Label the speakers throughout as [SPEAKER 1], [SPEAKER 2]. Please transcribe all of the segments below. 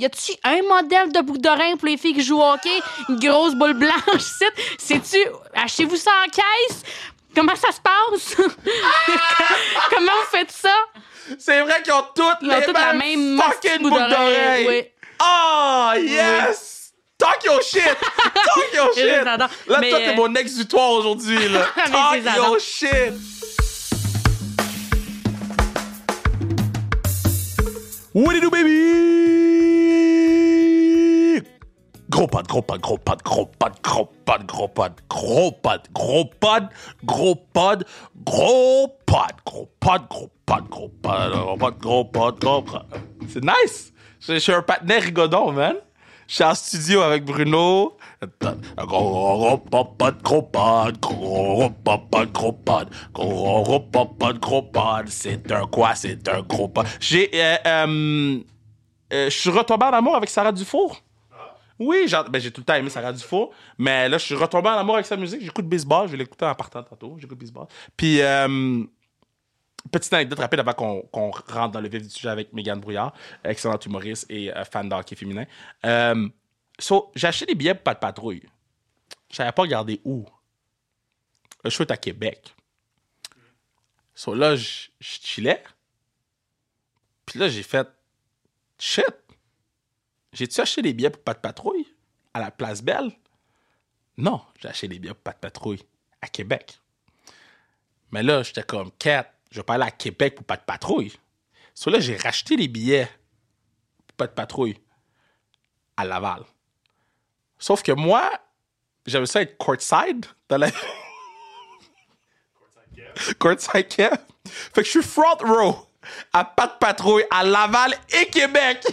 [SPEAKER 1] Y a-tu un modèle de boucle d'oreille pour les filles qui jouent au hockey? Une grosse boule blanche, c'est? C'est-tu. Achetez-vous ça en caisse? Comment ça se passe? Comment vous faites ça?
[SPEAKER 2] C'est vrai qu'ils ont toutes
[SPEAKER 1] Ils ont
[SPEAKER 2] les
[SPEAKER 1] toutes la même
[SPEAKER 2] mêmes
[SPEAKER 1] masse de
[SPEAKER 2] fucking
[SPEAKER 1] boucles
[SPEAKER 2] boucles
[SPEAKER 1] d'oreilles,
[SPEAKER 2] d'oreilles. Oh, yes! Tokyo shit! Tokyo
[SPEAKER 1] Je les
[SPEAKER 2] shit! Là,
[SPEAKER 1] adore.
[SPEAKER 2] toi,
[SPEAKER 1] Mais,
[SPEAKER 2] t'es
[SPEAKER 1] euh, Ah,
[SPEAKER 2] mon exutoire aujourd'hui, là.
[SPEAKER 1] Mais je les
[SPEAKER 2] Tokyo
[SPEAKER 1] adore.
[SPEAKER 2] shit! What do you do, baby? Gros pod, gros pod, gros pod, gros pod, gros pod, gros pod, gros pod, gros pod, gros pod, gros pod, gros pod, gros pod, gros pod, gros pod, gros pod, gros pod. C'est nice! Je je suis un partenaire rigodon, man. Je suis en studio avec Bruno. Gros pod, gros pod, gros pod, gros pod, gros pod, gros pod. C'est un quoi? C'est un gros pod. J'ai. euh, euh, euh, Je suis retombé en amour avec Sarah Dufour. Oui, j'ai ben, j'ai tout le temps aimé Sarah Dufour, mais là, je suis retombé en amour avec sa musique. J'écoute baseball, je vais l'écouter en partant tantôt. J'écoute baseball. Puis, euh, petite anecdote rapide avant qu'on qu'on rentre dans le vif du sujet avec Mégane Brouillard, excellente humoriste et euh, fan d'hockey féminin. Euh, so, j'ai acheté des billets pour pas de patrouille. Je savais pas regarder où. Le show est à Québec. So, là, je je chillais. Puis là, j'ai fait shit. J'ai-tu acheté des billets pour pas de patrouille à la place Belle? Non, j'ai acheté des billets pour pas de patrouille à Québec. Mais là, j'étais comme, quête, je vais pas aller à Québec pour pas de patrouille. So là, j'ai racheté les billets pour pas de patrouille à Laval. Sauf que moi, j'avais ça être courtside dans la. courtside Kev. Fait que je suis front row à pas de patrouille à Laval et Québec.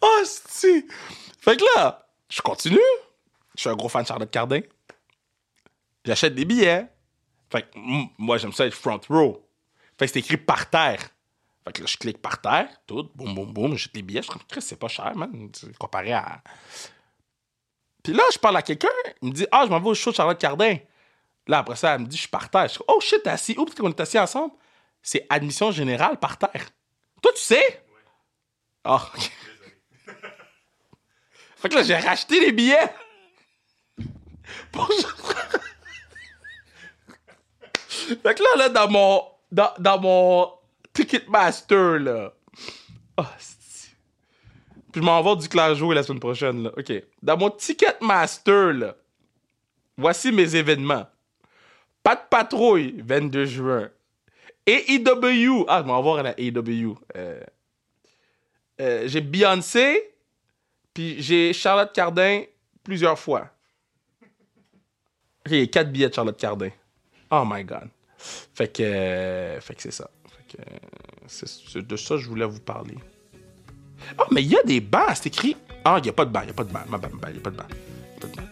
[SPEAKER 2] Oh, si! Fait que là, je continue. Je suis un gros fan de Charlotte Cardin. J'achète des billets. Fait que mm, moi, j'aime ça être front row. Fait que c'est écrit par terre. Fait que là, je clique par terre, tout, boum, boum, boum, j'achète des billets. Je suis comme, Christ, c'est pas cher, man, c'est comparé à. Puis là, je parle à quelqu'un, il me dit, ah, je m'en vais au show de Charlotte Cardin. Là, après ça, elle me dit, je suis par terre. Je suis comme, oh shit, t'es assis où? Parce qu'on est assis ensemble. C'est admission générale par terre. Toi, tu sais? Ah, ok. Fait que là, j'ai racheté les billets. Pour- fait que là, là, dans mon, dans, dans mon Ticketmaster, là. Ah, c'est- Puis je m'en vais du clair jouer la semaine prochaine, là. OK. Dans mon Ticketmaster, là, voici mes événements. Pas de patrouille, 22 juin. AEW. Ah, je m'en vais voir à la AEW. Euh, euh, j'ai Beyoncé, puis j'ai Charlotte Cardin plusieurs fois. Ok, quatre billets de Charlotte Cardin. Oh my god. Fait que, euh, fait que c'est ça. Fait que, euh, c'est- c'est de ça que je voulais vous parler. Ah, mais il y a des bancs, c'est écrit. Ah, il n'y a pas de banc, il n'y a pas de banc. Ma banc, ma banc, il n'y a pas de banc. Pas de banc.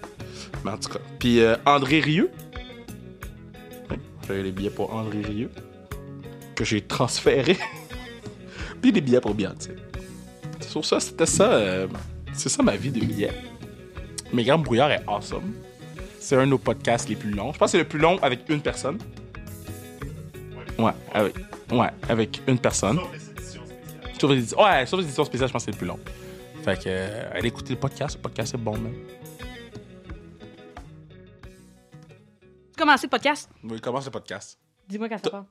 [SPEAKER 2] Mais en tout cas. Puis euh, André Rieu. Ouais, J'avais les billets pour André Rieu. Que j'ai transféré. Puis des billets pour Beyoncé. Sur ça, c'était ça. euh, c'est ça ma vie de billets. Mes grands brouillards est awesome. C'est un de nos podcasts les plus longs. Je pense que c'est le plus long avec une personne. Ouais, avec, ouais, avec une personne. Sauf les éditions Ouais, sauf les éditions spéciales, je pense que c'est le plus long. Fait que, euh, allez écouter le podcast. Le podcast, c'est bon, même.
[SPEAKER 1] Commencez le podcast.
[SPEAKER 2] Oui, commence le podcast.
[SPEAKER 1] Dis-moi quand ça part.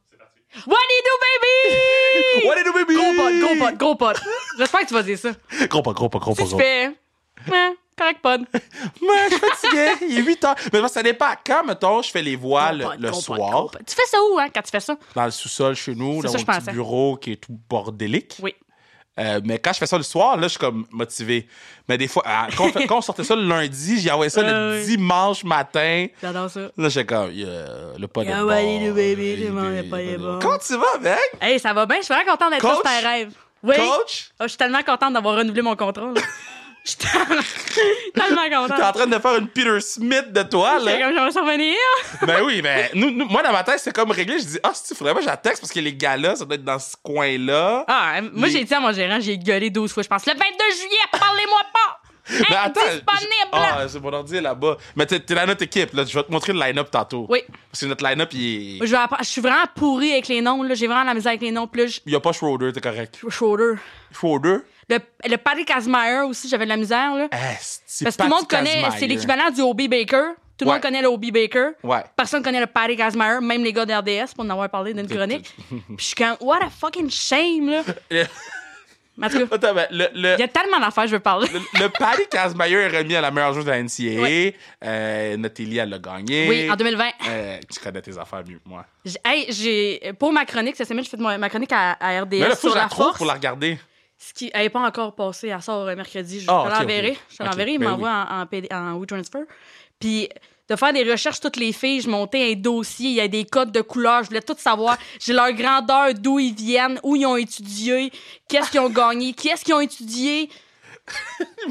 [SPEAKER 1] What do you do, baby?
[SPEAKER 2] What it do, baby?
[SPEAKER 1] Gros pot, gros pot, gros pot. J'espère que tu vas dire ça.
[SPEAKER 2] Gros pot, gros pot, gros pot,
[SPEAKER 1] Si tu
[SPEAKER 2] gros
[SPEAKER 1] fais. hein, correct pod.
[SPEAKER 2] Mais je suis fatigué. Il est 8 heures. Mais moi, ça dépend. Quand, mettons, je fais les
[SPEAKER 1] Gros
[SPEAKER 2] voix Ah, le,
[SPEAKER 1] pod,
[SPEAKER 2] le
[SPEAKER 1] gros pod,
[SPEAKER 2] soir,
[SPEAKER 1] gros pod. Tu fais ça où, hein, quand tu fais ça?
[SPEAKER 2] dans le sous-sol chez nous,
[SPEAKER 1] C'est ça,
[SPEAKER 2] dans mon
[SPEAKER 1] je
[SPEAKER 2] petit
[SPEAKER 1] pensais.
[SPEAKER 2] bureau qui est tout bordélique.
[SPEAKER 1] Oui.
[SPEAKER 2] Euh, mais quand je fais ça le soir, là, je suis comme motivé. Mais des fois, ah, quand, on fait- quand on sortait ça le lundi, j'y envoyais ça
[SPEAKER 1] Euh,
[SPEAKER 2] le
[SPEAKER 1] oui.
[SPEAKER 2] dimanche matin.
[SPEAKER 1] J'adore ça.
[SPEAKER 2] Là, j'étais comme, yeah, le pas
[SPEAKER 1] Yeah,
[SPEAKER 2] est bon.
[SPEAKER 1] what it do, baby?
[SPEAKER 2] Il est-
[SPEAKER 1] Le
[SPEAKER 2] il est
[SPEAKER 1] pas est bon.
[SPEAKER 2] Comment tu vas, mec?
[SPEAKER 1] Hey, ça va bien? Je suis vraiment contente d'être là
[SPEAKER 2] Coach?
[SPEAKER 1] sur tes rêves. Oui.
[SPEAKER 2] Coach?
[SPEAKER 1] Ah, je suis tellement contente d'avoir renouvelé mon contrat. là. Je suis tellement tellement
[SPEAKER 2] T'es en
[SPEAKER 1] contente.
[SPEAKER 2] train de faire une Peter Smith de toi,
[SPEAKER 1] C'est
[SPEAKER 2] là.
[SPEAKER 1] comme j'aimerais ça revenir.
[SPEAKER 2] ben oui, ben, nous, nous- moi, dans ma tête, c'est comme réglé. Je dis, ah, si, faudrait pas que j'atteste parce que les gars-là, ça doit être dans ce coin-là.
[SPEAKER 1] Ah, hein, moi,
[SPEAKER 2] Les-
[SPEAKER 1] j'ai dit à mon gérant, j'ai gueulé 12 fois. Je pense, le 22 juillet, parlez-moi pas!
[SPEAKER 2] Mais Ben, attends.
[SPEAKER 1] Indisponible.
[SPEAKER 2] je- Ah, c'est mon ordi là-bas. Mais t'es, t'es dans notre équipe, là. Je vais te montrer le line-up tantôt.
[SPEAKER 1] Oui.
[SPEAKER 2] Parce que notre line-up, il
[SPEAKER 1] Je,
[SPEAKER 2] est.
[SPEAKER 1] vais appre- je suis vraiment pourrie avec les noms. là. J'ai vraiment la misère avec les noms. Puis là, je-
[SPEAKER 2] Il n'y a pas Schroeder, t'es correct.
[SPEAKER 1] Schroeder.
[SPEAKER 2] Schroeder?
[SPEAKER 1] Le, le Patrick Asmeyer aussi, j'avais de la misère. Là.
[SPEAKER 2] Ah, c'est
[SPEAKER 1] Parce que tout le monde
[SPEAKER 2] Patrick
[SPEAKER 1] connaît,
[SPEAKER 2] Asmeier.
[SPEAKER 1] c'est l'équivalent du O.B. Baker. Tout le
[SPEAKER 2] Ouais.
[SPEAKER 1] monde connaît le O.B. Baker.
[SPEAKER 2] Ouais.
[SPEAKER 1] Personne connaît le Patrick Asmeyer, même les gars d'RDS, pour en avoir parlé d'une chronique. Puis je suis comme, what a fucking shame, là. Mais en tout cas,
[SPEAKER 2] Attends, mais le, le,
[SPEAKER 1] il y a tellement d'affaires, je veux parler.
[SPEAKER 2] le, le Paddy Kazmaier est remis à la meilleure joueuse de la NCAA.
[SPEAKER 1] Ouais.
[SPEAKER 2] Euh, Nathalie, elle l'a gagné.
[SPEAKER 1] Oui, en 2020.
[SPEAKER 2] Euh, tu connais tes affaires mieux que moi.
[SPEAKER 1] J'ai- Hey, j'ai pour ma chronique cette semaine, j'ai fait mon- ma chronique à, à RDS
[SPEAKER 2] Mais là,
[SPEAKER 1] sur
[SPEAKER 2] faut que je la
[SPEAKER 1] la
[SPEAKER 2] trouve
[SPEAKER 1] force.
[SPEAKER 2] pour la regarder.
[SPEAKER 1] Ce qui n'est pas encore passé, elle sort euh, mercredi. Je
[SPEAKER 2] Ah,
[SPEAKER 1] te
[SPEAKER 2] ok,
[SPEAKER 1] l'enverrai.
[SPEAKER 2] ok.
[SPEAKER 1] Je te
[SPEAKER 2] Ok,
[SPEAKER 1] l'enverrai. Il
[SPEAKER 2] ben
[SPEAKER 1] m'envoie en, en, PD en WeTransfer. Puis de faire des recherches toutes les filles, je montais un dossier, il y a des codes de couleurs, je voulais tout savoir. J'ai leur grandeur, d'où ils viennent, où ils ont étudié, qu'est-ce qu'ils ont gagné, qu'est-ce qu'ils ont étudié.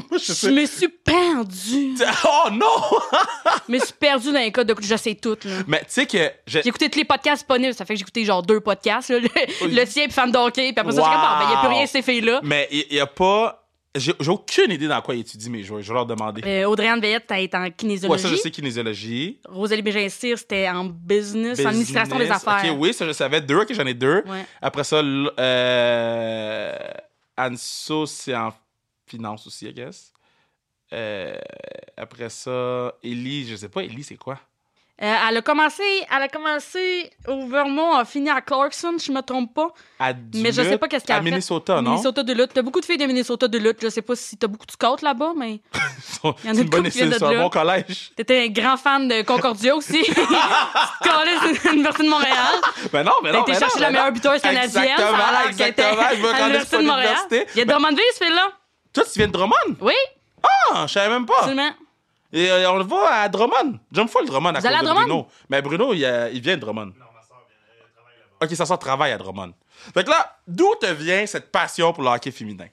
[SPEAKER 2] Moi, je
[SPEAKER 1] Je
[SPEAKER 2] sais.
[SPEAKER 1] me suis perdue.
[SPEAKER 2] Oh non!
[SPEAKER 1] Je me suis perdue dans les codes de couleurs. Je sais tout, là.
[SPEAKER 2] Mais tu sais que. je-
[SPEAKER 1] J'ai écouté tous les podcasts disponibles. Ça fait que j'ai écouté genre deux podcasts. là. Le, le tien, puis Femme d'Hockey. Puis après ça, j'ai
[SPEAKER 2] Wow.
[SPEAKER 1] comme, Ah, ben, il n'y a plus rien, ces filles-là.
[SPEAKER 2] Mais il n'y a pas. J'ai j'ai aucune idée dans quoi ils étudient mes joueurs. Je vais leur demander.
[SPEAKER 1] Euh, Audrey-Anne Veillette, elle est en
[SPEAKER 2] Ouais,
[SPEAKER 1] kinésiologie.
[SPEAKER 2] ça, je sais kinésiologie.
[SPEAKER 1] Rosalie Bégin-Cyr, c'était en business, en administration des
[SPEAKER 2] business.
[SPEAKER 1] affaires.
[SPEAKER 2] Ok, oui, ça, je savais deux, ok, j'en ai deux.
[SPEAKER 1] Ouais.
[SPEAKER 2] Après ça, l- euh, Anso, c'est en finance aussi, I guess. Euh, après ça, Ellie, je sais pas, Ellie, c'est quoi?
[SPEAKER 1] Euh, elle, a commencé, elle a commencé au Vermont, elle a fini à Clarkson, je me trompe pas.
[SPEAKER 2] À du
[SPEAKER 1] Mais je sais
[SPEAKER 2] lutte
[SPEAKER 1] pas qu'est-ce qu'elle
[SPEAKER 2] À
[SPEAKER 1] a fait.
[SPEAKER 2] Minnesota, non?
[SPEAKER 1] Minnesota de lutte. T'as beaucoup de filles de Minnesota de lutte. Je sais pas si t'as beaucoup de scouts là-bas, mais
[SPEAKER 2] c'est
[SPEAKER 1] y en a
[SPEAKER 2] une bonne
[SPEAKER 1] une couple qui vient
[SPEAKER 2] c'est
[SPEAKER 1] de
[SPEAKER 2] un
[SPEAKER 1] là.
[SPEAKER 2] bon collège.
[SPEAKER 1] t'étais un grand fan de Concordia aussi. Tu te collais à l'Université de Montréal.
[SPEAKER 2] Mais Ben non, mais
[SPEAKER 1] T'as
[SPEAKER 2] non,
[SPEAKER 1] été
[SPEAKER 2] mais
[SPEAKER 1] chercher Ben,
[SPEAKER 2] non,
[SPEAKER 1] la
[SPEAKER 2] mais
[SPEAKER 1] meilleure
[SPEAKER 2] non.
[SPEAKER 1] buteuse canadienne.
[SPEAKER 2] Exactement,
[SPEAKER 1] ça a l'air qu'elle
[SPEAKER 2] exactement.
[SPEAKER 1] était
[SPEAKER 2] Je me
[SPEAKER 1] à
[SPEAKER 2] connais
[SPEAKER 1] l'Université
[SPEAKER 2] pas
[SPEAKER 1] de Montréal.
[SPEAKER 2] l'université.
[SPEAKER 1] Il y a Drummondville, ce fil-là.
[SPEAKER 2] Ben, Toi, tu viens de Drummond?
[SPEAKER 1] Oui,
[SPEAKER 2] Ah, je savais même pas.
[SPEAKER 1] absolument.
[SPEAKER 2] Et euh, on le voit à Drummond. J'aime fou le Drummond à
[SPEAKER 1] Vous allez à
[SPEAKER 2] cause de
[SPEAKER 1] Drummond?
[SPEAKER 2] Bruno. Mais Bruno, il, euh, il vient de Drummond. Non, ma soeur travaille là-bas. OK, sa soeur travaille à Drummond. Fait que là, d'où te vient cette passion pour le hockey féminin?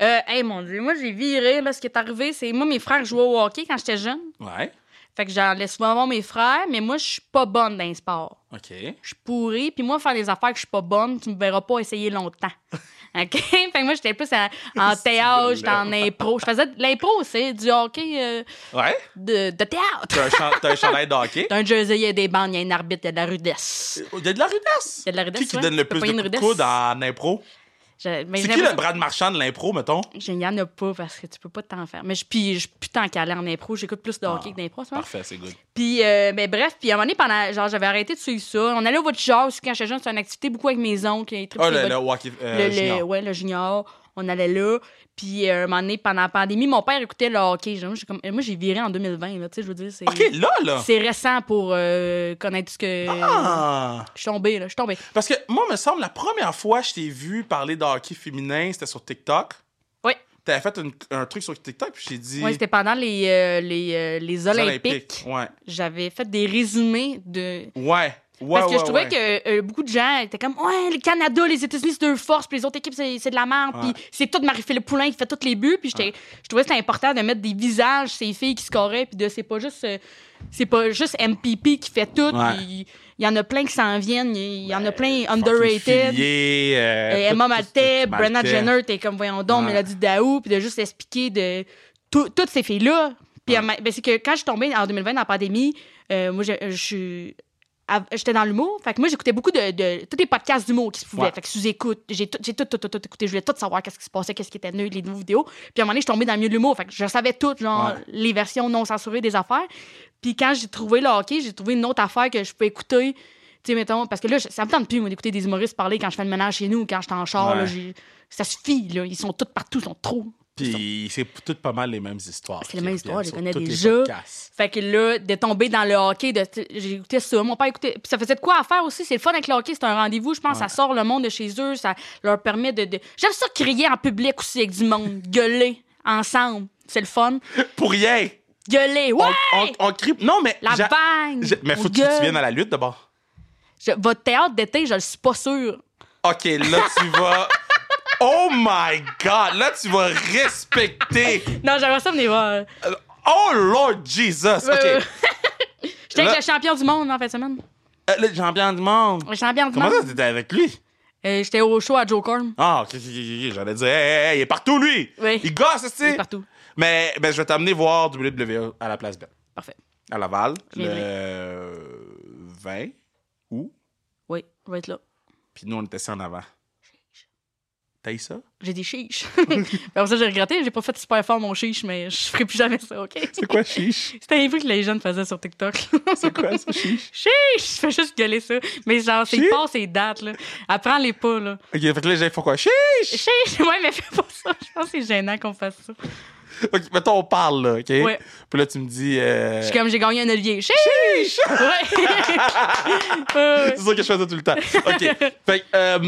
[SPEAKER 1] Euh, hey, mon Dieu, moi, j'ai viré. Là, ce qui est arrivé, c'est moi, mes frères jouaient au hockey quand j'étais jeune.
[SPEAKER 2] Ouais.
[SPEAKER 1] Fait que j'en laisse souvent voir mes frères, mais moi, je suis pas bonne dans les sports.
[SPEAKER 2] OK.
[SPEAKER 1] Je suis pourrie, puis moi, faire des affaires que je suis pas bonne, tu me verras pas essayer longtemps. OK? Fait que moi, j'étais plus à- en théâtre, j'étais en impro. Je faisais de l'impro, c'est du hockey euh,
[SPEAKER 2] Ouais.
[SPEAKER 1] de, de théâtre.
[SPEAKER 2] T'as un, chan- t'as un chandail de hockey.
[SPEAKER 1] T'as un jersey, il y a des bandes, il y a un arbitre, il y a de la rudesse.
[SPEAKER 2] Il y a de la rudesse.
[SPEAKER 1] Il y a de la rudesse,
[SPEAKER 2] Qui, qui
[SPEAKER 1] ouais.
[SPEAKER 2] donne le
[SPEAKER 1] Tu peux
[SPEAKER 2] plus
[SPEAKER 1] pas
[SPEAKER 2] de
[SPEAKER 1] y une
[SPEAKER 2] coups de
[SPEAKER 1] rudesse.
[SPEAKER 2] coude en impro?
[SPEAKER 1] Je- mais j'ai
[SPEAKER 2] C'est qui le
[SPEAKER 1] l'impression-
[SPEAKER 2] bras de marchand de l'impro, mettons?
[SPEAKER 1] Il n'y en a pas parce que tu peux pas t'en faire. Mais je puis je suis plus tant calée en impro. J'écoute plus de hockey que d'impro, en ce moment.
[SPEAKER 2] Ah, Parfait, c'est good.
[SPEAKER 1] Puis, euh, ben, bref, puis à un moment donné, pendant, genre, j'avais arrêté de suivre ça. On allait au vote genre aussi quand j'étais jeune. C'était une activité beaucoup avec mes oncles. les trucs
[SPEAKER 2] Ah,
[SPEAKER 1] sur les
[SPEAKER 2] le, le
[SPEAKER 1] votes-
[SPEAKER 2] hockey
[SPEAKER 1] le-
[SPEAKER 2] euh,
[SPEAKER 1] le-
[SPEAKER 2] junior.
[SPEAKER 1] ouais, le junior. On allait là. Puis, euh, un moment donné, pendant la pandémie, mon père écoutait le hockey. Genre, moi, j'ai comme- moi, j'ai viré en 2020, là, tu sais, je veux dire. C'est
[SPEAKER 2] OK, là, là.
[SPEAKER 1] c'est récent pour euh, connaître ce que...
[SPEAKER 2] Ah!
[SPEAKER 1] Je suis tombée, là. Je suis tombée.
[SPEAKER 2] Parce que moi, me semble, la première fois que je t'ai vu parler de hockey féminin, c'était sur TikTok.
[SPEAKER 1] Oui.
[SPEAKER 2] T'avais fait une- un truc sur TikTok, puis j'ai dit.
[SPEAKER 1] Ouais, c'était pendant les, euh, les, euh, les
[SPEAKER 2] Les
[SPEAKER 1] Olympiques.
[SPEAKER 2] Ouais.
[SPEAKER 1] J'avais fait des résumés de...
[SPEAKER 2] Ouais. Ouais,
[SPEAKER 1] Parce que
[SPEAKER 2] ouais,
[SPEAKER 1] je trouvais
[SPEAKER 2] ouais.
[SPEAKER 1] que euh, beaucoup de gens étaient comme Ouais, le Canada, les États-Unis, c'est deux forces, puis les autres équipes, c'est c'est de la merde,
[SPEAKER 2] Ouais.
[SPEAKER 1] puis c'est toute Marie-Philippe Poulin qui fait tous les buts, puis j'étais- je trouvais que c'était important de mettre des visages, ces filles qui scoraient, puis de c'est pas juste euh, c'est pas juste MPP qui fait tout,
[SPEAKER 2] Ouais. Ben,
[SPEAKER 1] puis il y en a plein qui s'en viennent, il y en a plein
[SPEAKER 2] Fucking
[SPEAKER 1] underrated.
[SPEAKER 2] filier, euh,
[SPEAKER 1] Euh, Emma
[SPEAKER 2] tout- tout-
[SPEAKER 1] Maltais,
[SPEAKER 2] tout-
[SPEAKER 1] Brenna
[SPEAKER 2] Maltais.
[SPEAKER 1] Jenner, t'es comme voyons donc,
[SPEAKER 2] Ouais.
[SPEAKER 1] Mélodie Daou, puis de juste expliquer de tout- toutes ces filles-là. Puis elle m'a- ben, c'est que quand je suis tombée en 2020 dans la pandémie, euh, moi, je, je suis- av- J'étais dans l'humour. Fait que moi, j'écoutais beaucoup de, de- tous les podcasts d'humour qui se pouvaient.
[SPEAKER 2] Ouais.
[SPEAKER 1] Fait que sous-écoute, j'ai tout, j'ai tout, tout, tout, tout écouté. Je voulais tout savoir qu'est-ce qui se passait, qu'est-ce qui était nul, les nouveaux vidéos. Puis à un moment donné, je suis tombée dans le milieu de l'humour. Fait que je savais tout, genre,
[SPEAKER 2] Ouais.
[SPEAKER 1] les versions non censurées des affaires. Puis quand j'ai trouvé le hockey, j'ai trouvé une autre affaire que je peux écouter. Tu sais, mettons, parce que là, je- ça me tente plus, moi, d'écouter des humoristes parler quand je fais le ménage chez nous, quand je suis en char. là,
[SPEAKER 2] Ouais.
[SPEAKER 1] j'ai- ça suffit, là. Ils sont tous partout, ils sont trop.
[SPEAKER 2] Puis c'est toutes pas mal les mêmes histoires.
[SPEAKER 1] C'est les
[SPEAKER 2] qui
[SPEAKER 1] mêmes
[SPEAKER 2] reviennent
[SPEAKER 1] histoires, je
[SPEAKER 2] sur
[SPEAKER 1] connais
[SPEAKER 2] tous les
[SPEAKER 1] déjà.
[SPEAKER 2] podcasts.
[SPEAKER 1] Fait que là, de tomber dans le hockey, de, tu- j'ai écouté ça. Mon père écoutait. Puis ça faisait de quoi à faire aussi. C'est le fun avec le hockey, c'est un rendez-vous. Je pense ça
[SPEAKER 2] Ouais.
[SPEAKER 1] sort le monde de chez eux. Ça leur permet de. de- J'aime ça crier en public aussi avec du monde. gueuler ensemble. C'est le fun.
[SPEAKER 2] Pour rien.
[SPEAKER 1] Gueuler. Ouais!
[SPEAKER 2] On, on, on crie. Non, mais.
[SPEAKER 1] La
[SPEAKER 2] j'a-
[SPEAKER 1] bagne!
[SPEAKER 2] j'a- Mais
[SPEAKER 1] On
[SPEAKER 2] faut que tu tu
[SPEAKER 1] gueule.
[SPEAKER 2] viennes à la lutte d'abord.
[SPEAKER 1] Je- votre théâtre d'été, je le suis pas sûre.
[SPEAKER 2] OK, là, tu vas. Oh my God! Là, tu vas respecter.
[SPEAKER 1] Non, j'aimerais ça venir voir.
[SPEAKER 2] Euh, Oh Lord Jesus! OK.
[SPEAKER 1] Euh, J'étais
[SPEAKER 2] Là-
[SPEAKER 1] avec le champion du monde en fin de semaine.
[SPEAKER 2] Euh, le champion du monde.
[SPEAKER 1] Le champion du
[SPEAKER 2] Comment ça,
[SPEAKER 1] monde.
[SPEAKER 2] t'étais avec lui?
[SPEAKER 1] Euh, J'étais au show à Joe Corn.
[SPEAKER 2] Ah, ok, ok, ok, ok, J'allais dire, hey, hey, hey, il est partout, lui!
[SPEAKER 1] Oui.
[SPEAKER 2] Il gosse, tu
[SPEAKER 1] Il
[SPEAKER 2] sais!
[SPEAKER 1] est partout.
[SPEAKER 2] Mais ben, je vais t'amener voir WWE à la place Belle,
[SPEAKER 1] Parfait.
[SPEAKER 2] à Laval,
[SPEAKER 1] Je viendrai.
[SPEAKER 2] le 20 août.
[SPEAKER 1] Oui, je vais être là.
[SPEAKER 2] Puis nous, on était assis en avant. T'as eu ça?
[SPEAKER 1] J'ai des chiches. Ben, pour ça, j'ai regretté. J'ai pas fait super fort mon chiche, mais je ferai plus jamais ça, OK?
[SPEAKER 2] C'est quoi, chiche?
[SPEAKER 1] C'était un truc que les jeunes faisaient sur TikTok.
[SPEAKER 2] C'est quoi, ça, chiche?
[SPEAKER 1] Chiche! Je fais juste gueuler ça. Mais genre, c'est
[SPEAKER 2] Chiche!
[SPEAKER 1] pas ces dates, là. Apprends-les pas, là.
[SPEAKER 2] OK, fait que là, j'ai fait quoi? Chiche!
[SPEAKER 1] Chiche! Ouais, mais fais pas ça. Je pense que c'est gênant qu'on fasse ça.
[SPEAKER 2] OK, mettons, on parle, là, OK?
[SPEAKER 1] Ouais.
[SPEAKER 2] Puis là, tu me dis... euh,
[SPEAKER 1] Je suis comme, j'ai gagné un olivier. Chiche!
[SPEAKER 2] Chiche!
[SPEAKER 1] Ouais! Ouais, ouais.
[SPEAKER 2] C'est ça que je faisais tout le temps. OK. fait que, euh,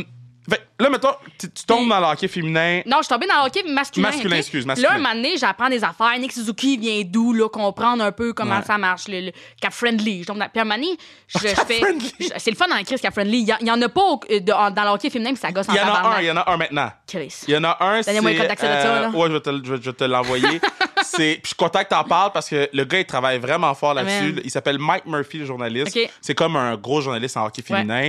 [SPEAKER 2] fait que là, mettons, tu, tu tombes dans le hockey féminin.
[SPEAKER 1] Non, je suis tombée dans le hockey masculin.
[SPEAKER 2] Masculin,
[SPEAKER 1] ok?
[SPEAKER 2] excuse, masculin.
[SPEAKER 1] Là, un moment donné, j'apprends des affaires. Nick Suzuki vient d'où, là, comprendre un peu comment
[SPEAKER 2] Ouais.
[SPEAKER 1] ça marche, le, le Cap Friendly. Je tombe dans... Puis un moment donné, je, je
[SPEAKER 2] Cap
[SPEAKER 1] fais...
[SPEAKER 2] Friendly.
[SPEAKER 1] je- c'est le fun en crise, Cap Friendly. Il y, a- il y en a pas au- euh, de- en- dans le hockey féminin, puis ça gosse en
[SPEAKER 2] Il y en a un,
[SPEAKER 1] tabarnak.
[SPEAKER 2] il y en a un maintenant.
[SPEAKER 1] Chris.
[SPEAKER 2] Il y en a un, c'est... euh,
[SPEAKER 1] Donnez-moi le contact de ça, là.
[SPEAKER 2] ouais, je vais te, le- je vais- je vais te l'envoyer. c'est, puis je contacte, t'en parle parce que le gars, il travaille vraiment fort là-dessus.
[SPEAKER 1] Amen.
[SPEAKER 2] Il s'appelle Mike Murphy, le journaliste.
[SPEAKER 1] OK.
[SPEAKER 2] C'est comme un gros journaliste en hockey féminin.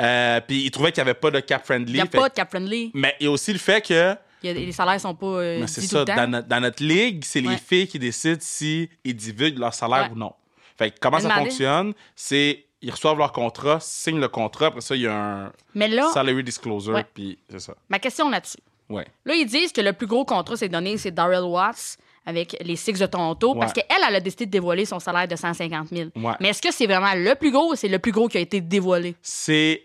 [SPEAKER 2] Euh, puis il trouvait qu'il n'y avait pas de cap friendly.
[SPEAKER 1] Il n'y a
[SPEAKER 2] Fait-
[SPEAKER 1] pas de Cap Friendly.
[SPEAKER 2] Mais il y a aussi le fait que...
[SPEAKER 1] Il y a- les salaires sont pas euh,
[SPEAKER 2] Mais c'est
[SPEAKER 1] dits
[SPEAKER 2] ça,
[SPEAKER 1] tout le temps.
[SPEAKER 2] dans, notre- dans notre ligue, c'est les
[SPEAKER 1] Ouais.
[SPEAKER 2] filles qui décident si ils divulguent leur salaire
[SPEAKER 1] Ouais. Ben,
[SPEAKER 2] ou non. Fait que comment
[SPEAKER 1] Mais
[SPEAKER 2] ça
[SPEAKER 1] demandez.
[SPEAKER 2] fonctionne, c'est ils reçoivent leur contrat, signent le contrat, après ça, il y a un
[SPEAKER 1] Mais là,
[SPEAKER 2] salary disclosure,
[SPEAKER 1] Ah. Ouais.
[SPEAKER 2] puis c'est ça.
[SPEAKER 1] ma question là-dessus.
[SPEAKER 2] Ouais.
[SPEAKER 1] Là, ils disent que le plus gros contrat s'est donné, c'est Darrell Watts avec les Six de Toronto, parce
[SPEAKER 2] Ouais.
[SPEAKER 1] qu'elle, elle a décidé de dévoiler son salaire de 150 000.
[SPEAKER 2] Ouais.
[SPEAKER 1] Mais est-ce que c'est vraiment le plus gros ou c'est le plus gros qui a été dévoilé?
[SPEAKER 2] C'est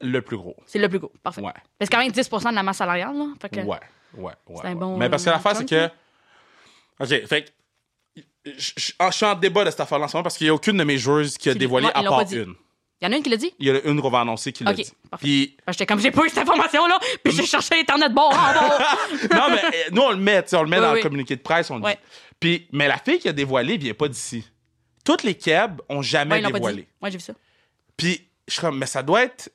[SPEAKER 2] le plus gros.
[SPEAKER 1] C'est le plus gros. Parfait.
[SPEAKER 2] Ouais.
[SPEAKER 1] Mais c'est quand même 10 de la masse salariale, là. Fait que-
[SPEAKER 2] Ouais. Ouais. ouais,
[SPEAKER 1] C'est un
[SPEAKER 2] ouais.
[SPEAKER 1] bon,
[SPEAKER 2] Mais parce que
[SPEAKER 1] euh,
[SPEAKER 2] l'affaire, c'est
[SPEAKER 1] chunk,
[SPEAKER 2] que. OK, fait que. Je, je- ah, je suis en débat de cette affaire-là en ce moment parce qu'il n'y a aucune de mes joueuses qui a
[SPEAKER 1] Qui-
[SPEAKER 2] dévoilé
[SPEAKER 1] ouais,
[SPEAKER 2] à
[SPEAKER 1] ils l'ont pas
[SPEAKER 2] part
[SPEAKER 1] dit.
[SPEAKER 2] une.
[SPEAKER 1] Il y en a une qui l'a dit?
[SPEAKER 2] Il y en a une qu'on va annoncer qui l'a
[SPEAKER 1] OK,
[SPEAKER 2] dit.
[SPEAKER 1] parfait.
[SPEAKER 2] Puis
[SPEAKER 1] Parce que J'étais comme, j'ai pas eu cette information-là, puis j'ai cherché Internet bord en bord.
[SPEAKER 2] non, mais euh, nous, on le met, tu sais, on le met
[SPEAKER 1] Oui,
[SPEAKER 2] dans le
[SPEAKER 1] oui.
[SPEAKER 2] communiqué de presse, on le
[SPEAKER 1] Ouais.
[SPEAKER 2] dit. Puis, mais la fille qui a dévoilé vient pas d'ici. Toutes les Keb ont jamais
[SPEAKER 1] Ouais, ils l'ont pas dit.
[SPEAKER 2] dévoilé.
[SPEAKER 1] Ouais, j'ai vu ça.
[SPEAKER 2] Puis, je suis comme, mais ça doit être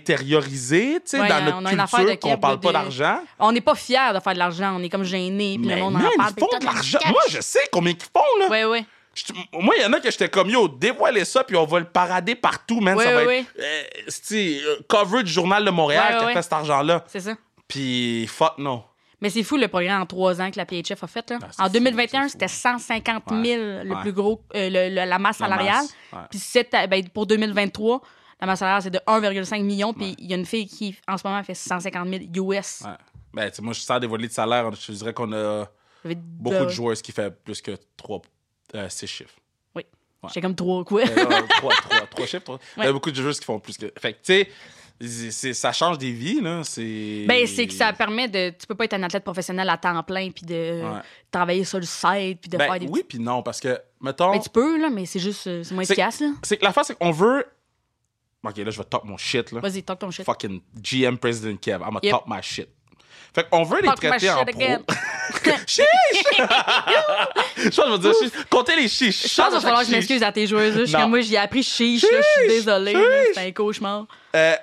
[SPEAKER 2] intériorisé, tu sais,
[SPEAKER 1] Ouais,
[SPEAKER 2] dans
[SPEAKER 1] euh,
[SPEAKER 2] notre
[SPEAKER 1] on a une affaire de
[SPEAKER 2] culture qu'on
[SPEAKER 1] Keb,
[SPEAKER 2] parle
[SPEAKER 1] de-
[SPEAKER 2] pas d'argent.
[SPEAKER 1] On n'est pas fiers de faire de l'argent, on est comme gênés, puis
[SPEAKER 2] Mais
[SPEAKER 1] le
[SPEAKER 2] non,
[SPEAKER 1] monde en parle.
[SPEAKER 2] ils font de l'argent. Moi, je sais combien ils font, là.
[SPEAKER 1] Ouais, ouais.
[SPEAKER 2] Je- Moi, il y en a que j'étais comme, yo, dévoilez ça, puis on va le parader partout, man.
[SPEAKER 1] Ouais,
[SPEAKER 2] ça va
[SPEAKER 1] ouais,
[SPEAKER 2] être, euh, c'est, euh, cover du Journal de Montréal
[SPEAKER 1] Ouais,
[SPEAKER 2] qui a
[SPEAKER 1] ouais.
[SPEAKER 2] fait cet argent-là.
[SPEAKER 1] C'est ça.
[SPEAKER 2] Puis, fuck, non.
[SPEAKER 1] Mais c'est fou le programme en trois ans que la PHF a fait. Là.
[SPEAKER 2] Ah, c'est
[SPEAKER 1] en
[SPEAKER 2] fou,
[SPEAKER 1] 2021,
[SPEAKER 2] c'est fou.
[SPEAKER 1] c'était 150 000 le
[SPEAKER 2] ouais.
[SPEAKER 1] plus gros, euh, le- le- la masse
[SPEAKER 2] La
[SPEAKER 1] salariale.
[SPEAKER 2] masse, ouais.
[SPEAKER 1] Puis cette- ben, pour 2023, la masse salariale, c'est de 1,5 million. Puis il y a une fille qui, en ce moment, fait 150 000 US.
[SPEAKER 2] Ouais. Ben, tu sais, moi, je suis sans dévoiler de salaire. Je te dirais qu'on a.
[SPEAKER 1] Ça fait
[SPEAKER 2] beaucoup de joueuses qui fait plus que 3, 6 chiffres.
[SPEAKER 1] Oui. J'ai comme trois, quoi.
[SPEAKER 2] 3, chiffres. Ben, trois- Il y a
[SPEAKER 1] Ouais.
[SPEAKER 2] Ben, beaucoup de joueuses qui font plus que. Fait que, tu sais, c'est- c'est- ça change des vies, là. C'est.
[SPEAKER 1] Ben, c'est que ça permet de. Tu peux pas être un athlète professionnel à temps plein, puis de
[SPEAKER 2] Ouais.
[SPEAKER 1] travailler sur le site, puis de
[SPEAKER 2] Ben,
[SPEAKER 1] faire des.
[SPEAKER 2] oui, puis non, parce que, mettons.
[SPEAKER 1] Ben, tu peux, là, mais c'est juste. euh, C'est moins
[SPEAKER 2] C'est-
[SPEAKER 1] efficace, là.
[SPEAKER 2] c'est que l'affaire, c'est qu'on veut. Ok, là, je vais top mon shit, là.
[SPEAKER 1] Vas-y, talk ton shit.
[SPEAKER 2] Fucking GM President Kev, I'm gonna
[SPEAKER 1] Yep.
[SPEAKER 2] top my shit. Fait qu'on veut les
[SPEAKER 1] Talk my
[SPEAKER 2] traiter
[SPEAKER 1] shit
[SPEAKER 2] en
[SPEAKER 1] again.
[SPEAKER 2] pro. Chiche! Je pense que je vais dire chiche. Comptez les chiches.
[SPEAKER 1] Je pense qu'il va falloir que je
[SPEAKER 2] Chiche.
[SPEAKER 1] m'excuse à tes joueuses. là. Je suis
[SPEAKER 2] Non.
[SPEAKER 1] comme, moi, j'y ai appris chiche, là, je suis
[SPEAKER 2] Chiche!
[SPEAKER 1] désolée. là,
[SPEAKER 2] Chiche!
[SPEAKER 1] C'est un cauchemar.
[SPEAKER 2] Euh,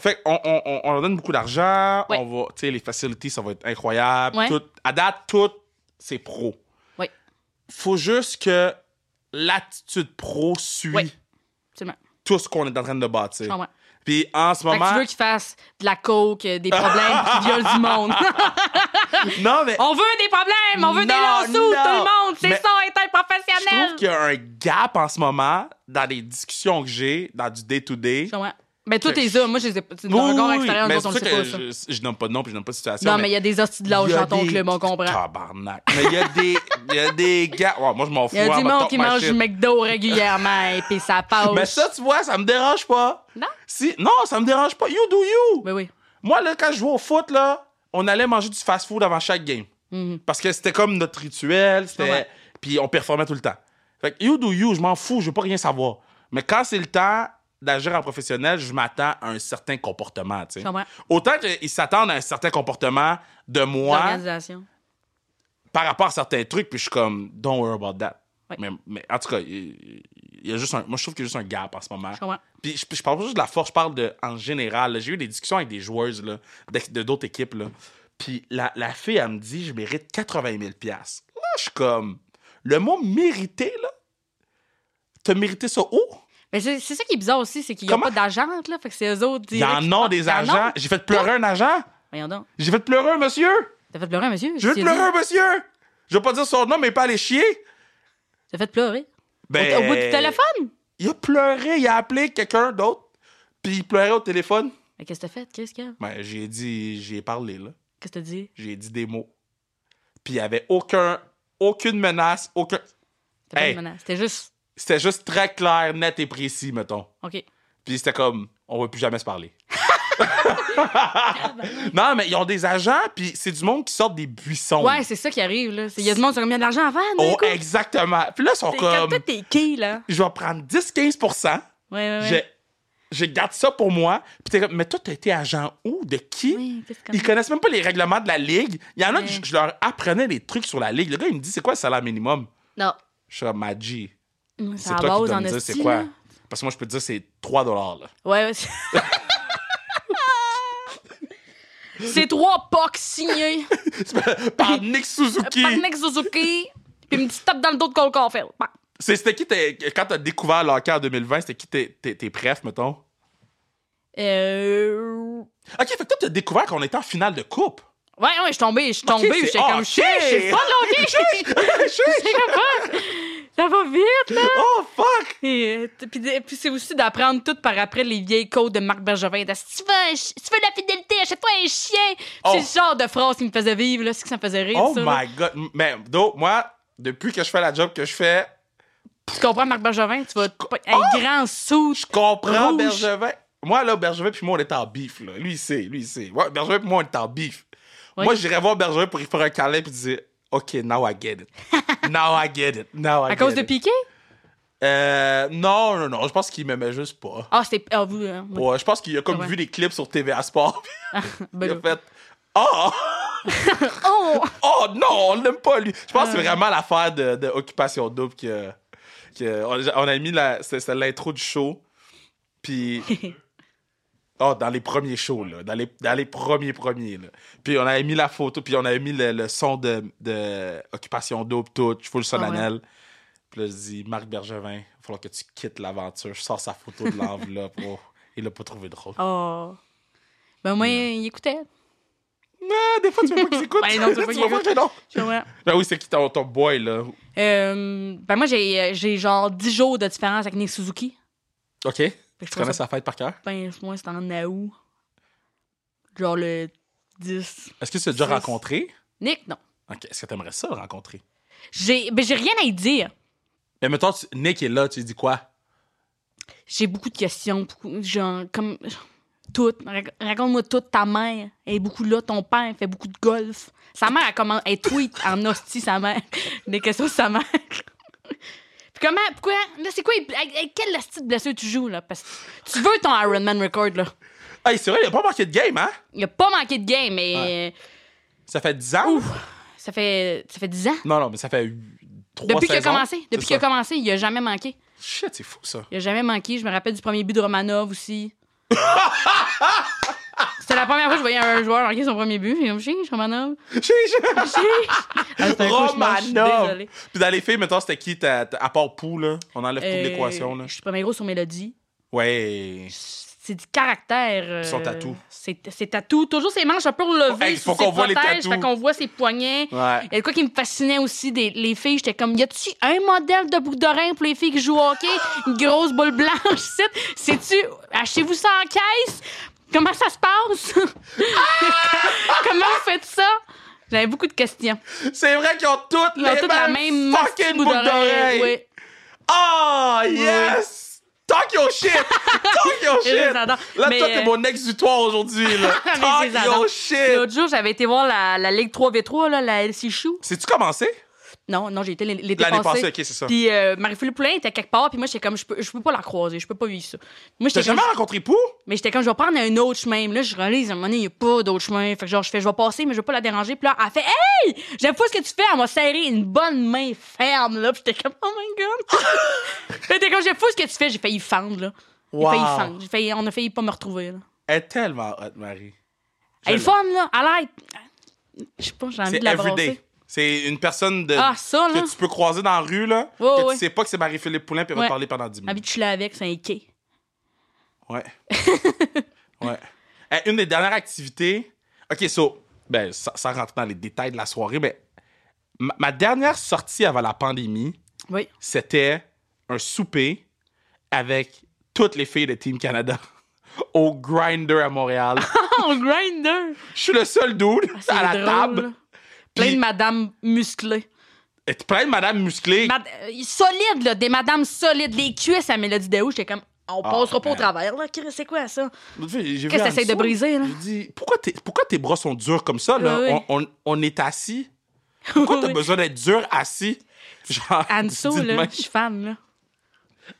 [SPEAKER 2] fait qu'on on, on- on leur donne beaucoup d'argent.
[SPEAKER 1] Ouais.
[SPEAKER 2] On va, tu sais, les facilités, ça va être incroyable.
[SPEAKER 1] Ouais.
[SPEAKER 2] Tout, à date, tout, c'est pro.
[SPEAKER 1] Ouais.
[SPEAKER 2] Faut juste que l'attitude pro suit
[SPEAKER 1] Ouais. Absolument.
[SPEAKER 2] tout ce qu'on est en train de bâtir.
[SPEAKER 1] Je comprends.
[SPEAKER 2] Puis en ce
[SPEAKER 1] Fait que
[SPEAKER 2] moment,
[SPEAKER 1] tu veux qu'ils fassent de la coke, euh, des problèmes, qu'ils violent du monde.
[SPEAKER 2] non mais
[SPEAKER 1] on veut des problèmes, on veut des
[SPEAKER 2] Non,
[SPEAKER 1] lawsuits, tout
[SPEAKER 2] non.
[SPEAKER 1] le monde. C'est
[SPEAKER 2] Mais-
[SPEAKER 1] ça, être un
[SPEAKER 2] je trouve
[SPEAKER 1] professionnel.
[SPEAKER 2] qu'il y a un gap en ce moment dans les discussions que j'ai dans du day to day.
[SPEAKER 1] Je comprends. Ben, toi,
[SPEAKER 2] Que-
[SPEAKER 1] t'es ça. Moi, je les ai pas. C'est
[SPEAKER 2] Oui,
[SPEAKER 1] dans un corps
[SPEAKER 2] oui,
[SPEAKER 1] extérieur,
[SPEAKER 2] mais
[SPEAKER 1] nous autres,
[SPEAKER 2] c'est
[SPEAKER 1] on le
[SPEAKER 2] pour
[SPEAKER 1] sait
[SPEAKER 2] ça
[SPEAKER 1] pas,
[SPEAKER 2] que
[SPEAKER 1] ça.
[SPEAKER 2] je, je nomme pas de nom, puis je nomme pas de situation.
[SPEAKER 1] Non, mais il y a des hosties de
[SPEAKER 2] Il y
[SPEAKER 1] lâche
[SPEAKER 2] a
[SPEAKER 1] dans ton
[SPEAKER 2] des-
[SPEAKER 1] club, on comprend.
[SPEAKER 2] Tabarnak. Mais il y a des, il y a des gars. Ouais, moi, je m'en fous.
[SPEAKER 1] Il y a
[SPEAKER 2] hein,
[SPEAKER 1] du
[SPEAKER 2] ma
[SPEAKER 1] monde
[SPEAKER 2] top,
[SPEAKER 1] qui
[SPEAKER 2] ma
[SPEAKER 1] mange
[SPEAKER 2] shit.
[SPEAKER 1] du McDo régulièrement, et puis ça passe.
[SPEAKER 2] Mais ça, tu vois, ça me dérange pas.
[SPEAKER 1] Non?
[SPEAKER 2] Si, non, ça me dérange pas. You do you.
[SPEAKER 1] Ben oui.
[SPEAKER 2] Moi, là, quand je jouais au foot, là, on allait manger du fast-food avant chaque game. Parce que c'était comme notre rituel. c'était-
[SPEAKER 1] Mhm. Ouais.
[SPEAKER 2] Puis on performait tout le temps. Fait que you do you, je m'en fous, je veux pas rien savoir. Mais quand c'est le temps d'agir en professionnel, je m'attends à un certain comportement, tu sais.
[SPEAKER 1] Je comprends.
[SPEAKER 2] Autant qu'ils s'attendent à un certain comportement de moi
[SPEAKER 1] L'organisation.
[SPEAKER 2] par rapport à certains trucs, puis je suis comme, don't worry about that.
[SPEAKER 1] Ouais.
[SPEAKER 2] Mais, mais en tout cas, il il y a juste un, moi, je trouve qu'il y a juste un gap en ce moment.
[SPEAKER 1] Je comprends.
[SPEAKER 2] Puis je, je parle pas juste de la force, je parle de, en général. là. J'ai eu des discussions avec des joueuses là, d'ex- de d'autres équipes. Là. Puis la, la fille, elle me dit, je mérite 80 000 Là, je suis comme, le mot mériter, là, t'as mérité ça où?
[SPEAKER 1] Mais c'est c'est ça qui est bizarre aussi, c'est qu'il n'y a
[SPEAKER 2] Comment-
[SPEAKER 1] pas d'agente, là. Fait que c'est eux autres.
[SPEAKER 2] Il y en a des agents. J'ai fait pleurer un agent.
[SPEAKER 1] Voyons donc.
[SPEAKER 2] J'ai fait pleurer un monsieur.
[SPEAKER 1] T'as fait pleurer, un monsieur?
[SPEAKER 2] J'ai fait
[SPEAKER 1] Tu
[SPEAKER 2] pleurer
[SPEAKER 1] dis-
[SPEAKER 2] un monsieur. Je vais pas dire son nom, mais il peut aller chier.
[SPEAKER 1] Ça fait pleurer.
[SPEAKER 2] Ben,
[SPEAKER 1] Au, au bout du téléphone?
[SPEAKER 2] Il a pleuré, il a appelé quelqu'un d'autre, puis il pleurait au téléphone.
[SPEAKER 1] Mais qu'est-ce que t'as fait? Qu'est-ce que
[SPEAKER 2] Ben, j'ai dit, j'ai parlé, là.
[SPEAKER 1] Qu'est-ce que t'as dit?
[SPEAKER 2] J'ai dit des mots. Puis il y avait aucun, aucune menace, aucun.
[SPEAKER 1] C'était pas
[SPEAKER 2] Hey.
[SPEAKER 1] une menace. C'était juste.
[SPEAKER 2] C'était juste très clair, net et précis, mettons.
[SPEAKER 1] OK.
[SPEAKER 2] Puis c'était comme, on va plus jamais se parler. non, mais ils ont des agents, puis c'est du monde qui sort des buissons.
[SPEAKER 1] Ouais, c'est ça qui arrive, là. C'est- Il y a du monde qui a mis de l'argent avant, d'un
[SPEAKER 2] Oh,
[SPEAKER 1] coup.
[SPEAKER 2] exactement. Puis là, ils sont
[SPEAKER 1] T'es- Quand
[SPEAKER 2] comme,
[SPEAKER 1] toi, t'es qui, là?
[SPEAKER 2] je vais prendre 10-15
[SPEAKER 1] Ouais, ouais,
[SPEAKER 2] je,
[SPEAKER 1] ouais.
[SPEAKER 2] je garde ça pour moi. Puis t'es comme, mais toi, t'as été agent où? De qui?
[SPEAKER 1] Oui, qu'est-ce qu'on-
[SPEAKER 2] Ils connaissent même pas les règlements de la ligue. Il y en a
[SPEAKER 1] Ouais.
[SPEAKER 2] que je, je leur apprenais des trucs sur la ligue. Le gars, il me dit, c'est quoi le salaire minimum?
[SPEAKER 1] Non.
[SPEAKER 2] Je suis comme, Maji,
[SPEAKER 1] Moi,
[SPEAKER 2] c'est
[SPEAKER 1] à
[SPEAKER 2] toi qui
[SPEAKER 1] base
[SPEAKER 2] dois
[SPEAKER 1] en
[SPEAKER 2] me dire c'est
[SPEAKER 1] hostie,
[SPEAKER 2] quoi?
[SPEAKER 1] là.
[SPEAKER 2] Parce que moi, je peux te dire, c'est 3 là.
[SPEAKER 1] Ouais, ouais. c'est- C'est trois packs signés
[SPEAKER 2] Par Nick Suzuki.
[SPEAKER 1] par Nick Suzuki, puis une petite tape dans le dos de Cole Caulfield. Bam.
[SPEAKER 2] C'est- C'était qui, t'es- quand t'as découvert l'hockey en 2020, c'était qui tes, tes, tes prefs, mettons?
[SPEAKER 1] Euh...
[SPEAKER 2] OK, fait que toi, t'as découvert qu'on était en finale de coupe.
[SPEAKER 1] Ouais, ouais, je suis tombée, je suis tombée,
[SPEAKER 2] c'est-
[SPEAKER 1] j'étais
[SPEAKER 2] ah,
[SPEAKER 1] comme shit,
[SPEAKER 2] shit!
[SPEAKER 1] je sais pas de l'hockey.
[SPEAKER 2] Shit!
[SPEAKER 1] Ça va vite, là.
[SPEAKER 2] oh, fuck!
[SPEAKER 1] Et, euh, t- puis, de- puis c'est aussi d'apprendre tout par après les vieilles codes de Marc Bergevin. De, si, tu veux, si tu veux de la fidélité, achète-toi un chien. Puis
[SPEAKER 2] Oh.
[SPEAKER 1] C'est le genre de phrase qui me faisait vivre, là, c'est que ça me faisait rire.
[SPEAKER 2] Oh
[SPEAKER 1] ça, là.
[SPEAKER 2] my God. Mais, donc, moi, depuis que je fais la job que je fais,
[SPEAKER 1] Tu comprends Marc Bergevin? Tu vas te pogner un
[SPEAKER 2] Oh!
[SPEAKER 1] grand sou.
[SPEAKER 2] je comprends
[SPEAKER 1] Rouge.
[SPEAKER 2] Bergevin. Moi, là, Bergevin puis moi, on est en bif, là. Lui, il sait, lui, il sait. Ouais, Bergevin puis moi, on est en bif.
[SPEAKER 1] Ouais.
[SPEAKER 2] Moi, j'irais voir Bergevin pour y faire un câlin puis dire, OK, now I get it. Now I get it. Now
[SPEAKER 1] À
[SPEAKER 2] I get
[SPEAKER 1] cause de
[SPEAKER 2] it.
[SPEAKER 1] Piqué?
[SPEAKER 2] Euh, non, non, non. Je pense qu'il m'aimait juste pas.
[SPEAKER 1] Ah, c'est. Ah, vous. hein, oui.
[SPEAKER 2] Ouais, je pense qu'il a comme
[SPEAKER 1] Ouais.
[SPEAKER 2] vu des clips sur TVA Sport. puis
[SPEAKER 1] Ben
[SPEAKER 2] il a
[SPEAKER 1] là.
[SPEAKER 2] fait Oh!
[SPEAKER 1] Oh!
[SPEAKER 2] Oh non, on l'aime pas lui. Je pense que c'est vraiment l'affaire de, de Occupation Double que, que on, on a mis la c'est- c'est l'intro du show. Puis oh dans les premiers shows là, dans les dans les premiers premiers là. Puis on avait mis la photo, puis on avait mis le, le son de, de Occupation Double tout, full solennel. Puis là je dis Marc Bergevin, il va falloir que tu quittes l'aventure. Je sors sa photo de l'enveloppe. oh, il l'a pas trouvé drôle.
[SPEAKER 1] Oh! Ben, moi, il écoutait.
[SPEAKER 2] Non, Ah, des fois tu veux pas qu'il écoute.
[SPEAKER 1] Ben non, tu veux pas
[SPEAKER 2] Tu
[SPEAKER 1] qu'il
[SPEAKER 2] vas voir
[SPEAKER 1] écoute.
[SPEAKER 2] que non.
[SPEAKER 1] Je sais pas.
[SPEAKER 2] Ben oui, c'est qui ton, ton boy là.
[SPEAKER 1] Euh, ben, moi, j'ai euh, j'ai genre 10 jours de différence avec Nick Suzuki.
[SPEAKER 2] OK.
[SPEAKER 1] Fait que je
[SPEAKER 2] Tu
[SPEAKER 1] trouve
[SPEAKER 2] connais
[SPEAKER 1] ça-
[SPEAKER 2] sa fête par cœur?
[SPEAKER 1] Ben, moi, c'était en août. Genre le 10.
[SPEAKER 2] Est-ce que tu l'as déjà
[SPEAKER 1] Six.
[SPEAKER 2] rencontré?
[SPEAKER 1] Nick, non.
[SPEAKER 2] OK. Est-ce que tu aimerais ça le rencontrer?
[SPEAKER 1] J'ai ben, j'ai rien à y dire.
[SPEAKER 2] Mais mettons, tu- Nick est là, tu lui dis quoi?
[SPEAKER 1] J'ai beaucoup de questions. beaucoup- genre, comme. Tout. Rac- Raconte-moi tout. Ta mère elle est beaucoup là. Ton père elle fait beaucoup de golf. Sa mère, elle, commence, elle tweet en hostie, sa mère. Des questions sur sa mère. Puis comment, pourquoi, là, c'est quoi, avec- avec quelle hostie de blessure tu joues, là? Parce que tu veux ton Iron Man record, là.
[SPEAKER 2] Hey, c'est vrai, il a pas manqué de game, hein?
[SPEAKER 1] Il a pas manqué de game, mais
[SPEAKER 2] Ça fait 10 ans?
[SPEAKER 1] Ouf. ça fait, ça fait 10 ans.
[SPEAKER 2] Non, non, mais ça fait 3
[SPEAKER 1] Depuis qu'il a
[SPEAKER 2] saisons.
[SPEAKER 1] commencé, depuis
[SPEAKER 2] C'est
[SPEAKER 1] qu'il a
[SPEAKER 2] ça.
[SPEAKER 1] commencé, il a jamais manqué.
[SPEAKER 2] Shit, c'est fou, ça.
[SPEAKER 1] Il a jamais manqué. Je me rappelle du premier but de Romanov aussi. C'était la première fois que je voyais un joueur marquer son premier but. J'ai comme Chiche, Romanov. Ah, c'est un coup, je mange, je suis
[SPEAKER 2] Romanov!
[SPEAKER 1] désolée.
[SPEAKER 2] Puis dans les filles, mettons, c'était qui? ta- ta- à part Pou, là? On enlève
[SPEAKER 1] Euh,
[SPEAKER 2] toute l'équation, là.
[SPEAKER 1] Je suis premier gros sur Mélodie.
[SPEAKER 2] Ouais.
[SPEAKER 1] C'est du caractère. euh,
[SPEAKER 2] Son tatou.
[SPEAKER 1] C'est c'est tatou. Toujours ses manches un peu relevées.
[SPEAKER 2] Hey,
[SPEAKER 1] sous
[SPEAKER 2] faut
[SPEAKER 1] ses
[SPEAKER 2] qu'on voit les
[SPEAKER 1] protèges,
[SPEAKER 2] tatous.
[SPEAKER 1] Fait qu'on voit ses poignets.
[SPEAKER 2] Ouais.
[SPEAKER 1] Et quoi qui me fascinait aussi des les filles, j'étais comme y a-tu un modèle de boucle d'oreille pour les filles qui jouent au hockey, une grosse boule blanche, c'est c'est-tu achetez-vous ça en caisse Comment ça se passe Comment vous faites ça J'avais beaucoup de questions.
[SPEAKER 2] C'est vrai qu'ils ont toutes
[SPEAKER 1] Ils ont
[SPEAKER 2] les
[SPEAKER 1] toutes la même
[SPEAKER 2] mêmes Eh ben, fucking boucles d'oreilles.
[SPEAKER 1] oui.
[SPEAKER 2] Oh, yes! Talk your shit! Talk your
[SPEAKER 1] Je les
[SPEAKER 2] shit!
[SPEAKER 1] adore.
[SPEAKER 2] Là,
[SPEAKER 1] Mais,
[SPEAKER 2] toi, t'es
[SPEAKER 1] euh,
[SPEAKER 2] mon exutoire aujourd'hui, là.
[SPEAKER 1] Mais je les
[SPEAKER 2] Talk
[SPEAKER 1] adore.
[SPEAKER 2] your
[SPEAKER 1] Puis
[SPEAKER 2] shit!
[SPEAKER 1] L'autre jour, j'avais été voir la, la Ligue 3v3 là, la LC Chou.
[SPEAKER 2] C'est-tu commencé?
[SPEAKER 1] Non, non, j'ai été l'an- l'été
[SPEAKER 2] L'année
[SPEAKER 1] passé.
[SPEAKER 2] passée, ok, c'est ça.
[SPEAKER 1] Puis euh, Marie-Philippe Poulin était quelque part, puis moi j'étais comme je peux je peux pas la croiser, je peux pas vivre ça. Moi
[SPEAKER 2] T'as
[SPEAKER 1] j'étais comme
[SPEAKER 2] jamais rencontré Pou?
[SPEAKER 1] Mais j'étais comme, je vais prendre un autre chemin. Mais Là, je réalise, à un moment donné, il n'y a pas d'autre chemin. Fait que genre, je fais, je vais passer, mais je vais pas la déranger. Puis là, elle fait, hey, j'aime pas ce que tu fais. Elle m'a serré une bonne main ferme, là. Puis j'étais comme, oh my god. j'étais comme, j'aime pas ce que tu fais. J'ai failli fendre, là. J'ai
[SPEAKER 2] Wow.
[SPEAKER 1] failli fendre. J'ai failli- on a failli pas me retrouver, là.
[SPEAKER 2] Elle est tellement hot, Marie.
[SPEAKER 1] Elle est
[SPEAKER 2] Je
[SPEAKER 1] fun, là. Elle a l'air. Je sais pas, j'ai envie
[SPEAKER 2] C'est
[SPEAKER 1] de la brasser.
[SPEAKER 2] everyday. C'est une personne de,
[SPEAKER 1] Ah, ça, là.
[SPEAKER 2] que tu peux croiser dans la rue, là.
[SPEAKER 1] Ouais,
[SPEAKER 2] que
[SPEAKER 1] ouais.
[SPEAKER 2] tu sais pas que c'est Marie-Philippe Poulin, puis elle va
[SPEAKER 1] Ouais.
[SPEAKER 2] te parler pendant 10
[SPEAKER 1] J'ai envie
[SPEAKER 2] minutes.
[SPEAKER 1] de chiller avec, c'est un quai.
[SPEAKER 2] Ouais. ouais. Eh, une des dernières activités. OK, so, ben, sans, sans rentrer dans les détails de la soirée, mais ma, ma dernière sortie avant la pandémie,
[SPEAKER 1] Oui.
[SPEAKER 2] c'était un souper avec toutes les filles de Team Canada au Grinder à Montréal.
[SPEAKER 1] Oh, grinder!
[SPEAKER 2] Je suis le seul dude
[SPEAKER 1] Ah, C'est
[SPEAKER 2] à la
[SPEAKER 1] drôle.
[SPEAKER 2] table.
[SPEAKER 1] Plein
[SPEAKER 2] Puis-
[SPEAKER 1] de madame musclées.
[SPEAKER 2] Et plein de madame musclée.
[SPEAKER 1] Mad- euh, solide, là, des madames solides. Les cuisses à Mélodie Daou, j'étais comme, on
[SPEAKER 2] Ah,
[SPEAKER 1] passera pas au
[SPEAKER 2] man.
[SPEAKER 1] travers, là. Chris, C'est quoi ça?
[SPEAKER 2] L'autre fois, j'ai vu
[SPEAKER 1] Qu'est-ce que
[SPEAKER 2] en
[SPEAKER 1] t'essayes de
[SPEAKER 2] dessous,
[SPEAKER 1] briser, là?
[SPEAKER 2] Je dis, pourquoi, tes- pourquoi tes bras sont durs comme ça, là?
[SPEAKER 1] Oui, oui.
[SPEAKER 2] On, on- on est assis. Pourquoi t'as
[SPEAKER 1] Oui.
[SPEAKER 2] besoin d'être dur assis? Genre,
[SPEAKER 1] Anso,
[SPEAKER 2] dis-le
[SPEAKER 1] là,
[SPEAKER 2] même.
[SPEAKER 1] je suis fan, là.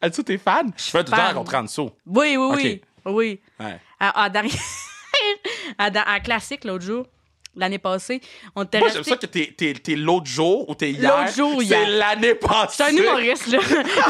[SPEAKER 2] Anso, t'es fan? Je fais tout le temps
[SPEAKER 1] fan.
[SPEAKER 2] rencontrer Anso.
[SPEAKER 1] Oui, oui, oui.
[SPEAKER 2] Ok.
[SPEAKER 1] Oui. Ah,
[SPEAKER 2] Ouais.
[SPEAKER 1] À, à, dernier- à, da- à Ah, classique, l'autre jour, l'année passée, on était
[SPEAKER 2] Moi,
[SPEAKER 1] resté-
[SPEAKER 2] j'aime ça que t'es, t'es- t'es l'autre jour ou t'es hier.
[SPEAKER 1] L'autre jour,
[SPEAKER 2] C'est
[SPEAKER 1] hier.
[SPEAKER 2] l'année passée.
[SPEAKER 1] C'est un humoriste, là.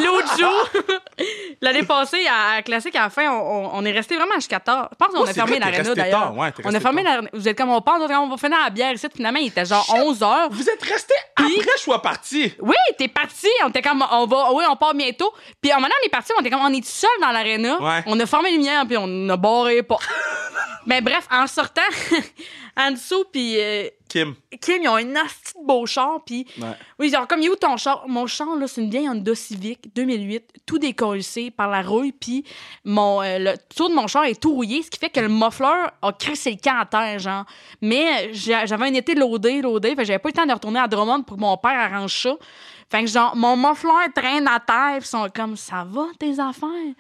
[SPEAKER 1] L'autre jour, l'année passée, à, à Classique, à la fin, on, on- on est resté vraiment jusqu'à tard. Je pense qu'on
[SPEAKER 2] Ouais,
[SPEAKER 1] a
[SPEAKER 2] c'est
[SPEAKER 1] fermé
[SPEAKER 2] vrai, t'es
[SPEAKER 1] l'aréna,
[SPEAKER 2] resté
[SPEAKER 1] d'ailleurs.
[SPEAKER 2] tard, ouais, t'es
[SPEAKER 1] on a
[SPEAKER 2] resté
[SPEAKER 1] fermé
[SPEAKER 2] tard.
[SPEAKER 1] l'aréna. Vous êtes comme, on part, on va finir la bière ici. Finalement, il était genre 11 heures.
[SPEAKER 2] Vous êtes resté après, je suis parti.
[SPEAKER 1] Oui, t'es parti. On était comme, on va, oui, on part bientôt. Puis à un moment donné, on est parti, on était comme, on est seul dans l'aréna.
[SPEAKER 2] Ouais.
[SPEAKER 1] On a fermé les lumières, puis on a barré pas. Mais bref, en sortant, Anso puis euh,
[SPEAKER 2] Kim.
[SPEAKER 1] Kim, ils ont un asti de beau char, puis
[SPEAKER 2] Ouais.
[SPEAKER 1] oui, genre, comme, il est où ton char? Mon char, là, c'est une vieille Honda Civic 2008, tout décollissé par la rouille, puis mon, euh, le tour de mon char est tout rouillé, ce qui fait que le muffler a crissé le camp à terre, genre. Mais euh, j'a- j'avais un été loadé, loadé, fait que j'avais pas eu le temps de retourner à Drummond pour que mon père arrange ça. Fait que, genre, mon muffler traîne à terre, puis ils sont comme, ça va, tes affaires?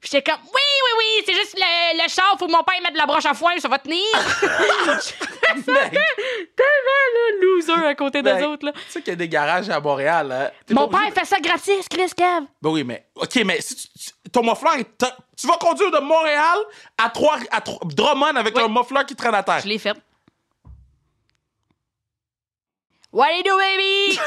[SPEAKER 1] Puis j'étais comme, oui, oui, oui, c'est juste le, le char, faut que mon père mette la broche à foin, ça va tenir. Tellement, là, loser à côté des
[SPEAKER 2] Ben,
[SPEAKER 1] autres, là.
[SPEAKER 2] Tu sais qu'il y a des garages à Montréal. hein. T'es
[SPEAKER 1] Mon
[SPEAKER 2] pas
[SPEAKER 1] père
[SPEAKER 2] obligé-
[SPEAKER 1] fait ça gratis, Chris Kev.
[SPEAKER 2] Ben oui, mais. OK, mais si tu- tu- ton muffler. est- t'as- Tu vas conduire de Montréal à, trois, à Trois- Drummond avec
[SPEAKER 1] Oui.
[SPEAKER 2] un muffler qui traîne à terre.
[SPEAKER 1] Je l'ai fait. What do you do, baby?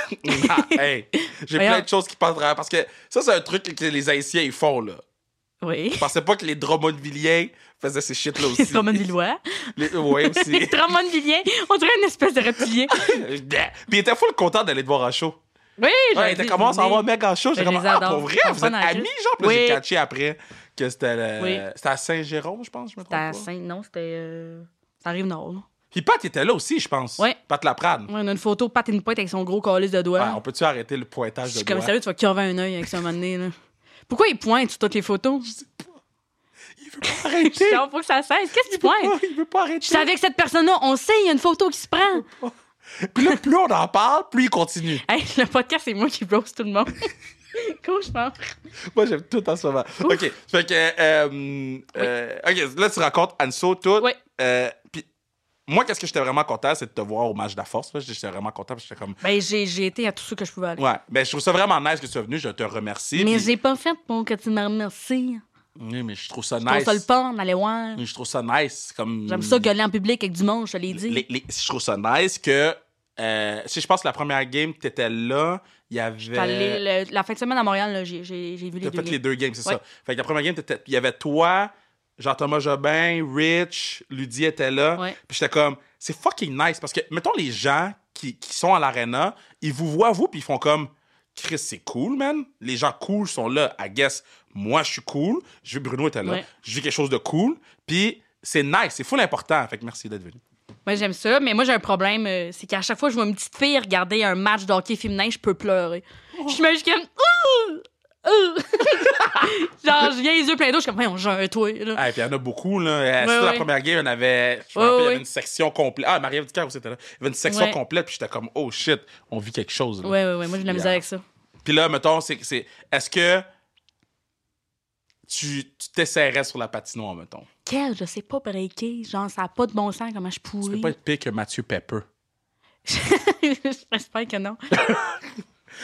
[SPEAKER 2] Ah, hey, j'ai
[SPEAKER 1] Voyons.
[SPEAKER 2] plein de choses qui passent à travers, Parce que ça, c'est un truc que les Haïtiens ils font, là.
[SPEAKER 1] oui.
[SPEAKER 2] Je pensais pas que les Drummondvilliens faisaient ces shit-là aussi.
[SPEAKER 1] Les Drummondvillois.
[SPEAKER 2] Les- ouais, aussi.
[SPEAKER 1] Les Drummondvilliens. On dirait une espèce de reptilien.
[SPEAKER 2] Puis il était full content d'aller te voir à chaud.
[SPEAKER 1] Oui,
[SPEAKER 2] Ouais,
[SPEAKER 1] j'avais
[SPEAKER 2] il était
[SPEAKER 1] des
[SPEAKER 2] comme, on s'en
[SPEAKER 1] idées.
[SPEAKER 2] va méga chaud. J'ai
[SPEAKER 1] Ben,
[SPEAKER 2] comme,
[SPEAKER 1] je les
[SPEAKER 2] ah,
[SPEAKER 1] adore.
[SPEAKER 2] pour vrai,
[SPEAKER 1] Ils sont
[SPEAKER 2] vous
[SPEAKER 1] fun
[SPEAKER 2] êtes
[SPEAKER 1] en
[SPEAKER 2] amis,
[SPEAKER 1] crise.
[SPEAKER 2] genre. Puis là, j'ai
[SPEAKER 1] Oui.
[SPEAKER 2] catché après que c'était le-
[SPEAKER 1] Oui.
[SPEAKER 2] c'était à Saint-Jérôme, je pense, je me trompe
[SPEAKER 1] C'était à
[SPEAKER 2] pas.
[SPEAKER 1] Saint... Non, c'était... Euh... Ça arrive nord, là.
[SPEAKER 2] Puis Pat était là aussi, je pense.
[SPEAKER 1] Ouais.
[SPEAKER 2] Pat Laprade.
[SPEAKER 1] Ouais, on a une photo, Pat une pointe avec son gros calice de
[SPEAKER 2] Ouais,
[SPEAKER 1] doigts.
[SPEAKER 2] on peut-tu arrêter le pointage
[SPEAKER 1] Je
[SPEAKER 2] de
[SPEAKER 1] suis comme,
[SPEAKER 2] doigts?
[SPEAKER 1] sérieux, tu vas curver un œil avec ça un moment donné, là. Pourquoi il pointe sur toutes les photos?
[SPEAKER 2] Il veut pas
[SPEAKER 1] Je
[SPEAKER 2] arrêter.
[SPEAKER 1] suis genre, faut que ça cesse. Qu'est-ce qu'il pointe?
[SPEAKER 2] il veut pas arrêter.
[SPEAKER 1] Je suis avec cette personne-là, on sait, il y a une photo qui se prend.
[SPEAKER 2] Puis là, plus on en parle, plus il continue.
[SPEAKER 1] Hey, le podcast, c'est moi qui roast tout le monde. Cauchemar.
[SPEAKER 2] Moi, j'aime tout en ce moment. OK. Fait que. euh, euh, OK, là, tu racontes Anso, tout.
[SPEAKER 1] Oui.
[SPEAKER 2] Euh, puis moi, qu'est-ce que j'étais vraiment content, c'est de te voir au match de la force. là. J'étais vraiment content parce que j'étais comme.
[SPEAKER 1] Ben, j'ai j'ai été à tout ce que je pouvais aller.
[SPEAKER 2] Ouais. Mais je trouve ça vraiment nice que tu sois venu. Je te remercie.
[SPEAKER 1] Mais
[SPEAKER 2] Puis-
[SPEAKER 1] j'ai pas fait pour que tu me remercies.
[SPEAKER 2] Oui, mais je trouve ça
[SPEAKER 1] Qu'on
[SPEAKER 2] nice. Mm.
[SPEAKER 1] se le porn, allez voir.
[SPEAKER 2] Mais Je trouve ça nice. Comme...
[SPEAKER 1] J'aime ça gueuler en public avec du monde, je te l'ai dit.
[SPEAKER 2] Les- les- Je trouve ça nice que. euh, si je pense que la première game, t'étais là, il y avait.
[SPEAKER 1] J'étais allée le- la fin de semaine à Montréal, là, j'ai j'ai- j'ai vu les
[SPEAKER 2] euh, T'as
[SPEAKER 1] deux.
[SPEAKER 2] fait les
[SPEAKER 1] games.
[SPEAKER 2] deux games, c'est
[SPEAKER 1] Ouais.
[SPEAKER 2] ça. Fait que la première game, t'étais- il y avait toi, Jean-Thomas Jobin, Rich, Ludie était là.
[SPEAKER 1] Ouais.
[SPEAKER 2] Puis j'étais comme, c'est fucking nice. Parce que, mettons, les gens qui, qui sont à l'arena, ils vous voient, vous, puis ils font comme, Chris, c'est cool, man. Les gens cool sont là. I guess, moi, je suis cool. Je Bruno était là.
[SPEAKER 1] Ouais.
[SPEAKER 2] Je vis quelque chose de cool. Puis c'est nice, c'est full important. Fait que merci d'être venu.
[SPEAKER 1] Moi, j'aime ça, mais moi, j'ai un problème. euh, c'est qu'à chaque fois que je vois une petite fille regarder un match de hockey féminin, je peux pleurer.
[SPEAKER 2] Oh.
[SPEAKER 1] Je suis juste comme. Ouh! Ouh! Genre, je viens les yeux pleins d'eau, je suis comme, voyons, j'ai un toit, là.
[SPEAKER 2] Ah, et puis il y en a beaucoup, là. Euh,
[SPEAKER 1] Ouais,
[SPEAKER 2] sur la
[SPEAKER 1] ouais.
[SPEAKER 2] première game, il y en avait. Je me
[SPEAKER 1] Ouais,
[SPEAKER 2] rappelle, il y
[SPEAKER 1] ouais.
[SPEAKER 2] avait une section complète. Ah, Marie-Ève Ducaire aussi était là. Il y avait une section
[SPEAKER 1] Ouais.
[SPEAKER 2] complète, puis j'étais comme, oh shit, on vit quelque chose, là.
[SPEAKER 1] Ouais, ouais, ouais. Moi, j'ai de la misère
[SPEAKER 2] Ah. Yeah.
[SPEAKER 1] avec ça.
[SPEAKER 2] Puis là, mettons, c'est. c'est- Est-ce que tu tu t'essaierais sur la patinoire, mettons?
[SPEAKER 1] Quel, je sais pas breaker. Genre, ça a pas de bon sens, comment je
[SPEAKER 2] Tu peux
[SPEAKER 1] pourris.
[SPEAKER 2] pas être pire que Mathieu Pepper.
[SPEAKER 1] J'espère que non.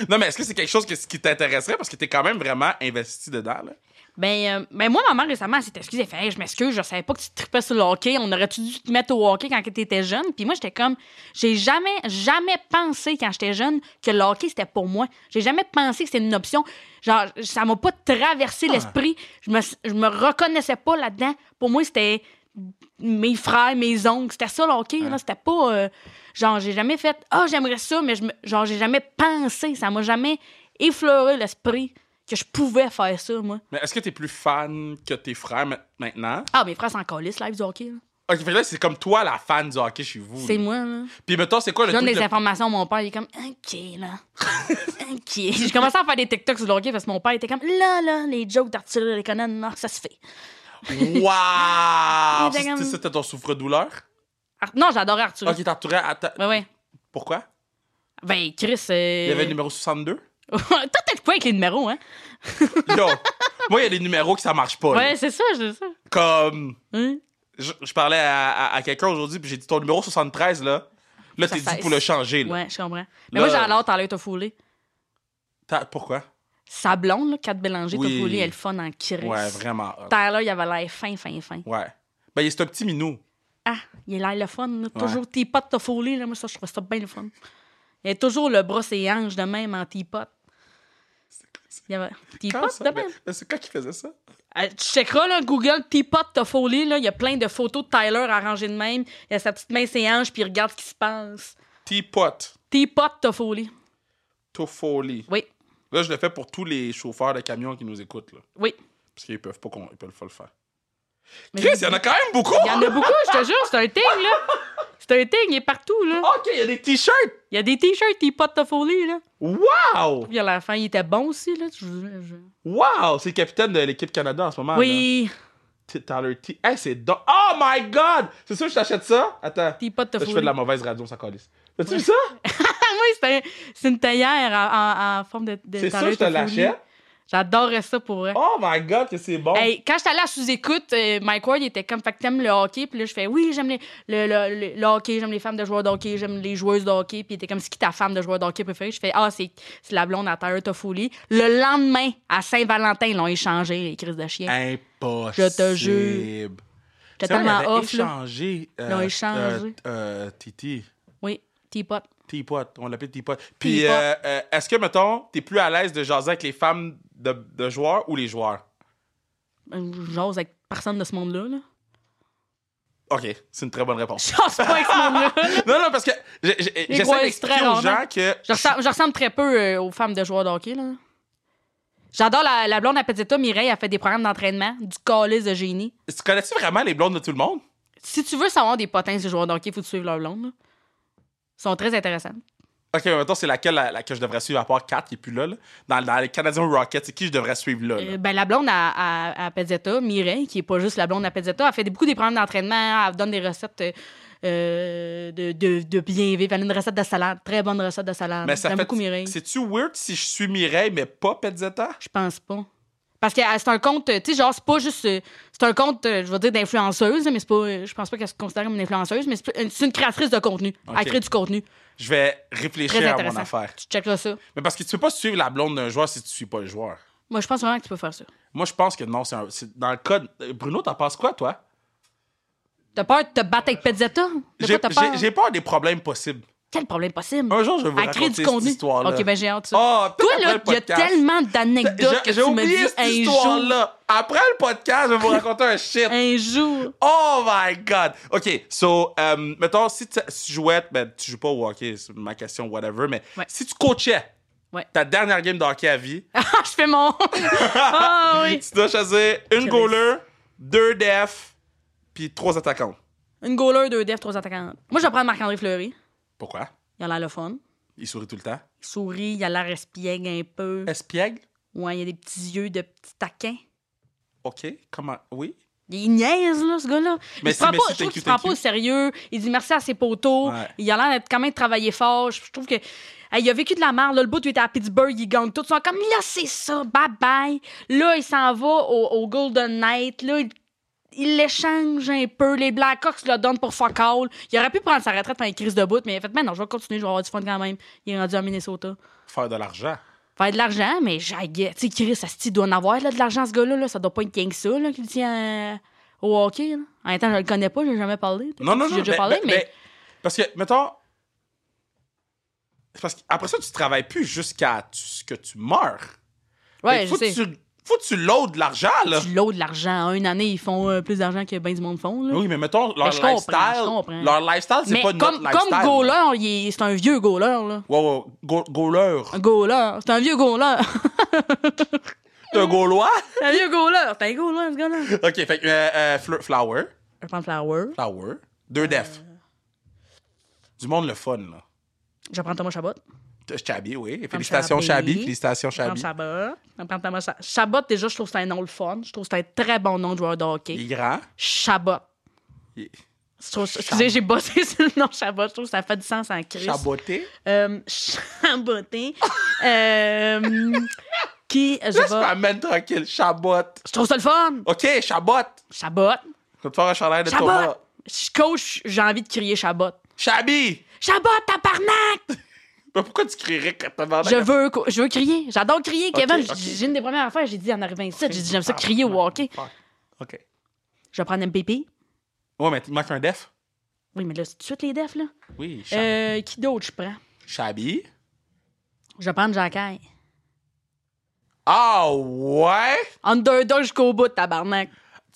[SPEAKER 2] Non, mais est-ce que c'est quelque chose que- qui t'intéresserait parce que t'es quand même vraiment investi dedans, là?
[SPEAKER 1] Ben, euh, ben moi, maman, récemment, elle s'est excusée. Elle fait Hey, Je m'excuse, je savais pas que tu tripais sur le hockey. On aurait-tu dû te mettre au hockey quand tu étais jeune? Puis moi, j'étais comme J'ai jamais, jamais pensé quand j'étais jeune que le hockey, c'était pour moi. J'ai jamais pensé que c'était une option. Genre, ça m'a pas traversé l'esprit. Je me, je me reconnaissais pas là-dedans. Pour moi, c'était mes frères, mes oncles. C'était ça le hockey. là. C'était pas. euh, genre, j'ai jamais fait Ah, j'aimerais ça, mais je me- genre, j'ai jamais pensé. Ça m'a jamais effleuré l'esprit que je pouvais faire ça, moi.
[SPEAKER 2] Mais est-ce que t'es plus fan que tes frères ma- maintenant?
[SPEAKER 1] Ah, mes frères s'en calissent, live du hockey. là.
[SPEAKER 2] Ok, fait que là, c'est comme toi, la fan du hockey chez vous.
[SPEAKER 1] C'est
[SPEAKER 2] là.
[SPEAKER 1] moi, là.
[SPEAKER 2] Puis mettons, c'est quoi le
[SPEAKER 1] Je donne
[SPEAKER 2] truc
[SPEAKER 1] des
[SPEAKER 2] le-
[SPEAKER 1] informations à mon père, il est comme OK là. OK. J'ai commencé à faire des TikToks sur le hockey parce que mon père était comme là là les jokes d'Arthur Leconan, non, ça se fait.
[SPEAKER 2] Wow!
[SPEAKER 1] Il était comme-
[SPEAKER 2] C'était- C'était ton souffre-douleur?
[SPEAKER 1] Ar- non, j'adorais Arthur.
[SPEAKER 2] Ok, t'entourais à ta-
[SPEAKER 1] Ouais ouais.
[SPEAKER 2] Pourquoi?
[SPEAKER 1] Ben Chris
[SPEAKER 2] Il y avait le numéro 62?
[SPEAKER 1] Toi t'es de quoi avec les numéros hein
[SPEAKER 2] Yo! Moi, il y a des numéros que ça marche pas. là.
[SPEAKER 1] Ouais, c'est ça, c'est ça.
[SPEAKER 2] Comme...
[SPEAKER 1] Hein?
[SPEAKER 2] Je, je parlais à, à- à quelqu'un aujourd'hui, puis j'ai dit ton numéro 73, là. Là,
[SPEAKER 1] Ça
[SPEAKER 2] t'es dit
[SPEAKER 1] cesse.
[SPEAKER 2] pour le changer, là.
[SPEAKER 1] Ouais, je comprends. Mais moi
[SPEAKER 2] Là-
[SPEAKER 1] j'ai l'air t'as l'air t'as foulé.
[SPEAKER 2] T'as- Pourquoi?
[SPEAKER 1] Sa blonde là, Kat Bélanger
[SPEAKER 2] Oui.
[SPEAKER 1] t'as foulé, elle est fun en Chris.
[SPEAKER 2] Ouais, vraiment. hot.
[SPEAKER 1] Tyler, il avait l'air fin fin fin.
[SPEAKER 2] Ouais. Ben, il- c'est un petit minou.
[SPEAKER 1] Ah, il a l'air le fun. là. Toujours teapot, t'as foulé. Là. Moi, ça, je trouve ça bien le fun. Il a toujours le bras et ange de même en teapot. Il y avait teapot
[SPEAKER 2] Quand ça?
[SPEAKER 1] de
[SPEAKER 2] Ben,
[SPEAKER 1] même.
[SPEAKER 2] ben, c'est quand qu'il faisait ça?
[SPEAKER 1] Euh, Tu checkeras là, Google teapot, t'as foulé. Là. Il y a plein de photos de Tyler arrangées de même. Il a sa petite main ses anges, puis il regarde ce qui se passe.
[SPEAKER 2] Teapot.
[SPEAKER 1] Teapot, t'as foulé.
[SPEAKER 2] Toffoli.
[SPEAKER 1] Oui,
[SPEAKER 2] Là, je le fais pour tous les chauffeurs de camions qui nous écoutent, là.
[SPEAKER 1] oui.
[SPEAKER 2] Parce qu'ils peuvent pas, qu'on- ils peuvent pas le faire.
[SPEAKER 1] Mais
[SPEAKER 2] Chris, il y en a quand même beaucoup!
[SPEAKER 1] Il y en a beaucoup, je te jure. C'est un thing, là. C'est un thing, il est partout, là.
[SPEAKER 2] OK, il y a des t-shirts!
[SPEAKER 1] Il y a des t-shirts teapot, t'as foulé, là.
[SPEAKER 2] Wow!
[SPEAKER 1] Puis à la fin, il était bon aussi, là. Je- je-
[SPEAKER 2] Wow! C'est le capitaine de l'équipe Canada en ce moment. là.
[SPEAKER 1] Oui,
[SPEAKER 2] T- Tyler T. Hey, c'est do- Oh my god! C'est sûr que je t'achète ça? Attends.
[SPEAKER 1] teapot, t'as
[SPEAKER 2] Là, je
[SPEAKER 1] foulé.
[SPEAKER 2] fais de la mauvaise radio, ça calisse. T'as-tu vu ça?
[SPEAKER 1] Oui, c'est un- c'est une théière en, en- en forme de. de
[SPEAKER 2] C'est sûr que
[SPEAKER 1] tarlette
[SPEAKER 2] je te
[SPEAKER 1] au fourni.
[SPEAKER 2] l'achète.
[SPEAKER 1] J'adorais ça pour vrai.
[SPEAKER 2] Oh my god, que c'est bon!
[SPEAKER 1] Hey, quand j'étais allée à sous-écoute, euh, Mike Ward il était comme, fait que t'aimes le hockey. Puis là, je fais, oui, j'aime les- le, le- le- le hockey, j'aime les femmes de joueurs de hockey, j'aime les joueuses de hockey. Puis il était comme, c'est qui ta femme de joueur de hockey préférée? Je fais, ah, c'est c'est la blonde à Tyler Toffoli. Le lendemain, à Saint-Valentin, ils l'ont échangé, les crises de
[SPEAKER 2] Hein?
[SPEAKER 1] chien.
[SPEAKER 2] Impossible!
[SPEAKER 1] Je te jure. J'étais
[SPEAKER 2] C'est vrai, il
[SPEAKER 1] tellement
[SPEAKER 2] avait
[SPEAKER 1] off, là.
[SPEAKER 2] échangé, euh,
[SPEAKER 1] Ils ont échangé.
[SPEAKER 2] euh, euh, Titi.
[SPEAKER 1] Oui, teapot.
[SPEAKER 2] Teapot, on l'appelle Teapot. Puis,
[SPEAKER 1] Teapot.
[SPEAKER 2] euh, euh, est-ce que, mettons, t'es plus à l'aise de jaser avec les femmes de, de joueurs ou les joueurs?
[SPEAKER 1] Euh, J'ose avec personne de ce monde-là. Là.
[SPEAKER 2] OK, c'est une très bonne réponse.
[SPEAKER 1] J'ose pas avec ce monde-là.
[SPEAKER 2] non, non, parce que j'ai- j'ai-
[SPEAKER 1] Les
[SPEAKER 2] j'essaie
[SPEAKER 1] boys,
[SPEAKER 2] d'expliquer
[SPEAKER 1] très
[SPEAKER 2] aux gens
[SPEAKER 1] rarement.
[SPEAKER 2] que...
[SPEAKER 1] Je ressemble, je ressemble très peu euh, aux femmes de joueurs de hockey, là. J'adore la, la blonde à Pezzetta, Mireille, elle fait des programmes d'entraînement, du calice de génie.
[SPEAKER 2] Tu connais-tu vraiment les blondes de tout le monde?
[SPEAKER 1] Si tu veux savoir des potins de joueurs de hockey, faut que tu suives leur blonde. là. Ils sont très intéressants.
[SPEAKER 2] OK, mais mettons, c'est laquelle la, la- que je devrais suivre à part 4 qui est plus là, là? Dans, dans les Canadiens Rockets, c'est qui je devrais suivre là? là?
[SPEAKER 1] Euh, ben, la blonde à, à, à Pezzetta, Mireille, qui est pas juste la blonde à Pezzetta, elle fait des- beaucoup des programmes d'entraînement, elle donne des recettes euh, euh, de, de, de bien vivre. Elle a une recette de salade, très bonne recette de salade.
[SPEAKER 2] mais ça
[SPEAKER 1] J'aime
[SPEAKER 2] fait...
[SPEAKER 1] beaucoup Mireille.
[SPEAKER 2] C'est-tu weird si je suis Mireille, mais pas Pezzetta?
[SPEAKER 1] Je pense pas. Parce que euh, c'est un compte, euh, tu sais, genre, c'est pas juste. euh, C'est un compte, euh, je vais dire, d'influenceuse, là, mais c'est pas. euh, Je pense pas qu'elle se considère comme une influenceuse, mais c'est plus- c'est une créatrice de contenu.
[SPEAKER 2] Ok.
[SPEAKER 1] Elle crée du contenu.
[SPEAKER 2] Je vais
[SPEAKER 1] Très
[SPEAKER 2] réfléchir à mon
[SPEAKER 1] intéressant.
[SPEAKER 2] affaire.
[SPEAKER 1] Tu checkeras ça.
[SPEAKER 2] Mais parce que tu peux pas suivre la blonde d'un joueur si tu suis pas le joueur.
[SPEAKER 1] Moi, je pense vraiment que tu peux faire ça.
[SPEAKER 2] Moi, je pense que non, c'est un- c'est dans le code. Bruno, t'en penses quoi, toi?
[SPEAKER 1] T'as peur de te battre avec Pezzetta? De
[SPEAKER 2] J'ai
[SPEAKER 1] quoi t'as
[SPEAKER 2] j'ai-
[SPEAKER 1] peur?
[SPEAKER 2] j'ai peur des problèmes possibles.
[SPEAKER 1] Quel problème possible?
[SPEAKER 2] Un jour, je vais vous
[SPEAKER 1] Elle crée
[SPEAKER 2] raconter
[SPEAKER 1] du
[SPEAKER 2] cette
[SPEAKER 1] contenu.
[SPEAKER 2] histoire-là.
[SPEAKER 1] Ok, ben j'ai hâte de ça.
[SPEAKER 2] Oh,
[SPEAKER 1] Toi, là, il y a tellement d'anecdotes que
[SPEAKER 2] J'ai
[SPEAKER 1] tu me
[SPEAKER 2] oublié
[SPEAKER 1] dis
[SPEAKER 2] cette
[SPEAKER 1] un jour.
[SPEAKER 2] histoire-là. Après le podcast, je vais vous raconter un shit.
[SPEAKER 1] Un jour.
[SPEAKER 2] Oh my God! OK, so, euh, mettons, si tu si tu jouais, ben, tu joues pas au hockey, c'est ma question, whatever, mais
[SPEAKER 1] Ouais.
[SPEAKER 2] si tu coachais
[SPEAKER 1] Ouais.
[SPEAKER 2] ta dernière game de hockey à vie,
[SPEAKER 1] Ah, je fais mon. Ah oui.
[SPEAKER 2] tu dois choisir une
[SPEAKER 1] Chris.
[SPEAKER 2] goaler, deux def, puis trois attaquants.
[SPEAKER 1] Une goaler, deux def, trois attaquants. Moi, je vais prendre Marc-André Fleury.
[SPEAKER 2] Pourquoi?
[SPEAKER 1] Il a l'air le fun.
[SPEAKER 2] Il sourit tout le temps.
[SPEAKER 1] Il sourit, il a l'air espiègle un peu.
[SPEAKER 2] Espiègle?
[SPEAKER 1] Ouais, il a des petits yeux de petit taquin.
[SPEAKER 2] OK, comment? Oui?
[SPEAKER 1] Il niaise, là, ce gars-là. Il
[SPEAKER 2] Merci,
[SPEAKER 1] se prend pas, je
[SPEAKER 2] merci,
[SPEAKER 1] trouve
[SPEAKER 2] thank
[SPEAKER 1] qu'il
[SPEAKER 2] you,
[SPEAKER 1] se prend
[SPEAKER 2] thank
[SPEAKER 1] pas au
[SPEAKER 2] you.
[SPEAKER 1] sérieux. Il dit merci à ses poteaux.
[SPEAKER 2] Ouais.
[SPEAKER 1] Il a l'air d'être quand même travaillé fort. Je, je trouve que. Hey, il a vécu de la merde. Là, le bout, où il était à Pittsburgh, il gagne tout. Ils sont comme là, c'est ça, bye bye. Là, il s'en va au, au Golden Knight. Là, il- il l'échange un peu. Les Blackhawks le donnent pour fuck all. Il aurait pu prendre sa retraite pendant une crise de bout, mais il a fait, mais non, je vais continuer, je vais avoir du fun quand même. Il est rendu à Minnesota.
[SPEAKER 2] Faire de l'argent.
[SPEAKER 1] Faire de l'argent, mais j'aguais. Tu sais, Chris, Asti doit en avoir là, de l'argent, ce gars-là. Là. Ça doit pas être rien que ça là, qu'il tient euh, au hockey. Là. En même temps, je le connais pas, j'ai jamais parlé.
[SPEAKER 2] Non, non, non.
[SPEAKER 1] J'ai déjà
[SPEAKER 2] ben-
[SPEAKER 1] parlé,
[SPEAKER 2] ben-
[SPEAKER 1] mais.
[SPEAKER 2] ben, parce que, mettons. c'est Parce qu'après ça, tu travailles plus jusqu'à tu- ce que tu meurs.
[SPEAKER 1] ouais,
[SPEAKER 2] Fait
[SPEAKER 1] je
[SPEAKER 2] que ben, faut,
[SPEAKER 1] sais.
[SPEAKER 2] que tu, faut que tu loades de l'argent, là.
[SPEAKER 1] Tu l'audes de l'argent. En une année, ils font euh, plus d'argent que ben du monde font. Là.
[SPEAKER 2] Oui, mais mettons, leur
[SPEAKER 1] je comprends,
[SPEAKER 2] lifestyle.
[SPEAKER 1] je comprends.
[SPEAKER 2] Leur lifestyle, c'est
[SPEAKER 1] mais
[SPEAKER 2] pas
[SPEAKER 1] comme,
[SPEAKER 2] notre
[SPEAKER 1] comme
[SPEAKER 2] lifestyle.
[SPEAKER 1] goaler, il est- c'est un vieux goaler. Là.
[SPEAKER 2] Ouais, ouais. Go- Goaler.
[SPEAKER 1] Un goaler. C'est un vieux goaler.
[SPEAKER 2] T'es un gaulois?
[SPEAKER 1] c'est un vieux goaler. C'est un goaler, ce gars-là.
[SPEAKER 2] OK, fait que, euh, euh, Fleur- Flower.
[SPEAKER 1] un Flower.
[SPEAKER 2] Flower.
[SPEAKER 1] Euh.
[SPEAKER 2] Deux def. Du monde le fun, là.
[SPEAKER 1] Je prends Thomas Chabot.
[SPEAKER 2] Chabi, oui. Félicitations, Chabi. Félicitations,
[SPEAKER 1] Thomas
[SPEAKER 2] Chabi.
[SPEAKER 1] Chabot. Je prends Thomas Cha- Chabot, déjà, je trouve que c'est un nom le fun. Je trouve que c'est un très bon nom de joueur de hockey.
[SPEAKER 2] Il est grand.
[SPEAKER 1] Chabot.
[SPEAKER 2] Il est
[SPEAKER 1] Je trouve- Excusez, j'ai bossé sur le nom Chabot. Je trouve que ça fait du sens en crise.
[SPEAKER 2] Chaboté.
[SPEAKER 1] Euh, Chabotin. euh, qui, je
[SPEAKER 2] Laisse
[SPEAKER 1] vais...
[SPEAKER 2] ma main tranquille. Chabot.
[SPEAKER 1] Je trouve ça le fun.
[SPEAKER 2] OK, Chabot.
[SPEAKER 1] Chabot.
[SPEAKER 2] Je vais te faire un chandail de
[SPEAKER 1] Chabot.
[SPEAKER 2] Thomas.
[SPEAKER 1] Je coach, j'ai envie de crier Chabot.
[SPEAKER 2] Chabi!
[SPEAKER 1] Chabot, tabarnak!
[SPEAKER 2] Mais pourquoi tu crierais quand t'as vendu?
[SPEAKER 1] Je veux, co- je veux crier. J'adore crier,
[SPEAKER 2] Ok,
[SPEAKER 1] Kevin.
[SPEAKER 2] ok. Ah,
[SPEAKER 1] J'ai une des premières affaires. J'ai dit en arrivant ici, j'ai dit j'aime ça crier au hockey.
[SPEAKER 2] OK.
[SPEAKER 1] Je vais prendre MPP.
[SPEAKER 2] Ouais, mais il manque un def.
[SPEAKER 1] Oui, mais là, c'est tout de suite les defs, là.
[SPEAKER 2] Oui,
[SPEAKER 1] Euh, qui d'autre je prends?
[SPEAKER 2] Chabi.
[SPEAKER 1] Je vais prendre Jacaille.
[SPEAKER 2] Ah ouais?
[SPEAKER 1] Underdog jusqu'au bout, tabarnak.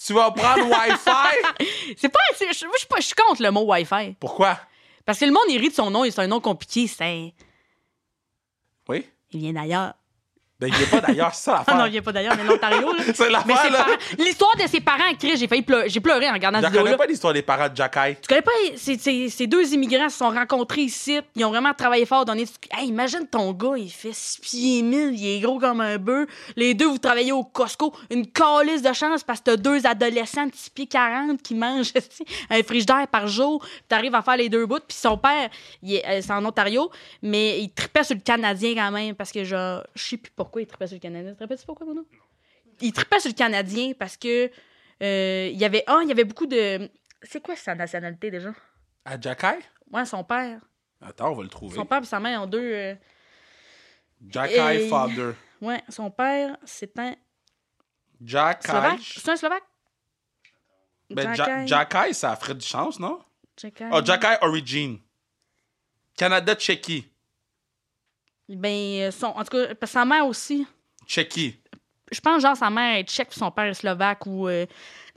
[SPEAKER 2] Tu vas prendre Wi-Fi?
[SPEAKER 1] C'est pas. c'est- Je moi, je suis pas- je suis contre le mot Wi-Fi.
[SPEAKER 2] Pourquoi?
[SPEAKER 1] Parce que le monde, il rit de son nom et c'est un nom compliqué. C'est.
[SPEAKER 2] Oui?
[SPEAKER 1] Il vient d'ailleurs.
[SPEAKER 2] Ben, il est pas d'ailleurs, c'est ça
[SPEAKER 1] Ah non,
[SPEAKER 2] l'affaire.
[SPEAKER 1] il vient pas d'ailleurs, mais l'Ontario, là.
[SPEAKER 2] c'est
[SPEAKER 1] Mais ses
[SPEAKER 2] l'affaire, là.
[SPEAKER 1] parents- L'histoire de ses parents, Chris, j'ai failli pleurer, j'ai pleuré en regardant
[SPEAKER 2] Je
[SPEAKER 1] cette vidéo-là.
[SPEAKER 2] connais pas l'histoire des parents de Jacky.
[SPEAKER 1] Tu connais pas ces, ces- ces deux immigrants se sont rencontrés ici, ils ont vraiment travaillé fort dans les... Hey, imagine ton gars, il fait 6 pieds 1000, il est gros comme un bœuf. Les deux, vous travaillez au Costco. Une calice de chance parce que t'as deux adolescents de 6 pieds 40 qui mangent esti, un frigidaire par jour. Puis T'arrives à faire les deux bouts. Puis son père, il est, euh, c'est en Ontario, mais il tripait sur le Canadien quand même parce que genre, je sais plus pourquoi il tripait sur le Canadien. Tu te rappelles-tu pourquoi, Bruno? Il tripait sur le Canadien parce que euh, il y avait un, il y avait beaucoup de... C'est quoi sa nationalité déjà?
[SPEAKER 2] À Ah, Jacky?
[SPEAKER 1] Ouais, son père.
[SPEAKER 2] Attends, on va le trouver.
[SPEAKER 1] Son père et sa mère ont deux. euh,
[SPEAKER 2] Jacky
[SPEAKER 1] Hey.
[SPEAKER 2] Father.
[SPEAKER 1] Ouais, son père, c'est un Slovaque.
[SPEAKER 2] Jacky.
[SPEAKER 1] C'est un Slovaque?
[SPEAKER 2] Ben, Ja-
[SPEAKER 1] Jackal.
[SPEAKER 2] Jacky, ça ferait du chance, non?
[SPEAKER 1] Jackal.
[SPEAKER 2] Oh, Jacky Origin. Canada, Tchéquie.
[SPEAKER 1] Ben, euh, son, en tout cas, parce que sa mère aussi.
[SPEAKER 2] Tchéquie.
[SPEAKER 1] Je pense, genre, sa mère est tchèque, puis son père est slovaque ou euh,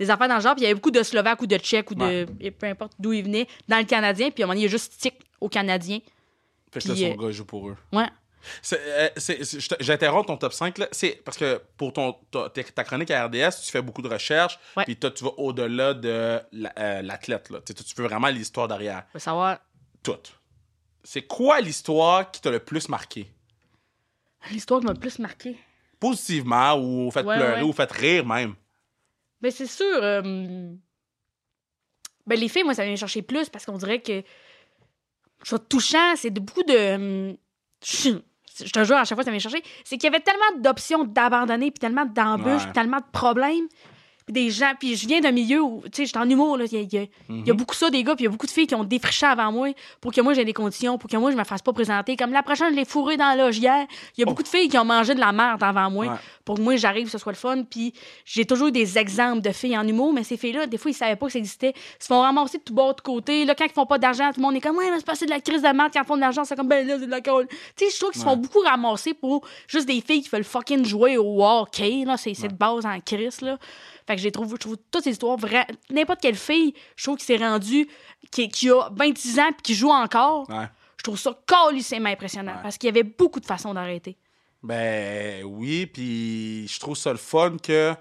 [SPEAKER 1] des affaires dans le genre. Puis il y avait beaucoup de Slovaques ou de Tchèques ou de.
[SPEAKER 2] Ouais.
[SPEAKER 1] et peu importe d'où ils venaient, dans le Canadien. Puis à un moment donné, il y a juste tic au Canadien.
[SPEAKER 2] Fait que là,
[SPEAKER 1] Puis,
[SPEAKER 2] son
[SPEAKER 1] euh,
[SPEAKER 2] gars joue pour eux.
[SPEAKER 1] Ouais.
[SPEAKER 2] C'est- euh, c'est- c'est- je te- J'interromps ton top 5. Là. C'est parce que pour ton, ta, ta- ta chronique à RDS, tu fais beaucoup de recherches.
[SPEAKER 1] Ouais.
[SPEAKER 2] Puis toi, tu vas au-delà de la- euh, l'athlète. là. Tu sais, tu veux vraiment l'histoire derrière.
[SPEAKER 1] On va savoir
[SPEAKER 2] Tout. C'est quoi l'histoire qui t'a le plus marqué?
[SPEAKER 1] l'histoire qui m'a le plus marqué.
[SPEAKER 2] Positivement ou fait
[SPEAKER 1] Ouais,
[SPEAKER 2] pleurer
[SPEAKER 1] ouais.
[SPEAKER 2] ou fait rire même?
[SPEAKER 1] Ben, c'est sûr. euh, Ben, les filles, moi, ça vient me chercher plus parce qu'on dirait que. Je trouve touchant, c'est de- beaucoup de. hum, Je te jure, à chaque fois, ça vient me chercher. C'est qu'il y avait tellement d'options d'abandonner, puis tellement d'embûches,
[SPEAKER 2] Ouais.
[SPEAKER 1] puis tellement de problèmes, puis des gens. Puis je viens d'un milieu où, tu sais, j'étais en humour, là. Il y a, il y a- il
[SPEAKER 2] Mhm.
[SPEAKER 1] y a beaucoup ça, des gars, puis il y a beaucoup de filles qui ont défriché avant moi pour que moi, j'ai des conditions, pour que moi, je me fasse pas présenter. Comme la prochaine, je l'ai fourré dans la logière. Il y a beaucoup de filles qui ont mangé de la merde avant moi
[SPEAKER 2] Oh. Ouais.
[SPEAKER 1] pour que moi j'arrive que ce soit le fun puis j'ai toujours eu des exemples de filles en humour mais ces filles là des fois ils savaient pas que ça existait ils se font ramasser de tout bord de côté là quand ils font pas d'argent tout le monde est comme ouais mais c'est passé de la crise de merde quand ils font de l'argent c'est comme ben là c'est de la colle tu sais je trouve qu'ils se
[SPEAKER 2] Ouais.
[SPEAKER 1] font beaucoup ramasser pour juste des filles qui veulent fucking jouer au hockey là c'est c'est de base en crise là fait que j'ai trouvé je trouve toutes ces histoires vra- n'importe quelle fille je trouve qui s'est rendue qui, qui a 26 ans puis qui joue encore
[SPEAKER 2] Ouais.
[SPEAKER 1] je trouve ça calissement impressionnant
[SPEAKER 2] Ouais.
[SPEAKER 1] parce qu'il y avait beaucoup de façons d'arrêter
[SPEAKER 2] Ben oui, puis je trouve ça le fun que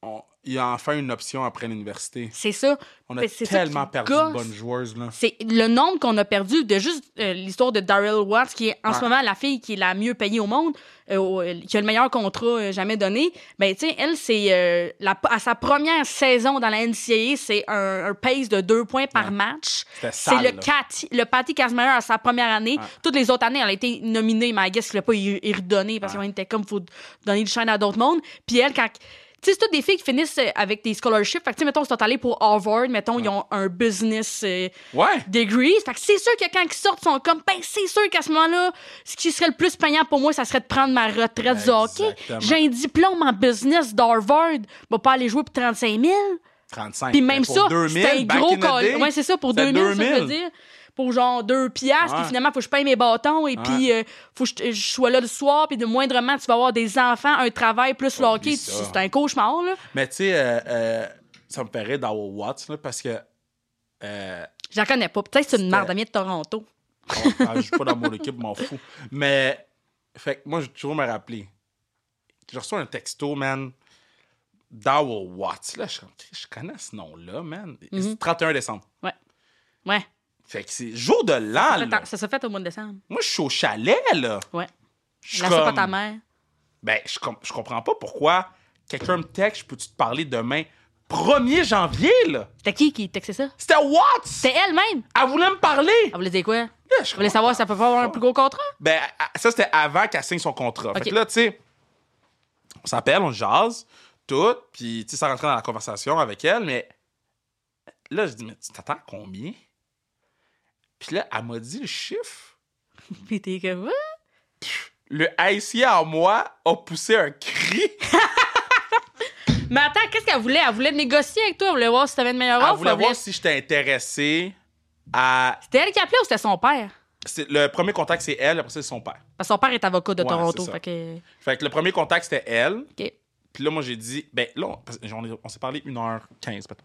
[SPEAKER 2] on- il y a enfin une option après l'université.
[SPEAKER 1] c'est ça
[SPEAKER 2] On a
[SPEAKER 1] Ben, c'est ça
[SPEAKER 2] tellement
[SPEAKER 1] qui
[SPEAKER 2] perdu de
[SPEAKER 1] gosse.
[SPEAKER 2] bonnes joueuses. Là.
[SPEAKER 1] C'est le nombre qu'on a perdu de juste euh, l'histoire de Daryl Watts, qui est en
[SPEAKER 2] Ouais.
[SPEAKER 1] ce moment la fille qui est la mieux payée au monde, euh, au- euh, qui a le meilleur contrat euh, jamais donné. Ben, tu sais, elle, c'est euh, la- à sa première saison dans la NCAA, c'est un, un pace de deux points par
[SPEAKER 2] Ouais.
[SPEAKER 1] match.
[SPEAKER 2] C'était
[SPEAKER 1] C'est
[SPEAKER 2] sale.
[SPEAKER 1] le,
[SPEAKER 2] là.
[SPEAKER 1] Cathy- le Patty Kazmaier à sa première année.
[SPEAKER 2] Ouais.
[SPEAKER 1] Toutes les autres années, elle a été nominée, mais I guess qu'il l'a pas y- y redonné parce
[SPEAKER 2] Ouais.
[SPEAKER 1] qu'on était comme, faut donner du chaîne à d'autres mondes. Puis elle, quand. Tu sais, c'est toutes des filles qui finissent euh, avec des scholarships. Fait que, tu sais, mettons, ils sont allés pour Harvard, mettons, ils ont un business. euh,
[SPEAKER 2] Ouais.
[SPEAKER 1] degrees. Fait que c'est sûr que quand ils sortent, ils sont comme, ben, c'est sûr qu'à ce moment-là, ce qui serait le plus payant pour moi, ça serait de prendre ma retraite du hockey.
[SPEAKER 2] Exactement.
[SPEAKER 1] J'ai un diplôme en business d'Harvard. Bah, pas aller jouer pour 35 000.
[SPEAKER 2] 35.
[SPEAKER 1] Puis même
[SPEAKER 2] Mais Ben, pour
[SPEAKER 1] ça,
[SPEAKER 2] 2000,
[SPEAKER 1] c'était un
[SPEAKER 2] back
[SPEAKER 1] gros
[SPEAKER 2] in the day,
[SPEAKER 1] call. Ouais, c'est ça, pour
[SPEAKER 2] c'était
[SPEAKER 1] 2000, ça, je
[SPEAKER 2] 2000.
[SPEAKER 1] veux dire. Pour genre 2 piastres,
[SPEAKER 2] Ouais.
[SPEAKER 1] puis finalement, faut que je paye mes bâtons, et
[SPEAKER 2] Ouais.
[SPEAKER 1] puis euh, faut que je, je sois là le soir, puis de moindrement, tu vas avoir des enfants, un travail, plus le
[SPEAKER 2] Oublie
[SPEAKER 1] hockey.
[SPEAKER 2] ça.
[SPEAKER 1] C'est un cauchemar, là.
[SPEAKER 2] Mais tu sais, euh, euh, ça me paraît d'avoir Watts, là, parce que. Euh,
[SPEAKER 1] Je la connais pas. Peut-être que c'est une
[SPEAKER 2] C'était-
[SPEAKER 1] marde elle vient de Toronto.
[SPEAKER 2] on- ah, je suis pas dans mon équipe, m'en fous. Mais. Fait que moi, j'ai toujours me rappeler. J'ai reçu un texto, man, Dowell Watts. Là, je, suis comme, Christ, je connais ce nom-là, man.
[SPEAKER 1] Mhm.
[SPEAKER 2] C'est 31 décembre.
[SPEAKER 1] Ouais. Ouais.
[SPEAKER 2] Fait que c'est jour de l'an, là.
[SPEAKER 1] Attends, ça s'est fait au mois de décembre.
[SPEAKER 2] Moi, je suis au chalet, là.
[SPEAKER 1] Ouais.
[SPEAKER 2] Je suis
[SPEAKER 1] La soeur à
[SPEAKER 2] comme-
[SPEAKER 1] ta mère.
[SPEAKER 2] Ben, je, com- je comprends pas pourquoi quelqu'un me texte, je peux-tu te parler demain? 1er janvier, là.
[SPEAKER 1] C'était qui qui textait ça?
[SPEAKER 2] C'était Watts!
[SPEAKER 1] C'était elle-même.
[SPEAKER 2] Elle voulait me parler!
[SPEAKER 1] Elle voulait dire quoi?
[SPEAKER 2] Là, je
[SPEAKER 1] Elle voulait savoir si elle peut pas avoir un plus gros contrat?
[SPEAKER 2] Ben, à- ça, c'était avant qu'elle signe son contrat. Fait
[SPEAKER 1] Ok.
[SPEAKER 2] que là, tu sais, on s'appelle, on jase, tout, puis, tu sais, ça rentrait dans la conversation avec elle, mais là, je dis, mais tu t'attends à combien? Puis là, elle m'a dit le chiffre.
[SPEAKER 1] Puis t'es comme, What?
[SPEAKER 2] Le haïtien en moi a poussé un cri.
[SPEAKER 1] Mais attends, qu'est-ce qu'elle voulait? Elle voulait négocier avec toi. Elle voulait voir si t'avais une meilleure offre.
[SPEAKER 2] Elle voulait
[SPEAKER 1] elle voulait-
[SPEAKER 2] voir si j'étais intéressé à.
[SPEAKER 1] C'était elle qui appelait ou c'était son père?
[SPEAKER 2] c'est- Le premier contact, c'est elle, après ça, c'est son père.
[SPEAKER 1] Parce que son père est avocat de
[SPEAKER 2] Ouais,
[SPEAKER 1] Toronto.
[SPEAKER 2] c'est ça.
[SPEAKER 1] Fait
[SPEAKER 2] Euh,
[SPEAKER 1] que.
[SPEAKER 2] Fait que le premier contact, c'était elle.
[SPEAKER 1] OK.
[SPEAKER 2] Puis là, moi, j'ai dit, ben là, on, parce que j'en ai- on s'est parlé 1h15, peut-être.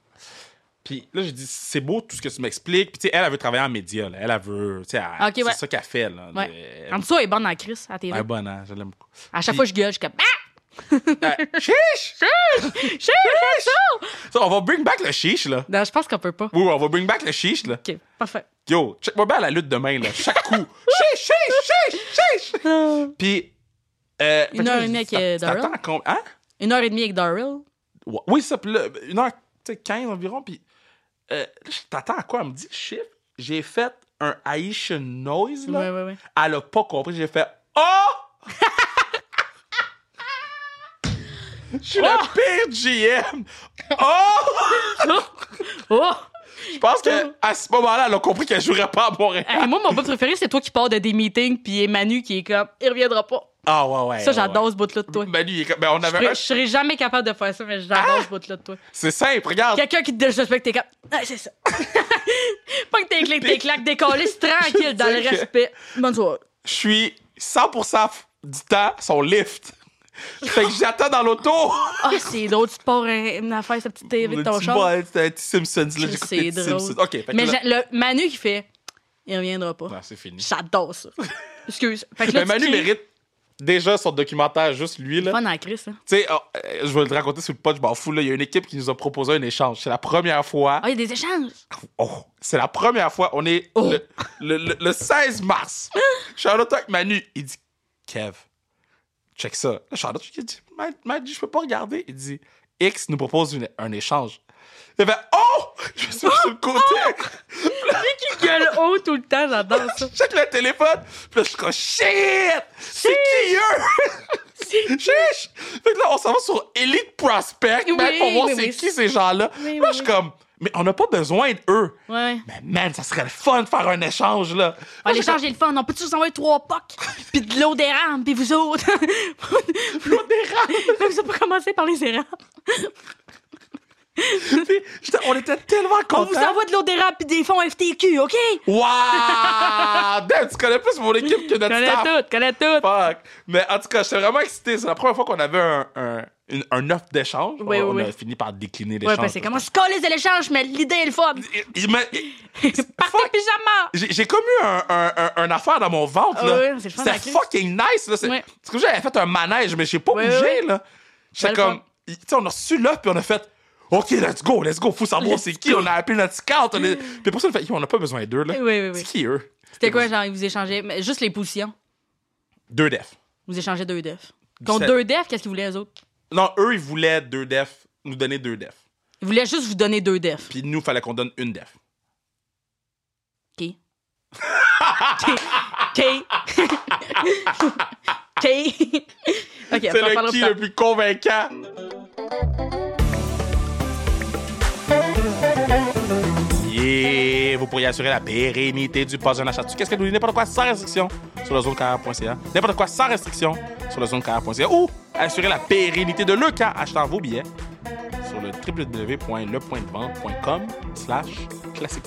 [SPEAKER 2] Puis là, j'ai dit, c'est beau tout ce que tu m'expliques. Puis tu sais, elle, elle veut travailler en média, là. Elle, elle veut. tu sais, elle-
[SPEAKER 1] Ok,
[SPEAKER 2] c'est
[SPEAKER 1] ouais.
[SPEAKER 2] ça qu'elle fait, là.
[SPEAKER 1] Ouais.
[SPEAKER 2] Elle-
[SPEAKER 1] En dessous, elle est bonne en crise à la
[SPEAKER 2] elle
[SPEAKER 1] TV.
[SPEAKER 2] est bonne, hein, je l'aime beaucoup.
[SPEAKER 1] à chaque
[SPEAKER 2] puis-
[SPEAKER 1] fois, je gueule. Je suis comme, ah!
[SPEAKER 2] Euh, chiche!
[SPEAKER 1] Chiche, chiche, chiche!
[SPEAKER 2] Ça, on va bring back le chiche, là.
[SPEAKER 1] Non, je pense qu'on peut pas.
[SPEAKER 2] Oui, oui, on va bring back le chiche, là.
[SPEAKER 1] OK, parfait.
[SPEAKER 2] Yo, check-moi bien la lutte demain, là. Chaque coup. chiche, chiche, chiche, chiche! Puis. euh, fait que là,
[SPEAKER 1] heure et demie
[SPEAKER 2] j'ai dit,
[SPEAKER 1] avec,
[SPEAKER 2] tu
[SPEAKER 1] euh, Daryl?
[SPEAKER 2] t'attends à combien- Hein?
[SPEAKER 1] Une heure et demie avec Daryl.
[SPEAKER 2] Ouais. Oui, ça, puis là, une heure, tu sais, 15 environ, puis euh, là, je t'attends à quoi? Elle me dit le chiffre. J'ai fait un Haitian noise, là.
[SPEAKER 1] Ouais, ouais, ouais.
[SPEAKER 2] Elle a pas compris. J'ai fait « Oh! » Je suis le pire GM! Oh!
[SPEAKER 1] Oh!
[SPEAKER 2] Je pense que à ce moment-là, elle a compris qu'elle jouerait pas à Montréal.
[SPEAKER 1] Hey, moi, mon bout préféré, c'est toi qui pars de des meetings, puis Manu qui est comme, il reviendra pas.
[SPEAKER 2] Ah ouais, ouais.
[SPEAKER 1] Ça,
[SPEAKER 2] ouais,
[SPEAKER 1] j'adore ce bout-là de toi.
[SPEAKER 2] ouais. Manu, il est comme- ben, on
[SPEAKER 1] Je
[SPEAKER 2] avait
[SPEAKER 1] serais-
[SPEAKER 2] un-
[SPEAKER 1] je serais jamais capable de faire ça, mais j'adore ce bout-là de toi.
[SPEAKER 2] C'est simple, regarde.
[SPEAKER 1] Quelqu'un qui te disrespecte, t'es comme, ah, c'est ça. pas que t'es clic, t'es claques, décollé, c'est
[SPEAKER 2] Je veux
[SPEAKER 1] tranquille, dans le
[SPEAKER 2] dire que-
[SPEAKER 1] respect. Bonne soirée.
[SPEAKER 2] Je suis 100% du temps son lift. Fait que j'attends dans l'auto.
[SPEAKER 1] Ah, c'est drôle, tu pars un- une affaire, cette petite TV de
[SPEAKER 2] Le
[SPEAKER 1] ton
[SPEAKER 2] petit
[SPEAKER 1] char.
[SPEAKER 2] boy, C'était un petit Simpsons. Là, j'écoute les
[SPEAKER 1] C'est
[SPEAKER 2] petits
[SPEAKER 1] drôle.
[SPEAKER 2] Simpsons. OK, fait que
[SPEAKER 1] Mais
[SPEAKER 2] là-
[SPEAKER 1] j'ai- le Manu qui fait, il reviendra pas.
[SPEAKER 2] Non, c'est fini.
[SPEAKER 1] J'adore ça. Excuse. Fait que là,
[SPEAKER 2] Mais
[SPEAKER 1] tu
[SPEAKER 2] Manu
[SPEAKER 1] cries,
[SPEAKER 2] mérite déjà son documentaire, juste lui. là.
[SPEAKER 1] Pas dans la crise, hein.
[SPEAKER 2] Tu sais, oh, euh, je vais le raconter sur le pod, je m'en fous. là. Il y a une équipe qui nous a proposé un échange. C'est la première fois.
[SPEAKER 1] Ah, il y a des échanges.
[SPEAKER 2] Oh, c'est la première fois. On est
[SPEAKER 1] Oh.
[SPEAKER 2] le, le- le- le 16 mars. Je suis en auto avec Manu. Il dit Kev, check ça. Là, je suis en auto. Il dit Ma- Manu, je peux pas regarder. Il dit X nous propose une- un échange. Il fait Oh Je suis sur le côté.
[SPEAKER 1] qui gueule haut tout le temps, j'adore ça.
[SPEAKER 2] Je check le téléphone, puis là, je suis comme shit! C'est qui eux? Chiche! Fait que là, on s'en va sur Elite Prospect,
[SPEAKER 1] Oui,
[SPEAKER 2] man, pour voir
[SPEAKER 1] oui,
[SPEAKER 2] c'est
[SPEAKER 1] oui.
[SPEAKER 2] qui ces gens-là.
[SPEAKER 1] Oui,
[SPEAKER 2] là,
[SPEAKER 1] oui,
[SPEAKER 2] je suis
[SPEAKER 1] oui.
[SPEAKER 2] comme, mais on n'a pas besoin d'eux.
[SPEAKER 1] Ouais.
[SPEAKER 2] Mais man, ça serait le fun de faire un échange, là.
[SPEAKER 1] On les
[SPEAKER 2] Moi, j'ai comme,
[SPEAKER 1] change, le fun. On peut tous envoyer trois pocs, puis de l'eau d'érable, puis vous autres.
[SPEAKER 2] L'eau d'érable.
[SPEAKER 1] Même ça peut commencer par les érables.
[SPEAKER 2] Puis, j'étais- on était tellement
[SPEAKER 1] On vous
[SPEAKER 2] contents.
[SPEAKER 1] envoie de l'eau d'érable puis des fonds FTQ, OK?
[SPEAKER 2] Waouh! Damn, tu connais plus mon équipe que notre
[SPEAKER 1] Connais
[SPEAKER 2] staff.
[SPEAKER 1] tout, connais tout.
[SPEAKER 2] Fuck. Mais en tout cas, j'étais vraiment excité. C'est la première fois qu'on avait un, un, une- un offre d'échange.
[SPEAKER 1] Oui,
[SPEAKER 2] on
[SPEAKER 1] oui,
[SPEAKER 2] on a
[SPEAKER 1] oui.
[SPEAKER 2] fini par décliner l'échange.
[SPEAKER 1] Ouais, parce que c'est comment se coller de l'échange, mais l'idée est le fun.
[SPEAKER 2] Il- il me- il-
[SPEAKER 1] Partez
[SPEAKER 2] fuck.
[SPEAKER 1] pyjama!
[SPEAKER 2] J'ai j'ai comme eu un, un, un, un affaire dans mon ventre.
[SPEAKER 1] Ah
[SPEAKER 2] là.
[SPEAKER 1] ouais, c'est le fun,
[SPEAKER 2] C'était
[SPEAKER 1] la crise.
[SPEAKER 2] fucking nice. là. C'est
[SPEAKER 1] Ouais.
[SPEAKER 2] c'est comme si j'avais fait un manège, mais j'ai pas
[SPEAKER 1] Ouais,
[SPEAKER 2] bougé.
[SPEAKER 1] ouais.
[SPEAKER 2] Là. J'étais
[SPEAKER 1] le
[SPEAKER 2] comme.
[SPEAKER 1] fun.
[SPEAKER 2] Tu sais, on a reçu l'offre, puis on a fait. OK, let's go, let's go. Faut savoir
[SPEAKER 1] Let's
[SPEAKER 2] c'est qui. On a appelé notre scout. on est- Puis pour ça, on a fait. Yo, on n'a pas besoin d'eux. là.
[SPEAKER 1] Oui, oui, oui.
[SPEAKER 2] C'est qui eux?
[SPEAKER 1] C'était quoi, genre, ils vous échangeaient mais juste les positions?
[SPEAKER 2] Deux defs.
[SPEAKER 1] Vous échangez deux defs. Contre
[SPEAKER 2] Sept.
[SPEAKER 1] deux defs, qu'est-ce qu'ils voulaient, les autres?
[SPEAKER 2] Non, eux, ils voulaient deux defs, nous donner deux defs.
[SPEAKER 1] Ils voulaient juste vous donner deux defs.
[SPEAKER 2] Puis nous, il fallait qu'on donne une def.
[SPEAKER 1] OK. OK. OK. OK,
[SPEAKER 2] C'est
[SPEAKER 1] après, on
[SPEAKER 2] le
[SPEAKER 1] parlera
[SPEAKER 2] qui
[SPEAKER 1] plus tard.
[SPEAKER 2] le plus convaincant. Yeah! Vous pourriez assurer la pérennité du poste d'un achat. Tu qu'est-ce que nous n'importe quoi sans restriction sur le zone carrière.ca. N'importe quoi sans restriction sur le zone carrière.ca ou assurer la pérennité de le camp achetant vos billets sur le www.lepointdevente.com slash classique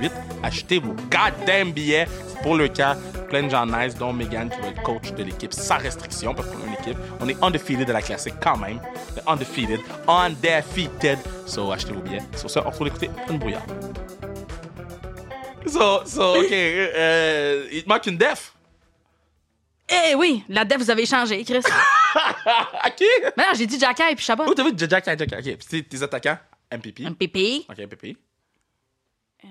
[SPEAKER 2] 8 Achetez vos goddamn billets C'est pour le cas. Plein de gens nice, dont Megan qui va être coach de l'équipe sans restriction parce qu'on est une équipe. On est undefeated de la classique quand même. Le Undefeated. Undefeated. So, achetez vos billets. Sur ça, on se retrouve écouter une brouillard. So, so, OK. euh, il te manque une def.
[SPEAKER 1] Eh oui, la dette, vous avez changé, Chris.
[SPEAKER 2] OK.
[SPEAKER 1] Mais non, j'ai dit Jacky puis Chabot.
[SPEAKER 2] Oh, t'as vu Jack, Jack, Jack. OK, Puis c'est tes attaquants. MPP.
[SPEAKER 1] MPP.
[SPEAKER 2] OK, MPP.
[SPEAKER 1] Euh,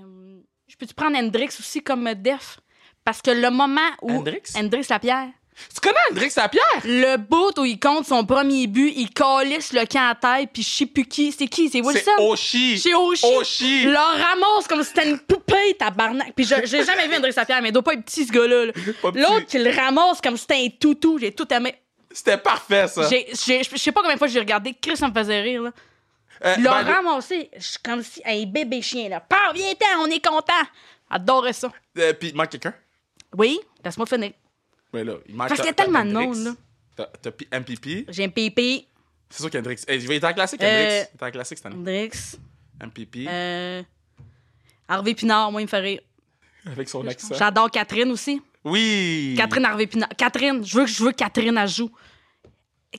[SPEAKER 1] je peux-tu prendre Hendrix aussi comme def? Parce que le moment où.
[SPEAKER 2] Hendrix?
[SPEAKER 1] Hendrix Lapierre.
[SPEAKER 2] Tu connais Hendrix Lapierre?
[SPEAKER 1] Le bout où il compte son premier but, il calisse le camp à terre, puis je sais plus qui. C'est qui? C'est Wilson?
[SPEAKER 2] C'est Oshi.
[SPEAKER 1] Chez Oshi.
[SPEAKER 2] Oshi.
[SPEAKER 1] Le ramasse comme si c'était une poupée, tabarnak. Puis je- j'ai jamais vu André Sapierre, mais il doit pas être petit, ce gars-là. là.
[SPEAKER 2] Pas petit.
[SPEAKER 1] L'autre qui le ramasse comme si c'était un toutou, j'ai tout aimé.
[SPEAKER 2] C'était parfait, ça.
[SPEAKER 1] J'ai- j'ai- Je sais pas combien de fois j'ai regardé, Chris, ça me faisait rire. Là.
[SPEAKER 2] Euh,
[SPEAKER 1] Il l'a
[SPEAKER 2] ben,
[SPEAKER 1] ramassé je- comme si un bébé chien. là. Pars, viens-t'en, on est content. Adorais ça.
[SPEAKER 2] euh, puis il manque quelqu'un?
[SPEAKER 1] Oui, laisse-moi finir.
[SPEAKER 2] Mais là, il manque
[SPEAKER 1] Parce
[SPEAKER 2] t'as-
[SPEAKER 1] qu'il y a tellement
[SPEAKER 2] t'as
[SPEAKER 1] de
[SPEAKER 2] Hendrix.
[SPEAKER 1] monde, là.
[SPEAKER 2] T'as- T'as P- MPP.
[SPEAKER 1] J'ai un pipi.
[SPEAKER 2] C'est sûr qu'Hendrix. Eh, Il va être en classique,
[SPEAKER 1] Euh,
[SPEAKER 2] Hendrix. Il est en classique cette année.
[SPEAKER 1] Hendrix.
[SPEAKER 2] MPP.
[SPEAKER 1] Euh, Harvey Pinard, moi, il me fait rire.
[SPEAKER 2] Avec son accent.
[SPEAKER 1] J'adore Catherine aussi.
[SPEAKER 2] Oui.
[SPEAKER 1] Catherine Harvey Pinard. Catherine, je veux, je veux que Catherine elle joue.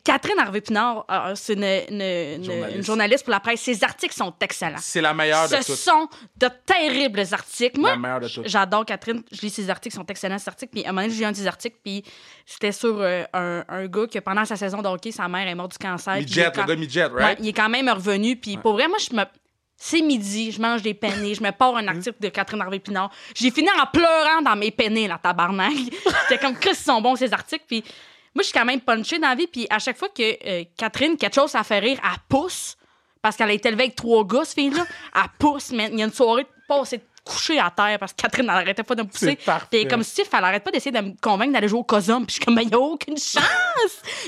[SPEAKER 1] Catherine Harvey Pinard, euh, c'est une, une- une-
[SPEAKER 2] Journaliste.
[SPEAKER 1] une journaliste pour la presse. Ses articles sont excellents.
[SPEAKER 2] C'est la meilleure de
[SPEAKER 1] Ce
[SPEAKER 2] toutes.
[SPEAKER 1] sont de terribles articles. Moi,
[SPEAKER 2] La meilleure de toutes.
[SPEAKER 1] j'adore Catherine. Je lis ses articles, ils sont excellents, ses articles. Puis à un moment donné, j'ai lu un de ses articles, puis c'était sur euh, un, un gars que pendant sa saison de hockey, sa mère est morte du cancer. puis il
[SPEAKER 2] Midget,
[SPEAKER 1] est quand-
[SPEAKER 2] le gars midget,
[SPEAKER 1] Ouais,
[SPEAKER 2] right?
[SPEAKER 1] il est quand même revenu. Puis pour vrai, moi, je me. C'est midi, je mange des penne, je me pars un article de Catherine Harvey-Pinard. J'ai fini en pleurant dans mes penne, la tabarnak. J'étais comme, Chris, ils sont bons, ces articles. Puis moi, je suis quand même punchée dans la vie. Puis à chaque fois que euh, Catherine, quelque chose, ça fait rire, elle pousse. Parce qu'elle a été élevée avec trois gars, ce fille-là. Elle pousse, mais il y a une soirée, pas c'est coucher à terre parce que Catherine elle arrêtait pas de me pousser.
[SPEAKER 2] C'est parfait.
[SPEAKER 1] Puis elle est comme Steve, elle arrête pas d'essayer de me convaincre d'aller jouer au Cosum. Puis je suis comme, mais y a aucune chance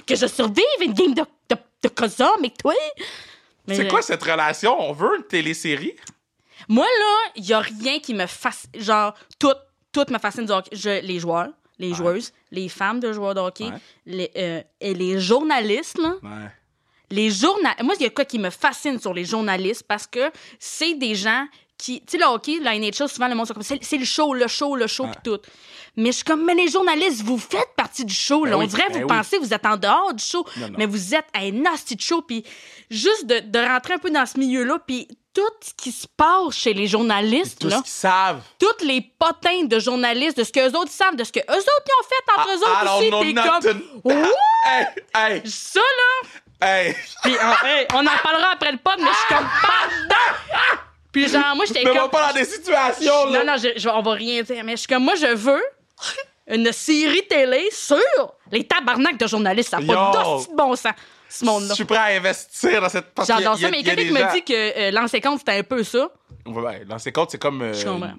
[SPEAKER 1] que je survive à une game de, de, de Cosum avec toi. Mais,
[SPEAKER 2] C'est quoi
[SPEAKER 1] euh,
[SPEAKER 2] cette relation? On veut une télésérie?
[SPEAKER 1] Moi, là, il y a rien qui me fasse. Genre, tout, tout me fascine du hockey. Je- les joueurs, les joueuses, les femmes de joueurs de hockey,
[SPEAKER 2] Ouais.
[SPEAKER 1] les, euh, et les journalistes, là.
[SPEAKER 2] Ouais.
[SPEAKER 1] les journalistes. Moi, il y a quoi qui me fascine sur les journalistes parce que c'est des gens qui. Tu sais, le hockey, la NHL, souvent, le monde, c'est comme c'est c'est le show, le show, le show,
[SPEAKER 2] Ouais.
[SPEAKER 1] puis tout. Mais je suis comme, mais les journalistes, vous faites partie du show. là.
[SPEAKER 2] Ben
[SPEAKER 1] On
[SPEAKER 2] oui,
[SPEAKER 1] dirait,
[SPEAKER 2] ben
[SPEAKER 1] vous
[SPEAKER 2] oui.
[SPEAKER 1] pensez, vous êtes en dehors du show,
[SPEAKER 2] Non, non.
[SPEAKER 1] mais vous êtes un hostie de show. Puis juste de, de rentrer un peu dans ce milieu-là, puis tout ce qui se passe chez les journalistes,
[SPEAKER 2] Tous
[SPEAKER 1] là,
[SPEAKER 2] ceux qui savent.
[SPEAKER 1] toutes les potins de journalistes, de ce qu'eux autres savent, de ce qu'eux autres ils ont fait
[SPEAKER 2] Ah,
[SPEAKER 1] entre eux autres aussi, t'es comme...
[SPEAKER 2] nothing.
[SPEAKER 1] Ouh!
[SPEAKER 2] Hey, hey,
[SPEAKER 1] Ça, là,
[SPEAKER 2] hey.
[SPEAKER 1] Puis on, hey, on en parlera après le pod, mais je suis comme pardon! Puis genre, moi, j'étais
[SPEAKER 2] Mais va
[SPEAKER 1] comme.
[SPEAKER 2] pas dans des situations, là.
[SPEAKER 1] Non, non, je- je- on va rien dire, mais je suis comme, moi, je veux une série télé sur les tabarnaks de journalistes. Ça n'a pas
[SPEAKER 2] Yo!
[SPEAKER 1] d'hostie de bon sens, ce monde-là.
[SPEAKER 2] Je suis prêt à investir dans cette partie.
[SPEAKER 1] J'adore ça, mais quelqu'un qui me dit que euh, l'ancien compte, c'était un peu ça.
[SPEAKER 2] Ouais, dans ces comptes, c'est comme. euh,
[SPEAKER 1] Je comprends.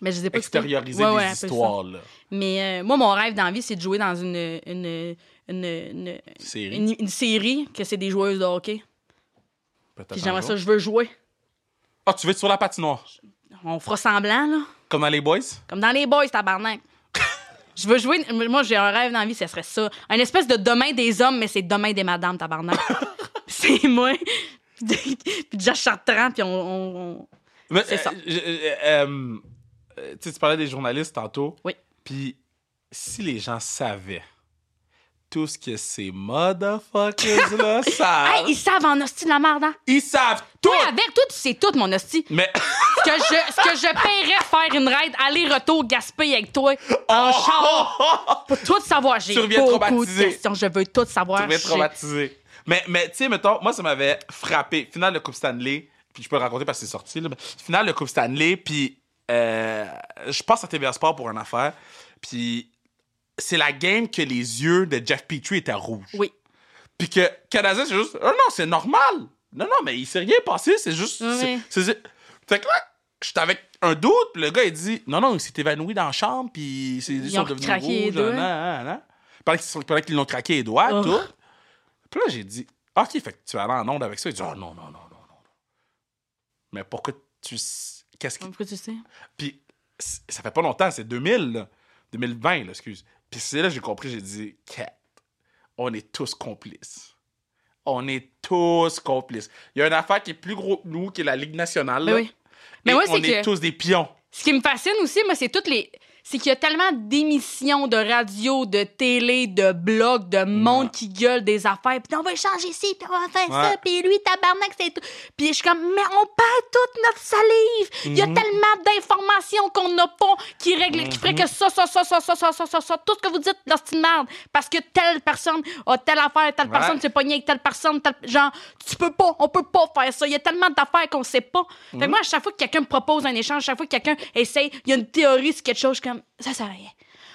[SPEAKER 1] Mais je les ai pas écoutés.
[SPEAKER 2] Extérioriser
[SPEAKER 1] Ouais,
[SPEAKER 2] des
[SPEAKER 1] ouais, un peu ça.
[SPEAKER 2] histoires, là.
[SPEAKER 1] Mais euh, moi, mon rêve dans la vie, c'est de jouer dans une, une, une, une,
[SPEAKER 2] Série.
[SPEAKER 1] une- une série que c'est des joueuses de hockey.
[SPEAKER 2] Peut-être
[SPEAKER 1] Puis
[SPEAKER 2] un
[SPEAKER 1] j'aimerais
[SPEAKER 2] jour.
[SPEAKER 1] ça, je veux jouer.
[SPEAKER 2] Ah, tu veux être sur la patinoire?
[SPEAKER 1] On fera semblant, là.
[SPEAKER 2] Comme dans les boys?
[SPEAKER 1] Comme dans les boys, tabarnak. Je veux jouer. Moi, j'ai un rêve dans la vie, ce serait ça. Un espèce de demain des hommes, mais c'est demain des madames, tabarnak. c'est moi. puis déjà, je sors 30, puis on. on- on-
[SPEAKER 2] Mais,
[SPEAKER 1] C'est
[SPEAKER 2] euh,
[SPEAKER 1] ça.
[SPEAKER 2] je- euh, euh, euh, tu sais, tu parlais des journalistes tantôt.
[SPEAKER 1] Oui.
[SPEAKER 2] Puis, si les gens savaient tout ce que ces motherfuckers-là
[SPEAKER 1] Hey,
[SPEAKER 2] savent,
[SPEAKER 1] ils savent en hostie de la merde, hein?
[SPEAKER 2] ils savent tout!
[SPEAKER 1] Toi, avec toi, tu sais tout, mon hostie.
[SPEAKER 2] Mais,
[SPEAKER 1] Ce que je, ce que je paierais faire une raid, aller-retour, gaspiller avec toi,
[SPEAKER 2] Oh!
[SPEAKER 1] en char, pour tout savoir. J'ai
[SPEAKER 2] Tu reviens
[SPEAKER 1] beaucoup de
[SPEAKER 2] traumatisé.
[SPEAKER 1] questions. Je veux tout savoir.
[SPEAKER 2] tu vas être
[SPEAKER 1] J'ai-
[SPEAKER 2] traumatisé. Mais, mais tu sais, mettons, moi, ça m'avait frappé. Finale de Coupe Stanley, puis je peux le raconter parce que c'est sorti, là, mais finale de Coupe Stanley, puis euh, je passe à TVA Sport pour une affaire, puis c'est la game que les yeux de Jeff Petrie étaient rouges.
[SPEAKER 1] Oui.
[SPEAKER 2] Puis que Canadien, c'est juste, oh non, c'est normal. Non, non, mais il s'est rien passé, c'est juste.
[SPEAKER 1] Ouais.
[SPEAKER 2] c'est- c'est- Fait que là, j'étais avec un doute, puis le gars, il dit, non, non, il s'est évanoui dans la chambre, puis ses yeux
[SPEAKER 1] Ils
[SPEAKER 2] sont
[SPEAKER 1] ont
[SPEAKER 2] devenus
[SPEAKER 1] craqué les
[SPEAKER 2] rouges.
[SPEAKER 1] doigts.
[SPEAKER 2] nan, nan, nan. Pendant qu'ils sont- pendant qu'ils l'ont craqué les doigts,
[SPEAKER 1] Oh.
[SPEAKER 2] tout. Puis là, j'ai dit, OK, fait que tu vas aller en onde avec ça. Il dit, ah non, non, non, non, non. Mais pourquoi tu. s- Qu'est-ce qui.
[SPEAKER 1] Pourquoi tu sais?
[SPEAKER 2] Puis c- ça fait pas longtemps, c'est 2000, là. 2020, là, excuse. Puis c'est là que j'ai compris, j'ai dit, Cat, on est tous complices. On est tous complices. Il y a une affaire qui est plus gros que nous, qui est la Ligue nationale.
[SPEAKER 1] Ben
[SPEAKER 2] là.
[SPEAKER 1] oui. Mais
[SPEAKER 2] Et
[SPEAKER 1] moi,
[SPEAKER 2] on
[SPEAKER 1] c'est
[SPEAKER 2] est
[SPEAKER 1] que-
[SPEAKER 2] tous des pions.
[SPEAKER 1] Ce qui me fascine aussi, moi, c'est toutes les. c'est qu'il y a tellement d'émissions de radio, de télé, de blogs, de monde qui gueule des affaires. Puis on va échanger ici, puis on va faire ça,
[SPEAKER 2] Ouais.
[SPEAKER 1] puis lui, tabarnak, c'est tout. Puis je suis comme, mais on perd toute notre salive. Il y a tellement d'informations qu'on n'a pas qui règlent, qui ferait que ça, ça, ça, ça, ça, ça, ça, ça, ça, tout ce que vous dites, là, c'est une merde. Parce que telle personne a telle affaire, telle
[SPEAKER 2] Ouais.
[SPEAKER 1] personne s'est pognée avec telle personne, telle- genre, tu peux pas, on peut pas faire ça. Il y a tellement d'affaires qu'on sait pas. Fait que moi, à chaque fois que quelqu'un me propose un échange, à chaque fois que quelqu'un essaye, il y a une théorie sur quelque chose, je suis comme, ça sert à rien.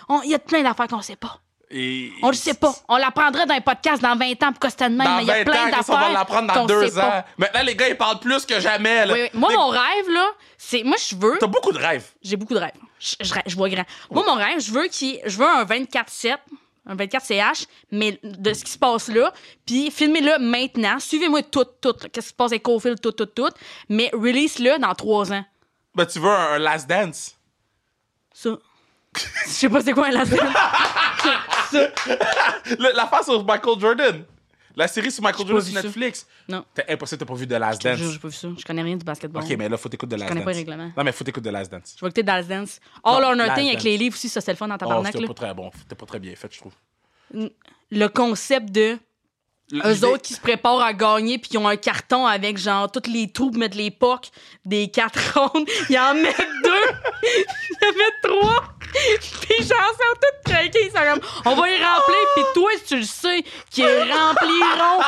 [SPEAKER 1] On- Il y a plein d'affaires qu'on sait pas.
[SPEAKER 2] Et-
[SPEAKER 1] On le sait pas. On l'apprendra dans un podcast dans 20 ans, pourquoi c'était de même.
[SPEAKER 2] Dans
[SPEAKER 1] mais il y a
[SPEAKER 2] 20
[SPEAKER 1] plein
[SPEAKER 2] ans, qu'est-ce qu'on
[SPEAKER 1] d'affaires
[SPEAKER 2] va l'apprendre dans
[SPEAKER 1] qu'on
[SPEAKER 2] deux
[SPEAKER 1] sait pas.
[SPEAKER 2] ans? Maintenant, les gars, ils parlent plus que jamais. là.
[SPEAKER 1] Oui, oui. Moi,
[SPEAKER 2] Les-
[SPEAKER 1] mon rêve, là, c'est. Moi, je veux.
[SPEAKER 2] T'as beaucoup de rêves.
[SPEAKER 1] J'ai beaucoup de rêves. Je, je rêve- je vois grand. Moi, mon rêve, je veux, qu'il- je veux un 24-7, un 24-CH, mais de ce qui se passe là. Puis filmez-le maintenant. Suivez-moi tout, tout. là. Qu'est-ce qui se passe avec Cofield, tout, tout, tout. Mais release-le dans trois ans.
[SPEAKER 2] Ben, tu veux un, un last dance?
[SPEAKER 1] Ça. Je sais pas c'est quoi un laser.
[SPEAKER 2] Le- la face sur Michael Jordan. La série sur Michael Jordan
[SPEAKER 1] pas
[SPEAKER 2] sur
[SPEAKER 1] vu ça.
[SPEAKER 2] Netflix.
[SPEAKER 1] Non.
[SPEAKER 2] T'es impossible, t'as pas vu The Last
[SPEAKER 1] Je-
[SPEAKER 2] Dance.
[SPEAKER 1] J'ai pas vu ça. Je connais rien du basketball.
[SPEAKER 2] Ok, ben- mais là, faut t'écouter de Last
[SPEAKER 1] connais
[SPEAKER 2] Dance.
[SPEAKER 1] pas les règlements.
[SPEAKER 2] Non, mais faut t'écouter de Last Dance.
[SPEAKER 1] Je vais écouter Dance Dance. All
[SPEAKER 2] Non,
[SPEAKER 1] or
[SPEAKER 2] Last
[SPEAKER 1] Nothing avec
[SPEAKER 2] Dance.
[SPEAKER 1] les livres aussi, ça c'est le fun dans ta
[SPEAKER 2] Oh,
[SPEAKER 1] barnaque.
[SPEAKER 2] c'était pas très bon. C'était pas très bien fait, je trouve.
[SPEAKER 1] Le concept de Eux
[SPEAKER 2] L'idée-
[SPEAKER 1] autres qui se préparent à gagner puis qui ont un carton avec genre toutes les trous pour mettre les pocs des quatre rondes. Ils en mettent deux, ils en mettent trois. Puis genre, sont toutes craquées. Ils sont comme, on va y remplir. Puis toi, si tu le sais, qui rempliront.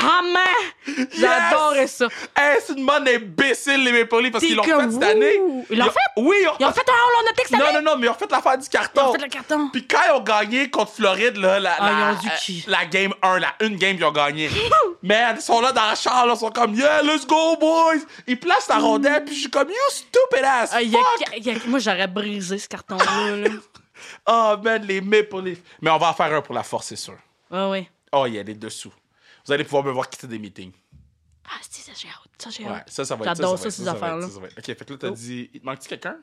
[SPEAKER 1] Vraiment, j'adorais ça.
[SPEAKER 2] Hey, c'est une bande imbécile, les Maple Leafs, parce
[SPEAKER 1] T'es
[SPEAKER 2] qu'ils l'ont
[SPEAKER 1] comme,
[SPEAKER 2] fait cette année.
[SPEAKER 1] ouh. Ils l'ont
[SPEAKER 2] Ils-
[SPEAKER 1] fait?
[SPEAKER 2] Oui, ils l'ont
[SPEAKER 1] Ils ont fait un hall on a cette
[SPEAKER 2] Non,
[SPEAKER 1] année.
[SPEAKER 2] non, non, mais ils ont fait l'affaire du carton.
[SPEAKER 1] Ils ont fait le carton.
[SPEAKER 2] Puis quand ils ont gagné contre Floride, là, la,
[SPEAKER 1] Ah,
[SPEAKER 2] la,
[SPEAKER 1] ils ont du
[SPEAKER 2] euh,
[SPEAKER 1] qui?
[SPEAKER 2] la game 1, la une game, ils ont gagné. Man, ils sont là dans la char, là, ils sont comme, yeah, let's go, boys. Ils placent la rondelle, puis je suis comme, you stupid ass.
[SPEAKER 1] Ah, il y a-
[SPEAKER 2] fuck.
[SPEAKER 1] il y a- moi, j'aurais brisé ce carton-là. Là.
[SPEAKER 2] Oh, man, les Maple Leafs. Mais on va en faire un pour la force, c'est sûr.
[SPEAKER 1] Ouais, ouais.
[SPEAKER 2] Oh, il y a les dessous. Vous allez pouvoir me voir quitter des meetings.
[SPEAKER 1] Ah, si, ça, j'ai hâte. Ça, j'ai
[SPEAKER 2] Ouais,
[SPEAKER 1] hâte.
[SPEAKER 2] ça, ça va être
[SPEAKER 1] J'adore
[SPEAKER 2] va
[SPEAKER 1] ça,
[SPEAKER 2] être-
[SPEAKER 1] ces
[SPEAKER 2] va être-
[SPEAKER 1] affaires-là. Oh.
[SPEAKER 2] ça va être- Ok, fait que là, t'as dit, il te manque-tu quelqu'un?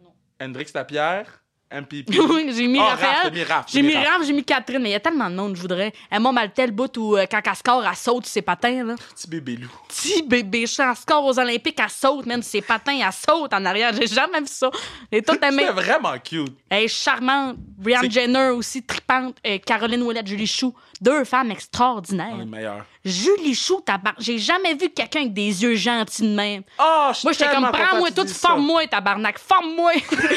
[SPEAKER 2] Non. Hendrix Lapierre, MPP.
[SPEAKER 1] Oui, j'ai mis
[SPEAKER 2] Oh, Raph,
[SPEAKER 1] Raphaël.
[SPEAKER 2] t'as mis Raph,
[SPEAKER 1] J'ai mis Raph, j'ai mis Catherine, mais il y a tellement de monde, je voudrais. Elle m'a mal tel bout où, euh, quand elle score, elle saute sur ses patins, là.
[SPEAKER 2] Petit bébé loup.
[SPEAKER 1] Petit bébé chat, elle score aux Olympiques, elle saute, même sur ses patins, elle saute en arrière. J'ai jamais vu ça. Elle est toute aimée.
[SPEAKER 2] C'était vraiment cute.
[SPEAKER 1] Elle est charmante. Brian
[SPEAKER 2] C'est-
[SPEAKER 1] Jenner aussi, tripante. Euh, Caroline Ouellette, Julie Chou. Deux femmes extraordinaires.
[SPEAKER 2] On est meilleur.
[SPEAKER 1] Julie Chou, tabarnak. J'ai jamais vu quelqu'un avec des yeux gentils de même.
[SPEAKER 2] Ah, je suis
[SPEAKER 1] Moi, j'étais comme,
[SPEAKER 2] tellement content
[SPEAKER 1] prends-moi
[SPEAKER 2] que tu
[SPEAKER 1] tout,
[SPEAKER 2] dises ça.
[SPEAKER 1] forme-moi, tabarnak, forme-moi.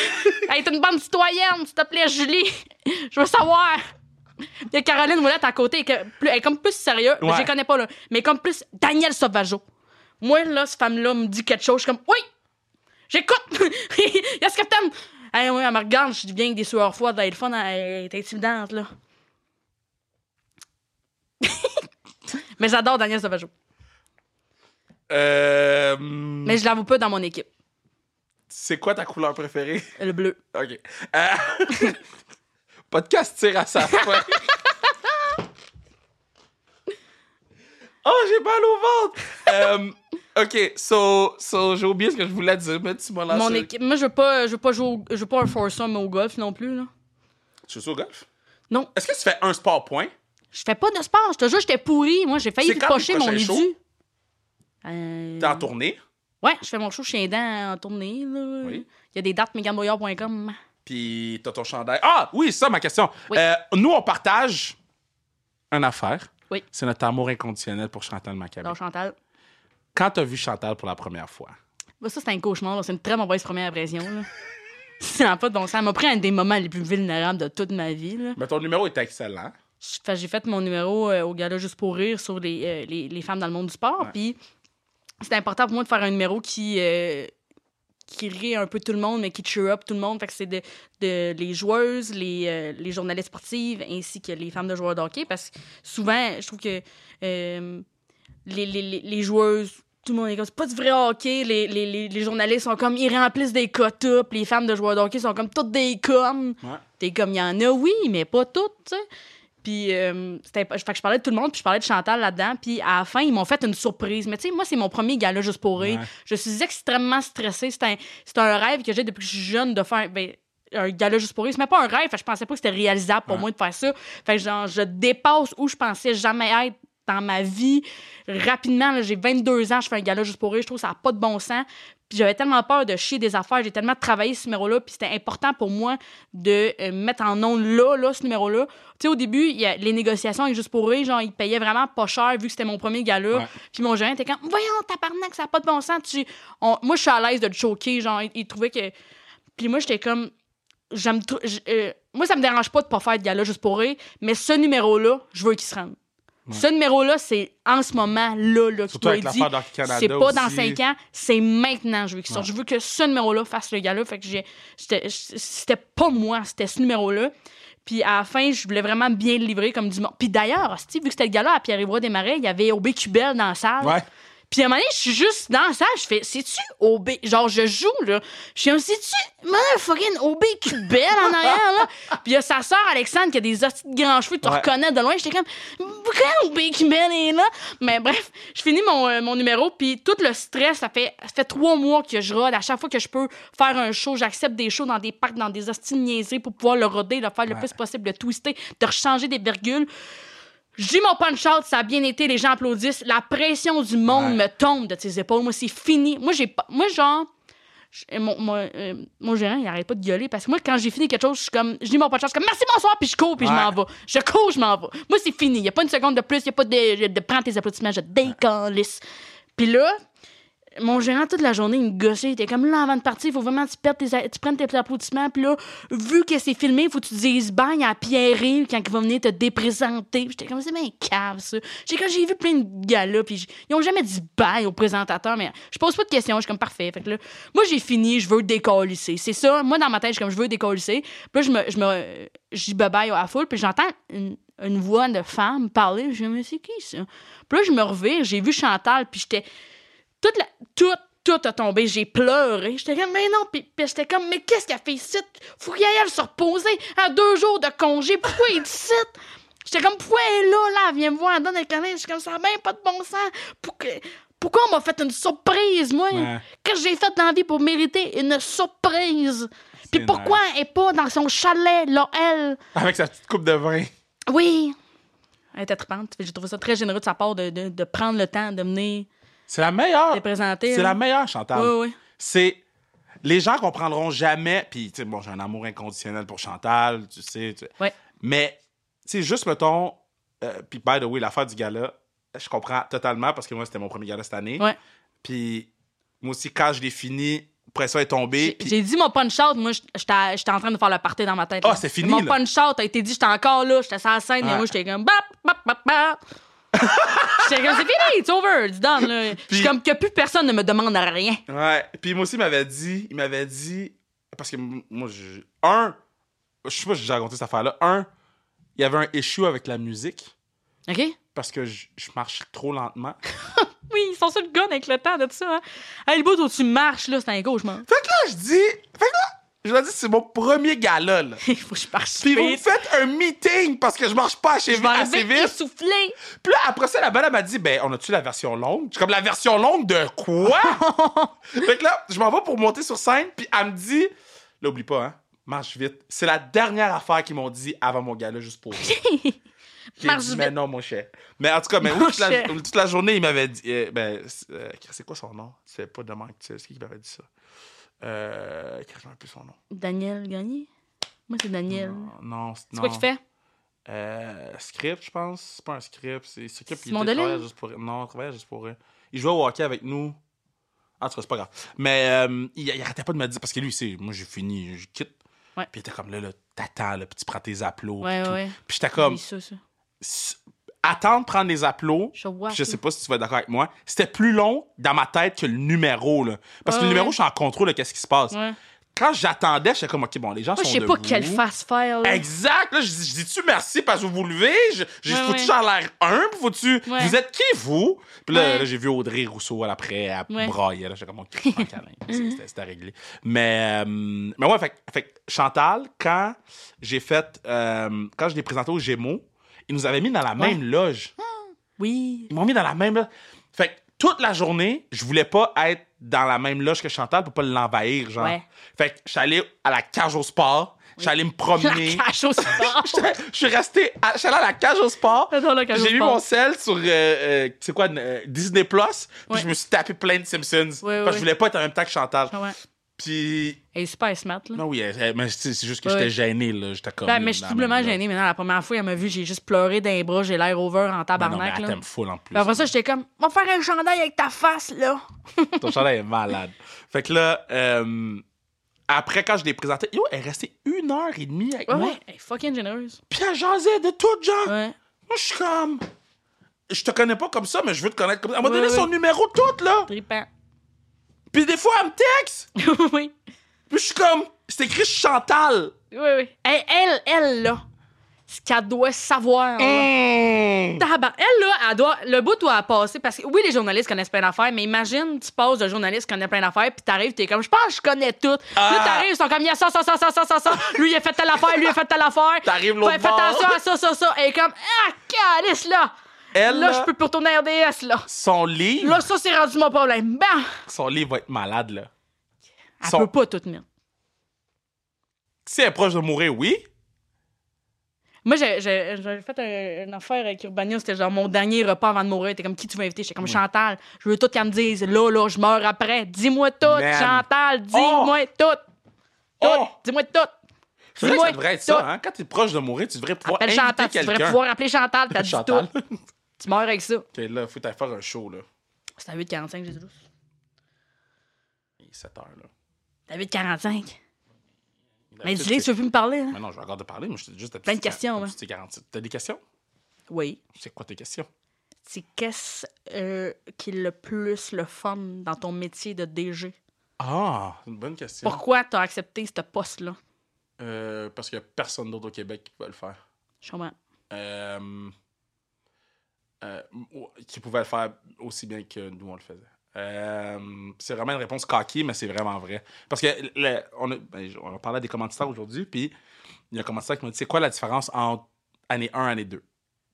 [SPEAKER 1] hey, t'es une bonne citoyenne, s'il te plaît, Julie. Je veux savoir. Il y a Caroline Ouellette à côté, que plus- elle est comme plus sérieuse, mais
[SPEAKER 2] Ouais.
[SPEAKER 1] je les connais pas, là. Mais comme plus Daniel Sauvageau. Moi, là, cette femme-là me dit quelque chose, je suis comme, oui, j'écoute. Il y a ce capitaine. Hey, oui, elle me regarde, je dis bien que des sueurs froides, elle est le fun, elle est intimidante, là. mais j'adore Daniel Sauvageau.
[SPEAKER 2] Euh.
[SPEAKER 1] Mais je l'avoue pas dans mon équipe,
[SPEAKER 2] C'est quoi ta couleur préférée?
[SPEAKER 1] le bleu.
[SPEAKER 2] Ok. Euh, Podcast tire à sa fin. oh, j'ai mal au ventre! Euh, ok, so, so j'ai oublié ce que je voulais dire, mais tu m'as lancé.
[SPEAKER 1] Mon équipe. Moi, je veux pas, je veux pas jouer au- je veux pas un foursome au golf non plus, là.
[SPEAKER 2] Tu joues au golf?
[SPEAKER 1] Non.
[SPEAKER 2] Est-ce que tu fais un sport point?
[SPEAKER 1] Je fais pas de sport. Je te jure, j'étais pourri. Moi, j'ai failli
[SPEAKER 2] C'est quand tes
[SPEAKER 1] pocher mon
[SPEAKER 2] prochains
[SPEAKER 1] édu.
[SPEAKER 2] shows?
[SPEAKER 1] Euh,
[SPEAKER 2] T'es en tournée,
[SPEAKER 1] Ouais, je fais mon show chez les dents en tournée, là.
[SPEAKER 2] Oui. Ah
[SPEAKER 1] Il y a des dates, megamoyard.com.
[SPEAKER 2] puis t'as ton chandail. Ah, oui, ça, ma question.
[SPEAKER 1] Oui.
[SPEAKER 2] Euh, nous, on partage une affaire.
[SPEAKER 1] Oui.
[SPEAKER 2] C'est notre amour inconditionnel pour Chantal Maccabé.
[SPEAKER 1] Alors, Chantal.
[SPEAKER 2] Quand t'as vu Chantal pour la première fois?
[SPEAKER 1] Bah, ça, c'est un cauchemar, là. C'est une très mauvaise première impression, là. C'est un pas de bon sens. Elle m'a pris un des moments les plus vulnérables de toute ma vie, là.
[SPEAKER 2] Mais ton numéro est excellent.
[SPEAKER 1] Je- fait- J'ai fait mon numéro euh, au gala juste pour rire sur les, euh, les, les femmes dans le monde du sport. Puis c'était important pour moi de faire un numéro qui, euh, qui rit un peu tout le monde, mais qui cheer up tout le monde. Fait que c'est de, de- les joueuses, les, euh, les journalistes sportives ainsi que les femmes de joueurs de hockey. Parce que souvent, je trouve que euh, les, les, les, les joueuses. Tout le monde est comme, c'est pas du vrai hockey. Les, les, les, les journalistes sont comme, ils remplissent des quotas. Puis les femmes de joueurs de hockey sont comme toutes des connes.
[SPEAKER 2] Ouais.
[SPEAKER 1] T'es comme, il y en a, oui, mais pas toutes, tu sais. Puis, euh, c'était imp- fait que je parlais de tout le monde, puis je parlais de Chantal là-dedans. Puis, à la fin, ils m'ont fait une surprise. Mais tu sais, moi, c'est mon premier gala juste pour rire.
[SPEAKER 2] Ouais.
[SPEAKER 1] Je suis extrêmement stressée. C'est un, c'est un rêve que j'ai depuis que je suis jeune de faire ben, un gala juste pour rire. C'est même pas un rêve. Fait que je pensais pas que c'était réalisable pour
[SPEAKER 2] Ouais.
[SPEAKER 1] moi de faire ça. Fait que genre, je dépasse où je pensais jamais être dans dans ma vie. Rapidement, là, j'ai 22 ans, je fais un gala juste pour rire. Je trouve que ça n'a pas de bon sens. Puis j'avais tellement peur de chier des affaires. J'ai tellement travaillé ce numéro-là. Puis c'était important pour moi de euh, mettre en onde là, là, ce numéro-là. Tu sais, au début, il y a les négociations avec Juste pour rire, genre, ils payaient vraiment pas cher vu que c'était mon premier gala.
[SPEAKER 2] Ouais.
[SPEAKER 1] Puis mon gérant était comme, voyons, tabarnak, ça n'a pas de bon sens. Tu... on- Moi, je suis à l'aise de te choquer. Genre, il, il trouvait que. Puis moi, j'étais comme, j'aime trop. j- euh, moi, ça me dérange pas de pas faire de gala juste pour rire, mais ce numéro-là, je veux qu'il se rende. Ce numéro-là, c'est en ce moment, là, là, qui
[SPEAKER 2] Surtout
[SPEAKER 1] doit
[SPEAKER 2] avec
[SPEAKER 1] être dit.
[SPEAKER 2] l'affaire d'Hockey Canada
[SPEAKER 1] C'est pas dans
[SPEAKER 2] aussi.
[SPEAKER 1] 5 ans, c'est maintenant je veux qu'il sorte. Je veux que ce numéro-là fasse le gala. Fait que j'ai- j'étais- c'était pas moi, c'était ce numéro-là. Puis à la fin, je voulais vraiment bien le livrer comme du monde. Puis d'ailleurs, hostie, vu que c'était le gala à Pierre-Évroy des Marais, il y avait OB Cubel dans la salle.
[SPEAKER 2] Ouais.
[SPEAKER 1] Puis à un moment donné, je suis juste dans la salle, je fais, c'est-tu OB? Genre, je joue, là. Je suis comme, c'est-tu, motherfucking OB Cubel en arrière, là? Puis il y a sa sœur Alexandre qui a des hosties de grands cheveux, tu
[SPEAKER 2] Ouais.
[SPEAKER 1] reconnais de loin. J'étais comme, pourquoi OB Cubel est là? Mais bref, je finis mon, euh, mon numéro, puis tout le stress, ça fait, ça fait trois mois que je rôde. À chaque fois que je peux faire un show, j'accepte des shows dans des parcs, dans des hosties de niaiseries pour pouvoir le roder, le faire le plus possible, le twister, de rechanger des virgules. J'ai mon punch-out, ça a bien été, les gens applaudissent. La pression du monde
[SPEAKER 2] Ouais.
[SPEAKER 1] me tombe de tes épaules. Moi, c'est fini. Moi, j'ai pas. Moi, genre. j'- Mon, mon, euh, mon gérant, il arrête pas de gueuler parce que moi, quand j'ai fini quelque chose, je suis comme. Je dis mon punch-out, je suis comme merci, bonsoir, puis je cours, puis je
[SPEAKER 2] Ouais.
[SPEAKER 1] m'en vais. Je cours, je m'en vais. Moi, c'est fini. Il a pas une seconde de plus, il a pas de. de prendre tes applaudissements, je décalisse. Puis là, mon gérant, toute la journée, il me gossait. Il était comme là, avant de partir, il faut vraiment que tu, perdes tes, tu prennes tes applaudissements. Puis là, vu que c'est filmé, il faut que tu dises bang à Pierre-Yves quand il va venir te déprésenter. Puis j'étais comme, c'est bien cave, ça. J'ai comme, j'ai vu plein de galas, puis j- ils ont jamais dit bang au présentateur, mais je pose pas de questions. Je suis comme, parfait. Fait que là, moi, j'ai fini, je veux décollisser. C'est ça. Moi, dans ma tête, je suis comme, je veux décollisser. Puis là, je me, je me, je dis bye-bye à la foule, puis j'entends une, une voix de femme parler. Je me dis, mais c'est qui, ça? Puis là, je me revire, j'ai vu Chantal, puis j'étais toute la, tout, tout a tombé. J'ai pleuré. J'étais comme, mais non. Puis, puis j'étais comme, mais qu'est-ce qu'elle fait ici? Faut qu'elle aille se reposer à deux jours de congé. Pourquoi elle est ici? J'étais comme, pourquoi elle est là, là? Elle vient me voir, elle donne un câlin. J'étais comme, ça n'a même pas de bon sens. Pour que- Pourquoi on m'a fait une surprise, moi?
[SPEAKER 2] Ouais.
[SPEAKER 1] Qu'est-ce que j'ai fait dans la vie pour mériter une surprise? Puis
[SPEAKER 2] C'est
[SPEAKER 1] pourquoi elle n'est pas dans son chalet, là, elle?
[SPEAKER 2] Avec sa petite coupe de vin.
[SPEAKER 1] Oui. Elle était trippante. J'ai trouvé ça très généreux de sa part de, de- de prendre le temps de venir
[SPEAKER 2] C'est la meilleure.
[SPEAKER 1] les présenter.
[SPEAKER 2] C'est la
[SPEAKER 1] hein.
[SPEAKER 2] meilleure, Chantal.
[SPEAKER 1] Oui, oui.
[SPEAKER 2] C'est. Les gens comprendront jamais. Puis, tu sais, bon, j'ai un amour inconditionnel pour Chantal, tu sais. tu-
[SPEAKER 1] Ouais.
[SPEAKER 2] Mais, tu sais, juste mettons. euh, puis, by the way, l'affaire du gala, je comprends totalement parce que moi, c'était mon premier gala cette année.
[SPEAKER 1] Ouais.
[SPEAKER 2] Puis, moi aussi, quand je l'ai fini, après ça est tombé.
[SPEAKER 1] J'ai
[SPEAKER 2] Puis,
[SPEAKER 1] j'ai dit mon punch-out, moi, j't- j'étais j'étais en train de faire le party dans ma tête.
[SPEAKER 2] Ah,
[SPEAKER 1] là.
[SPEAKER 2] c'est fini,
[SPEAKER 1] Mon
[SPEAKER 2] là.
[SPEAKER 1] punch-out a été dit, j'étais encore là, j'étais sur la scène,
[SPEAKER 2] Ouais.
[SPEAKER 1] et moi, j'étais comme... Bap, bap, bap, bap. j'étais comme, c'est fini, it's over, it's done. là. Je suis comme que plus personne ne me demande rien.
[SPEAKER 2] Ouais. Puis moi aussi, il m'avait dit, il m'avait dit, parce que m- moi, je, un, je sais pas si j'ai raconté cette affaire-là, un, il y avait un issue avec la musique
[SPEAKER 1] OK?
[SPEAKER 2] parce que je, je marche trop lentement.
[SPEAKER 1] Oui, ils sont sur le gun avec le temps de tout ça. Hein? Hey, le bout où tu marches, là, c'est un cauchemar.
[SPEAKER 2] Fait que là, je dis, fait que là, je leur dis, c'est mon premier gala, là.
[SPEAKER 1] Il faut que je marche
[SPEAKER 2] Puis vous me
[SPEAKER 1] vite.
[SPEAKER 2] faites un meeting parce que je marche pas assez,
[SPEAKER 1] Je vais
[SPEAKER 2] vite- assez
[SPEAKER 1] arriver
[SPEAKER 2] vite.
[SPEAKER 1] essoufflé.
[SPEAKER 2] Puis là, après ça, la madame m'a dit, ben, on a-tu la version longue? Je suis comme, la version longue de quoi? fait que là, je m'en vais pour monter sur scène, puis elle me dit, là, oublie pas, hein, marche vite. C'est la dernière affaire qu'ils m'ont dit avant mon gala, juste pour rire. J'ai
[SPEAKER 1] Marche
[SPEAKER 2] dit, mais
[SPEAKER 1] vite.
[SPEAKER 2] non, mon cher. Mais en tout cas, mais oui,
[SPEAKER 1] Mon
[SPEAKER 2] toute, la,
[SPEAKER 1] cher.
[SPEAKER 2] toute la journée, il m'avait dit, euh, ben, c'est- euh, c'est quoi son nom? C'est pas de manque, c'est qui qui m'avait dit ça? Euh, je ne plus son nom.
[SPEAKER 1] Daniel Gagné? Moi, c'est Daniel.
[SPEAKER 2] Non,
[SPEAKER 1] C'est quoi qu'il fait?
[SPEAKER 2] Euh, script, je pense. C'est pas un script. C'est script. Il
[SPEAKER 1] Simon
[SPEAKER 2] était
[SPEAKER 1] Delille?
[SPEAKER 2] travaillait juste pour... Non, il travaillait juste pour... Il jouait au hockey avec nous. En tout cas, c'est pas grave. Mais euh, il, il arrêtait pas de me dire... Parce que lui, c'est... Moi, j'ai fini. Je quitte.
[SPEAKER 1] Ouais.
[SPEAKER 2] Puis il était comme là, là, t'attends, là, puis tu prends tes applaudissements.
[SPEAKER 1] Ouais, ouais.
[SPEAKER 2] Puis j'étais comme...
[SPEAKER 1] Oui, ça, ça.
[SPEAKER 2] s- Attendre, prendre les applaudissements.
[SPEAKER 1] Je vois.
[SPEAKER 2] Je sais pas si tu vas être d'accord avec moi. C'était plus long dans ma tête que le numéro, là. Parce que
[SPEAKER 1] Ouais,
[SPEAKER 2] le numéro,
[SPEAKER 1] ouais.
[SPEAKER 2] je suis en contrôle de qu'est-ce qui se passe.
[SPEAKER 1] Ouais.
[SPEAKER 2] Quand j'attendais, j'étais comme, OK, bon, les gens
[SPEAKER 1] Moi, Oh, je
[SPEAKER 2] sont
[SPEAKER 1] sais pas
[SPEAKER 2] debout.
[SPEAKER 1] qu'elle fasse faire. là.
[SPEAKER 2] Exact. Là, je dis, je dis-tu merci parce que vous vous levez? Je, je-
[SPEAKER 1] Ouais,
[SPEAKER 2] faut-tu
[SPEAKER 1] ouais.
[SPEAKER 2] en l'air humble? Faut-tu...
[SPEAKER 1] Ouais.
[SPEAKER 2] Vous êtes qui, vous? Puis là,
[SPEAKER 1] Ouais.
[SPEAKER 2] là, j'ai vu Audrey Rousseau, elle, après, elle
[SPEAKER 1] Ouais.
[SPEAKER 2] braillait. Là, j'étais comme, OK, prends un câlin. C'était c'était réglé. Mais, euh, mais ouais, fait, que- fait que Chantal, quand j'ai fait... euh, quand je l'ai présenté aux Gémeaux, ils nous avaient mis dans la
[SPEAKER 1] Ouais.
[SPEAKER 2] même loge.
[SPEAKER 1] Oui.
[SPEAKER 2] Ils m'ont mis dans la même loge. Fait que toute la journée, je voulais pas être dans la même loge que Chantal pour pas l'envahir, genre.
[SPEAKER 1] Ouais.
[SPEAKER 2] Fait que j'allais à la cage au sport. J'allais me
[SPEAKER 1] La
[SPEAKER 2] promener.
[SPEAKER 1] cache au sport.
[SPEAKER 2] Je suis resté. à- J'allais à la cage au sport.
[SPEAKER 1] Dans la cage au
[SPEAKER 2] J'ai mis
[SPEAKER 1] sport.
[SPEAKER 2] mon sel sur. euh, euh, c'est quoi euh, Disney Plus. Puis
[SPEAKER 1] Ouais.
[SPEAKER 2] je me suis tapé plein de Simpsons.
[SPEAKER 1] ouais,
[SPEAKER 2] parce que je
[SPEAKER 1] ouais.
[SPEAKER 2] voulais pas être en même temps que Chantal.
[SPEAKER 1] Ah ouais.
[SPEAKER 2] Puis.
[SPEAKER 1] Elle est super smart, là.
[SPEAKER 2] Non, oui, elle- elle- mais c'est c'est juste que
[SPEAKER 1] Ouais.
[SPEAKER 2] j'étais gêné, là. J'étais comme.
[SPEAKER 1] Ben, mais je suis doublement gênée maintenant. La première fois, elle m'a vu, j'ai juste pleuré dans les bras, j'ai l'air over en
[SPEAKER 2] Ben non, mais
[SPEAKER 1] tabarnak.
[SPEAKER 2] elle
[SPEAKER 1] là.
[SPEAKER 2] t'aime full en plus.
[SPEAKER 1] Puis après ça, j'étais comme, va faire un chandail avec ta face, là.
[SPEAKER 2] Ton chandail est malade. Fait que là, euh, après, quand je l'ai présenté, yo, elle est restée une heure et demie avec
[SPEAKER 1] Ouais,
[SPEAKER 2] moi.
[SPEAKER 1] ouais, elle est fucking généreuse.
[SPEAKER 2] Puis elle jasait de tout, genre.
[SPEAKER 1] Ouais.
[SPEAKER 2] Moi, je suis comme. Je te connais pas comme ça, mais je veux te connaître comme ça. Elle m'a
[SPEAKER 1] Ouais,
[SPEAKER 2] donné
[SPEAKER 1] ouais.
[SPEAKER 2] son numéro tout, là.
[SPEAKER 1] Trippant.
[SPEAKER 2] Puis des fois, elle me texte.
[SPEAKER 1] oui.
[SPEAKER 2] Puis je suis comme. C'est écrit Chantal.
[SPEAKER 1] Oui, oui. Elle, elle, elle, là, ce qu'elle doit savoir. là.
[SPEAKER 2] Mmh.
[SPEAKER 1] Tabar- Elle, là, elle doit, le bout doit passer parce que, oui, les journalistes connaissent plein d'affaires, mais imagine, tu passes de journaliste qui connaît plein d'affaires, puis t'arrives, t'es comme, je pense que je connais tout. Puis Là,
[SPEAKER 2] Ah.
[SPEAKER 1] t'arrives, ils sont comme, il y a ça, ça, ça, ça, ça, ça, ça. Lui, il a fait telle affaire, lui, il a fait telle affaire.
[SPEAKER 2] T'arrives
[SPEAKER 1] Fait
[SPEAKER 2] l'autre
[SPEAKER 1] fait
[SPEAKER 2] bord.
[SPEAKER 1] attention à ça, ça, ça. Et comme, ah, calice, là.
[SPEAKER 2] Elle,
[SPEAKER 1] Là, je peux plus retourner à RDS, là.
[SPEAKER 2] son livre,
[SPEAKER 1] Là, ça, c'est rendu mon problème. Bam!
[SPEAKER 2] son livre va être malade, là.
[SPEAKER 1] Elle
[SPEAKER 2] Son-
[SPEAKER 1] peut pas tout mettre.
[SPEAKER 2] Si elle est proche de mourir, oui.
[SPEAKER 1] Moi, j'ai- j'ai j'avais fait un- une affaire avec Urbania, c'était genre mon dernier repas avant de mourir. T'es comme, qui tu veux inviter? J'étais comme, Chantal, je veux tout qu'elle me dise. Là, là, je meurs après. Dis-moi tout,
[SPEAKER 2] Man.
[SPEAKER 1] Chantal, dis-moi tout. Tout,
[SPEAKER 2] Oh!
[SPEAKER 1] dis-moi tout.
[SPEAKER 2] C'est vrai que ça
[SPEAKER 1] Dis-moi
[SPEAKER 2] devrait être
[SPEAKER 1] tout.
[SPEAKER 2] ça, hein? Quand t'es proche de mourir, tu devrais pouvoir
[SPEAKER 1] Appelle
[SPEAKER 2] inviter
[SPEAKER 1] Chantal, tu devrais
[SPEAKER 2] quelqu'un.
[SPEAKER 1] pouvoir appeler Chantal, t'as dit
[SPEAKER 2] Chantal.
[SPEAKER 1] tout. Tu meurs avec ça.
[SPEAKER 2] Ok, là, faut t'aller faire un show, là.
[SPEAKER 1] C'était à 8h45, j'ai dit lousse.
[SPEAKER 2] Il est 7 heures, là.
[SPEAKER 1] C'était à 8h45. Mais
[SPEAKER 2] D'habitude,
[SPEAKER 1] dis-le que tu veux plus me parler, hein? là.
[SPEAKER 2] Mais non, je vais encore te parler, mais je t'ai juste...
[SPEAKER 1] Plein de questions,
[SPEAKER 2] Comme
[SPEAKER 1] ouais.
[SPEAKER 2] si t'es garanti. T'as des questions?
[SPEAKER 1] Oui.
[SPEAKER 2] C'est quoi tes questions?
[SPEAKER 1] C'est qu'est-ce euh, qui est le plus le fun dans ton métier de DG?
[SPEAKER 2] Ah, c'est une bonne question.
[SPEAKER 1] Pourquoi t'as accepté ce poste-là?
[SPEAKER 2] Euh, parce qu'il y a personne d'autre au Québec qui peut le faire.
[SPEAKER 1] Je comprends.
[SPEAKER 2] Euh, euh, ou- qui pouvait le faire aussi bien que nous, on le faisait. Euh, c'est vraiment une réponse coquille, mais c'est vraiment vrai. Parce que le- on, a, ben, on parlait des commanditaires aujourd'hui, puis il y a un commanditaire qui m'a dit c'est quoi la différence entre année 1 année 2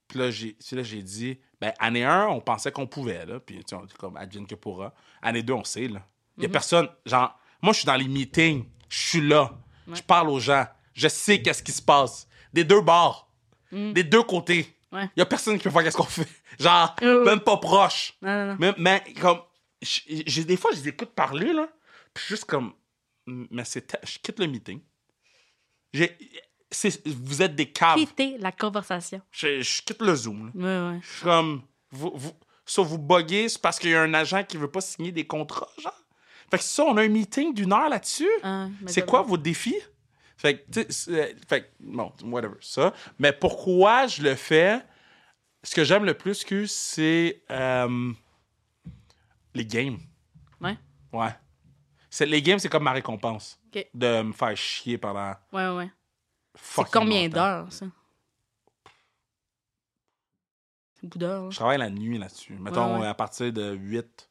[SPEAKER 2] Puis là, j'ai puis là, j'ai dit ben, année 1, on pensait qu'on pouvait, là, puis tu sais, on dit comme advienne que pourra. Année 2, on sait. là. Il y a personne. Genre, moi, je suis dans les meetings, je suis là, je parle aux gens, je sais qu'est-ce qui se passe. Des deux bords, des deux côtés. Il
[SPEAKER 1] Ouais.
[SPEAKER 2] y a personne qui peut faire qu'est-ce qu'on fait. Genre,
[SPEAKER 1] Ouais, ouais.
[SPEAKER 2] même pas proche.
[SPEAKER 1] Non, non, non.
[SPEAKER 2] Mais, mais comme, j'ai j'ai- des fois, je les écoute parler, là, puis je suis juste comme, mais c'est, te- je quitte le meeting. J'ai, c'est, vous êtes des caves.
[SPEAKER 1] quitter la conversation.
[SPEAKER 2] Je, je quitte le Zoom. là.
[SPEAKER 1] Ouais, ouais.
[SPEAKER 2] Je suis comme, vous, vous, ça, vous buguez, c'est parce qu'il y a un agent qui veut pas signer des contrats, genre. Fait que ça, on a un meeting d'une heure là-dessus.
[SPEAKER 1] Hein, mais
[SPEAKER 2] C'est
[SPEAKER 1] de-
[SPEAKER 2] quoi vos défis? Fait que, tu sais, c'est- euh, fait que, bon, whatever, ça. Mais pourquoi je le fais? Ce que j'aime le plus, que c'est euh, les games.
[SPEAKER 1] Ouais.
[SPEAKER 2] Ouais. C'est, les games, c'est comme ma récompense.
[SPEAKER 1] Ok.
[SPEAKER 2] De me faire chier pendant.
[SPEAKER 1] Ouais, ouais, ouais. C'est
[SPEAKER 2] fucking
[SPEAKER 1] combien
[SPEAKER 2] longtemps.
[SPEAKER 1] d'heures, ça? C'est beaucoup d'heures. hein.
[SPEAKER 2] Je travaille la nuit là-dessus. Mettons,
[SPEAKER 1] ouais.
[SPEAKER 2] à partir de 8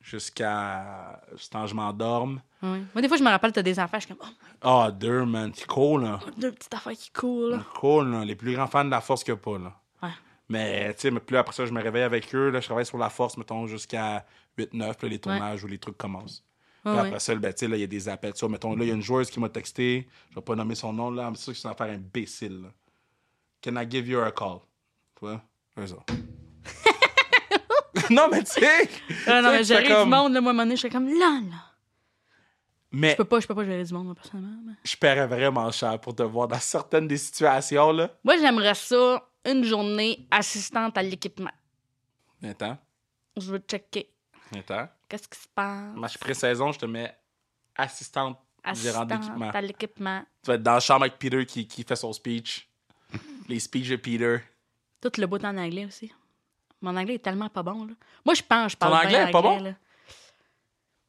[SPEAKER 2] jusqu'à. jusqu'à quand je m'endorme.
[SPEAKER 1] Ouais, ouais. Moi, des fois, je me rappelle, t'as des affaires, je suis comme,
[SPEAKER 2] Ah, deux, man. C'est cool, là.
[SPEAKER 1] oh, deux petites affaires qui coulent. là.
[SPEAKER 2] Cool, là. Les plus grands fans de la force que pas, là.
[SPEAKER 1] Ouais.
[SPEAKER 2] Mais, tu sais, mais plus après ça, je me réveille avec eux. Là, je travaille sur la force, mettons, jusqu'à 8-9, puis là, les tournages où les trucs commencent.
[SPEAKER 1] Ouais,
[SPEAKER 2] Puis
[SPEAKER 1] ouais.
[SPEAKER 2] après ça, ben, tu sais, là, il y a des appels. Tu vois, mettons, là, il y a une joueuse qui m'a texté. Je vais pas nommer son nom, là, mais c'est sûr que c'est une affaire imbécile. là. Can I give you a call? Tu vois? C'est ça. non, mais tu sais!
[SPEAKER 1] Ah, non, mais gérer
[SPEAKER 2] tu sais, c'est
[SPEAKER 1] du
[SPEAKER 2] comme-
[SPEAKER 1] monde, là, moi, à un moment donné, je suis comme, là, là.
[SPEAKER 2] Mais
[SPEAKER 1] Je peux pas, je peux pas gérer du monde, moi, personnellement. mais-
[SPEAKER 2] je paierais vraiment cher pour te voir dans certaines des situations, là.
[SPEAKER 1] Moi, j'aimerais ça, une journée assistante à l'équipement.
[SPEAKER 2] Attends,
[SPEAKER 1] Je veux checker.
[SPEAKER 2] attends.
[SPEAKER 1] Qu'est-ce qui se passe?
[SPEAKER 2] Match pré-saison, je te mets assistante, gérant
[SPEAKER 1] Assistante
[SPEAKER 2] d'équipement.
[SPEAKER 1] à l'équipement.
[SPEAKER 2] Tu vas être dans la chambre avec Peter qui, qui fait son speech. Les speeches de Peter.
[SPEAKER 1] Tout le bout en anglais aussi. Mon anglais est tellement pas bon, là. Moi, je pense, que je
[SPEAKER 2] Ton
[SPEAKER 1] parle bien
[SPEAKER 2] anglais est pas bon?
[SPEAKER 1] là.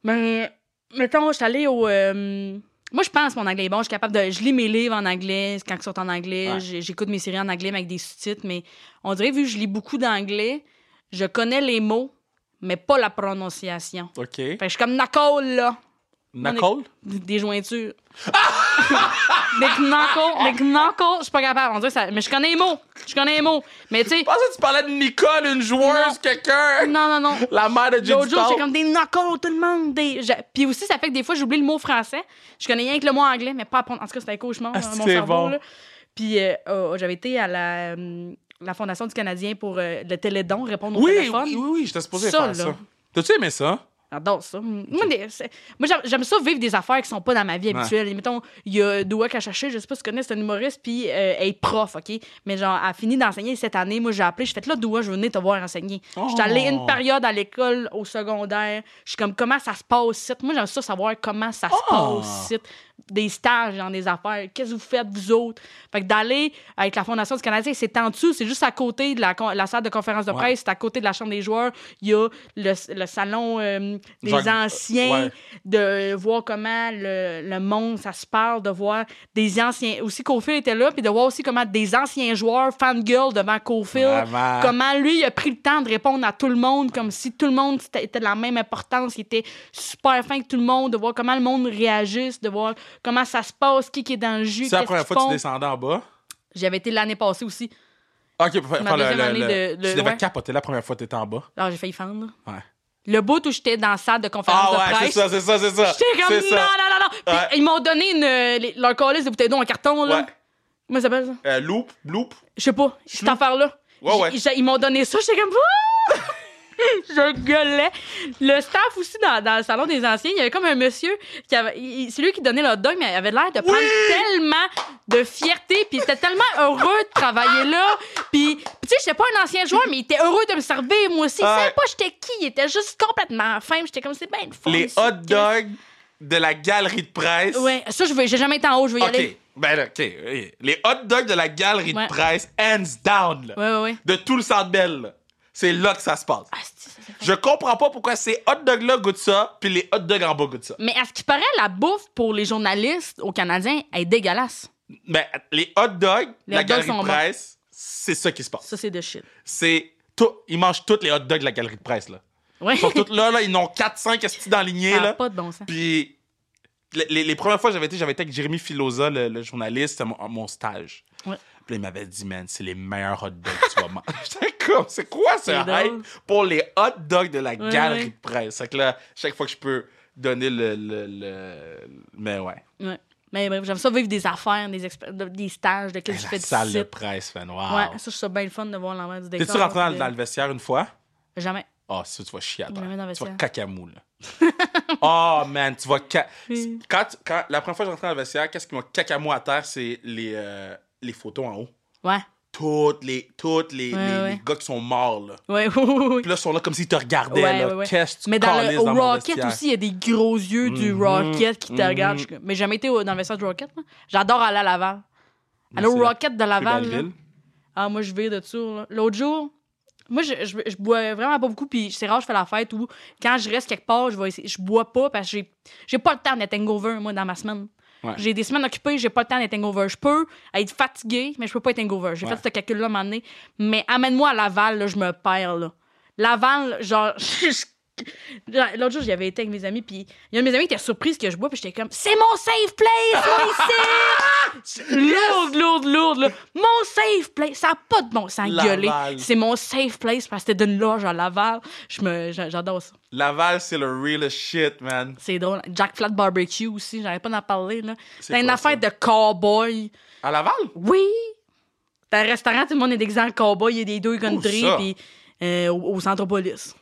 [SPEAKER 1] Mais, mettons, je suis allée au... euh, moi, je pense que mon anglais est bon. Je suis capable de... Je lis mes livres en anglais quand ils sont en anglais.
[SPEAKER 2] Ouais.
[SPEAKER 1] J'ai- J'écoute mes séries en anglais, mais avec des sous-titres. Mais on dirait, vu que je lis beaucoup d'anglais, je connais les mots, mais pas la prononciation.
[SPEAKER 2] OK.
[SPEAKER 1] Fait que je suis comme Nicole, là.
[SPEAKER 2] Nicole?
[SPEAKER 1] Des jointures. Des knuckles, des knuckles, je suis pas capable. On dirait ça. Mais je connais les mots. Je connais les mots. Mais tu sais,
[SPEAKER 2] Je pensais que tu parlais de Nicole, une joueuse,
[SPEAKER 1] Non.
[SPEAKER 2] quelqu'un.
[SPEAKER 1] non, non, non.
[SPEAKER 2] La mère de J.D.
[SPEAKER 1] L'autre jour,
[SPEAKER 2] Paul.
[SPEAKER 1] j'ai comme des knuckles, tout le monde. Des... je- Puis aussi, ça fait que des fois, j'oublie le mot français. Je connais rien que le mot anglais, mais pas à prendre. En tout cas, c'était un cauchemar,
[SPEAKER 2] Ah,
[SPEAKER 1] euh, mon
[SPEAKER 2] c'est
[SPEAKER 1] cerveau.
[SPEAKER 2] bon.
[SPEAKER 1] là. Puis euh, euh, j'avais été à la, euh, la Fondation du Canadien pour euh, le télédon, répondre au
[SPEAKER 2] Oui,
[SPEAKER 1] téléphone.
[SPEAKER 2] oui, oui, oui, j'étais supposé
[SPEAKER 1] Ça,
[SPEAKER 2] faire
[SPEAKER 1] là.
[SPEAKER 2] ça. T'as-tu aimé ça?
[SPEAKER 1] J'adore ça. Moi, des- c'est- moi, j'aime- j'aime ça vivre des affaires qui sont pas dans ma vie
[SPEAKER 2] Ouais.
[SPEAKER 1] habituelle. Mettons, il y a Douak à chercher, je sais pas si tu connais, c'est un humoriste, puis euh, elle est prof, OK? Mais genre, elle a fini d'enseigner cette année. Moi, j'ai appelé, j'ai fait là, Doua, je venais te voir enseigner.
[SPEAKER 2] Oh.
[SPEAKER 1] J'étais allée une période à l'école, au secondaire. Je suis comme, comment ça se passe ici? Moi, j'aime ça savoir comment ça se
[SPEAKER 2] Oh.
[SPEAKER 1] passe ici. Des stages, dans des affaires. Qu'est-ce que vous faites, vous autres? Fait que d'aller avec la Fondation du Canadien, c'est en dessous, c'est juste à côté de la, con- la salle de conférence de
[SPEAKER 2] Ouais.
[SPEAKER 1] presse, c'est à côté de la chambre des joueurs. Il y a le, le salon. euh, des
[SPEAKER 2] Jacques-
[SPEAKER 1] anciens,
[SPEAKER 2] ouais.
[SPEAKER 1] de voir comment le, le monde, ça se parle, de voir des anciens... Aussi, Cofield était là, puis de voir aussi comment des anciens joueurs fangirl devant Cofield,
[SPEAKER 2] Vraiment.
[SPEAKER 1] comment lui, il a pris le temps de répondre à tout le monde, comme si tout le monde était était de la même importance, il était super fin que tout le monde, de voir comment le monde réagisse, de voir comment ça se passe, qui, qui est dans le jus,
[SPEAKER 2] C'est la
[SPEAKER 1] qu'est-ce
[SPEAKER 2] première
[SPEAKER 1] qu'ils
[SPEAKER 2] fois que tu
[SPEAKER 1] font.
[SPEAKER 2] descendais en bas.
[SPEAKER 1] J'avais été l'année passée aussi.
[SPEAKER 2] Ok, pour faire
[SPEAKER 1] Ma
[SPEAKER 2] faire le,
[SPEAKER 1] deuxième
[SPEAKER 2] le-
[SPEAKER 1] année
[SPEAKER 2] le-
[SPEAKER 1] de-
[SPEAKER 2] Tu
[SPEAKER 1] de-
[SPEAKER 2] devais
[SPEAKER 1] ouais.
[SPEAKER 2] capoter la première fois que t'étais en bas.
[SPEAKER 1] Alors, Ah, j'ai failli fendre.
[SPEAKER 2] Ouais.
[SPEAKER 1] Le bout où j'étais dans la salle de conférence
[SPEAKER 2] Ah
[SPEAKER 1] de
[SPEAKER 2] ouais, c'est
[SPEAKER 1] presse,
[SPEAKER 2] ça, c'est ça, c'est ça.
[SPEAKER 1] J'étais comme
[SPEAKER 2] C'est
[SPEAKER 1] non, non,
[SPEAKER 2] ça.
[SPEAKER 1] non, non. Puis
[SPEAKER 2] Ouais.
[SPEAKER 1] ils m'ont donné une, euh, les- leur calice de bouteilles d'eau en carton, là.
[SPEAKER 2] Ouais.
[SPEAKER 1] Comment ça s'appelle ça?
[SPEAKER 2] Euh, loop, loop.
[SPEAKER 1] Je sais pas, cette affaire-là.
[SPEAKER 2] Ouais, ouais.
[SPEAKER 1] J- j- Ils m'ont donné ça, j'étais comme. Ah! Je gueulais. Le staff aussi dans, dans le salon des anciens, il y avait comme un monsieur qui avait. il- il- C'est lui qui donnait le dog, mais il avait l'air de prendre tellement de fierté, puis il était tellement heureux de travailler là. Puis, puis tu sais, j'étais pas un ancien joueur, mais il était heureux de me servir, moi aussi. Il
[SPEAKER 2] Ouais.
[SPEAKER 1] savait pas j'étais qui, il était juste complètement fin, j'étais comme c'est bien le fun.
[SPEAKER 2] Les
[SPEAKER 1] ça,
[SPEAKER 2] hot
[SPEAKER 1] Chris.
[SPEAKER 2] dogs de la galerie de presse.
[SPEAKER 1] Ouais, ça, je veux, j'ai jamais été en haut, je veux y
[SPEAKER 2] OK.
[SPEAKER 1] aller.
[SPEAKER 2] Ben, là, OK. oui. Les hot dogs de la galerie
[SPEAKER 1] Ouais.
[SPEAKER 2] de presse, hands down, là,
[SPEAKER 1] Ouais, ouais, ouais.
[SPEAKER 2] de tout le Centre Bell. là. C'est là que ça se passe.
[SPEAKER 1] Asti, ça, c'est-
[SPEAKER 2] Je comprends pas pourquoi ces hot dogs-là goûtent ça, puis les hot dogs en bas goûtent ça.
[SPEAKER 1] Mais à ce qui paraît, la bouffe pour les journalistes aux Canadiens elle est dégueulasse.
[SPEAKER 2] Mais Ben, les hot dogs de
[SPEAKER 1] Les
[SPEAKER 2] la
[SPEAKER 1] hot dogs
[SPEAKER 2] galerie
[SPEAKER 1] sont
[SPEAKER 2] de
[SPEAKER 1] bons.
[SPEAKER 2] presse, c'est ça qui se passe.
[SPEAKER 1] Ça, c'est de shit.
[SPEAKER 2] C'est tout. Ils mangent tous les hot dogs de la galerie de presse, là.
[SPEAKER 1] Ouais.
[SPEAKER 2] Ils sont tous là, là. Ils en ont 4-5 estis dans la lignée,
[SPEAKER 1] Ça a
[SPEAKER 2] là.
[SPEAKER 1] pas de bon sens.
[SPEAKER 2] Puis les, les- les premières fois que j'avais été, j'avais été avec Jérémy Filosa, le, le journaliste, c'était mon, mon stage.
[SPEAKER 1] Ouais.
[SPEAKER 2] Puis là, il m'avait dit, man, c'est les meilleurs hot dogs que tu vas manger. J'étais comme, c'est quoi ce
[SPEAKER 1] C'est drôle.
[SPEAKER 2] hype pour les hot dogs de la
[SPEAKER 1] Ouais,
[SPEAKER 2] galerie
[SPEAKER 1] ouais.
[SPEAKER 2] de presse? Fait que là, chaque fois que je peux donner le. le- le- Mais ouais.
[SPEAKER 1] Ouais. Mais bref, j'aime ça vivre des affaires, des, expé- de- des stages, de
[SPEAKER 2] La
[SPEAKER 1] qu'est-ce que je fais de
[SPEAKER 2] salle de
[SPEAKER 1] site.
[SPEAKER 2] presse, man. Wow.
[SPEAKER 1] Ouais, ça, je trouve bien le fun de voir l'envers du décor.
[SPEAKER 2] T'es-tu rentré dans,
[SPEAKER 1] puis,
[SPEAKER 2] dans le vestiaire une fois?
[SPEAKER 1] euh, Jamais.
[SPEAKER 2] Ah, ça, tu vas chier à terre.
[SPEAKER 1] Jamais dans le
[SPEAKER 2] Tu vas
[SPEAKER 1] vestiaire.
[SPEAKER 2] cacamou, là. oh, man, tu vas... Ca...
[SPEAKER 1] Oui.
[SPEAKER 2] Quand, quand, la première fois que je rentrais dans le vestiaire, qu'est-ce qui m'a cacamou à terre, c'est les, euh, les photos en haut.
[SPEAKER 1] Ouais.
[SPEAKER 2] Toutes les, toutes les,
[SPEAKER 1] Ouais,
[SPEAKER 2] les, les
[SPEAKER 1] ouais.
[SPEAKER 2] gars qui sont morts, là.
[SPEAKER 1] Ouais, oui, oui, oui.
[SPEAKER 2] Puis là, ils sont là comme s'ils te regardaient,
[SPEAKER 1] Ouais,
[SPEAKER 2] là.
[SPEAKER 1] ouais, ouais.
[SPEAKER 2] Qu'est-ce que tu
[SPEAKER 1] Mais dans le
[SPEAKER 2] calisses
[SPEAKER 1] au
[SPEAKER 2] dans mon
[SPEAKER 1] Rocket
[SPEAKER 2] vestiaire?
[SPEAKER 1] aussi, il y a des gros yeux du
[SPEAKER 2] Mhm,
[SPEAKER 1] Rocket qui te
[SPEAKER 2] mhm.
[SPEAKER 1] regardent. Je suis comme- Mais j'ai jamais été au- dans le vestiaire du Rocket. moi. J'adore aller à Laval. Aller au
[SPEAKER 2] c'est la
[SPEAKER 1] Rocket de
[SPEAKER 2] Plus
[SPEAKER 1] Laval.
[SPEAKER 2] belle
[SPEAKER 1] là.
[SPEAKER 2] ville.
[SPEAKER 1] Ah, moi, je vais de tour. là. L'autre jour, moi, je, je, je bois vraiment pas beaucoup, puis c'est rare, je fais la fête ou quand je reste quelque part, je vais essayer- Je bois pas parce que j'ai, j'ai pas le temps d'être hangover, moi, dans ma semaine.
[SPEAKER 2] Ouais.
[SPEAKER 1] J'ai des semaines occupées, j'ai pas le temps d'être hangover. Je peux être fatiguée, mais je peux pas être hangover. J'ai
[SPEAKER 2] Ouais.
[SPEAKER 1] fait ce calcul-là un moment donné. Mais amène-moi à Laval, là, je me perds, là. Laval, genre. je- L'autre jour, j'y avais été avec mes amis, puis il y a un de mes amis qui était surprise que je bois, puis j'étais comme, c'est mon safe place, moi, ici! Lourde, lourde, lourde, là. Mon safe place. Ça n'a pas de bon sens
[SPEAKER 2] Laval.
[SPEAKER 1] gueuler. C'est mon safe place parce que c'était d'une loge à Laval. Je me, j'a- j'adore ça.
[SPEAKER 2] Laval, c'est le realest shit, man.
[SPEAKER 1] C'est drôle. Jack Flat Barbecue aussi. J'arrête pas d'en parler, là.
[SPEAKER 2] C'est
[SPEAKER 1] C'est une
[SPEAKER 2] quoi,
[SPEAKER 1] affaire de cowboy.
[SPEAKER 2] À Laval?
[SPEAKER 1] Oui. T'as un restaurant, tout le monde est déguisé en cowboy. Il y a des deux country,
[SPEAKER 2] ça?
[SPEAKER 1] puis euh, au, au Centropolis.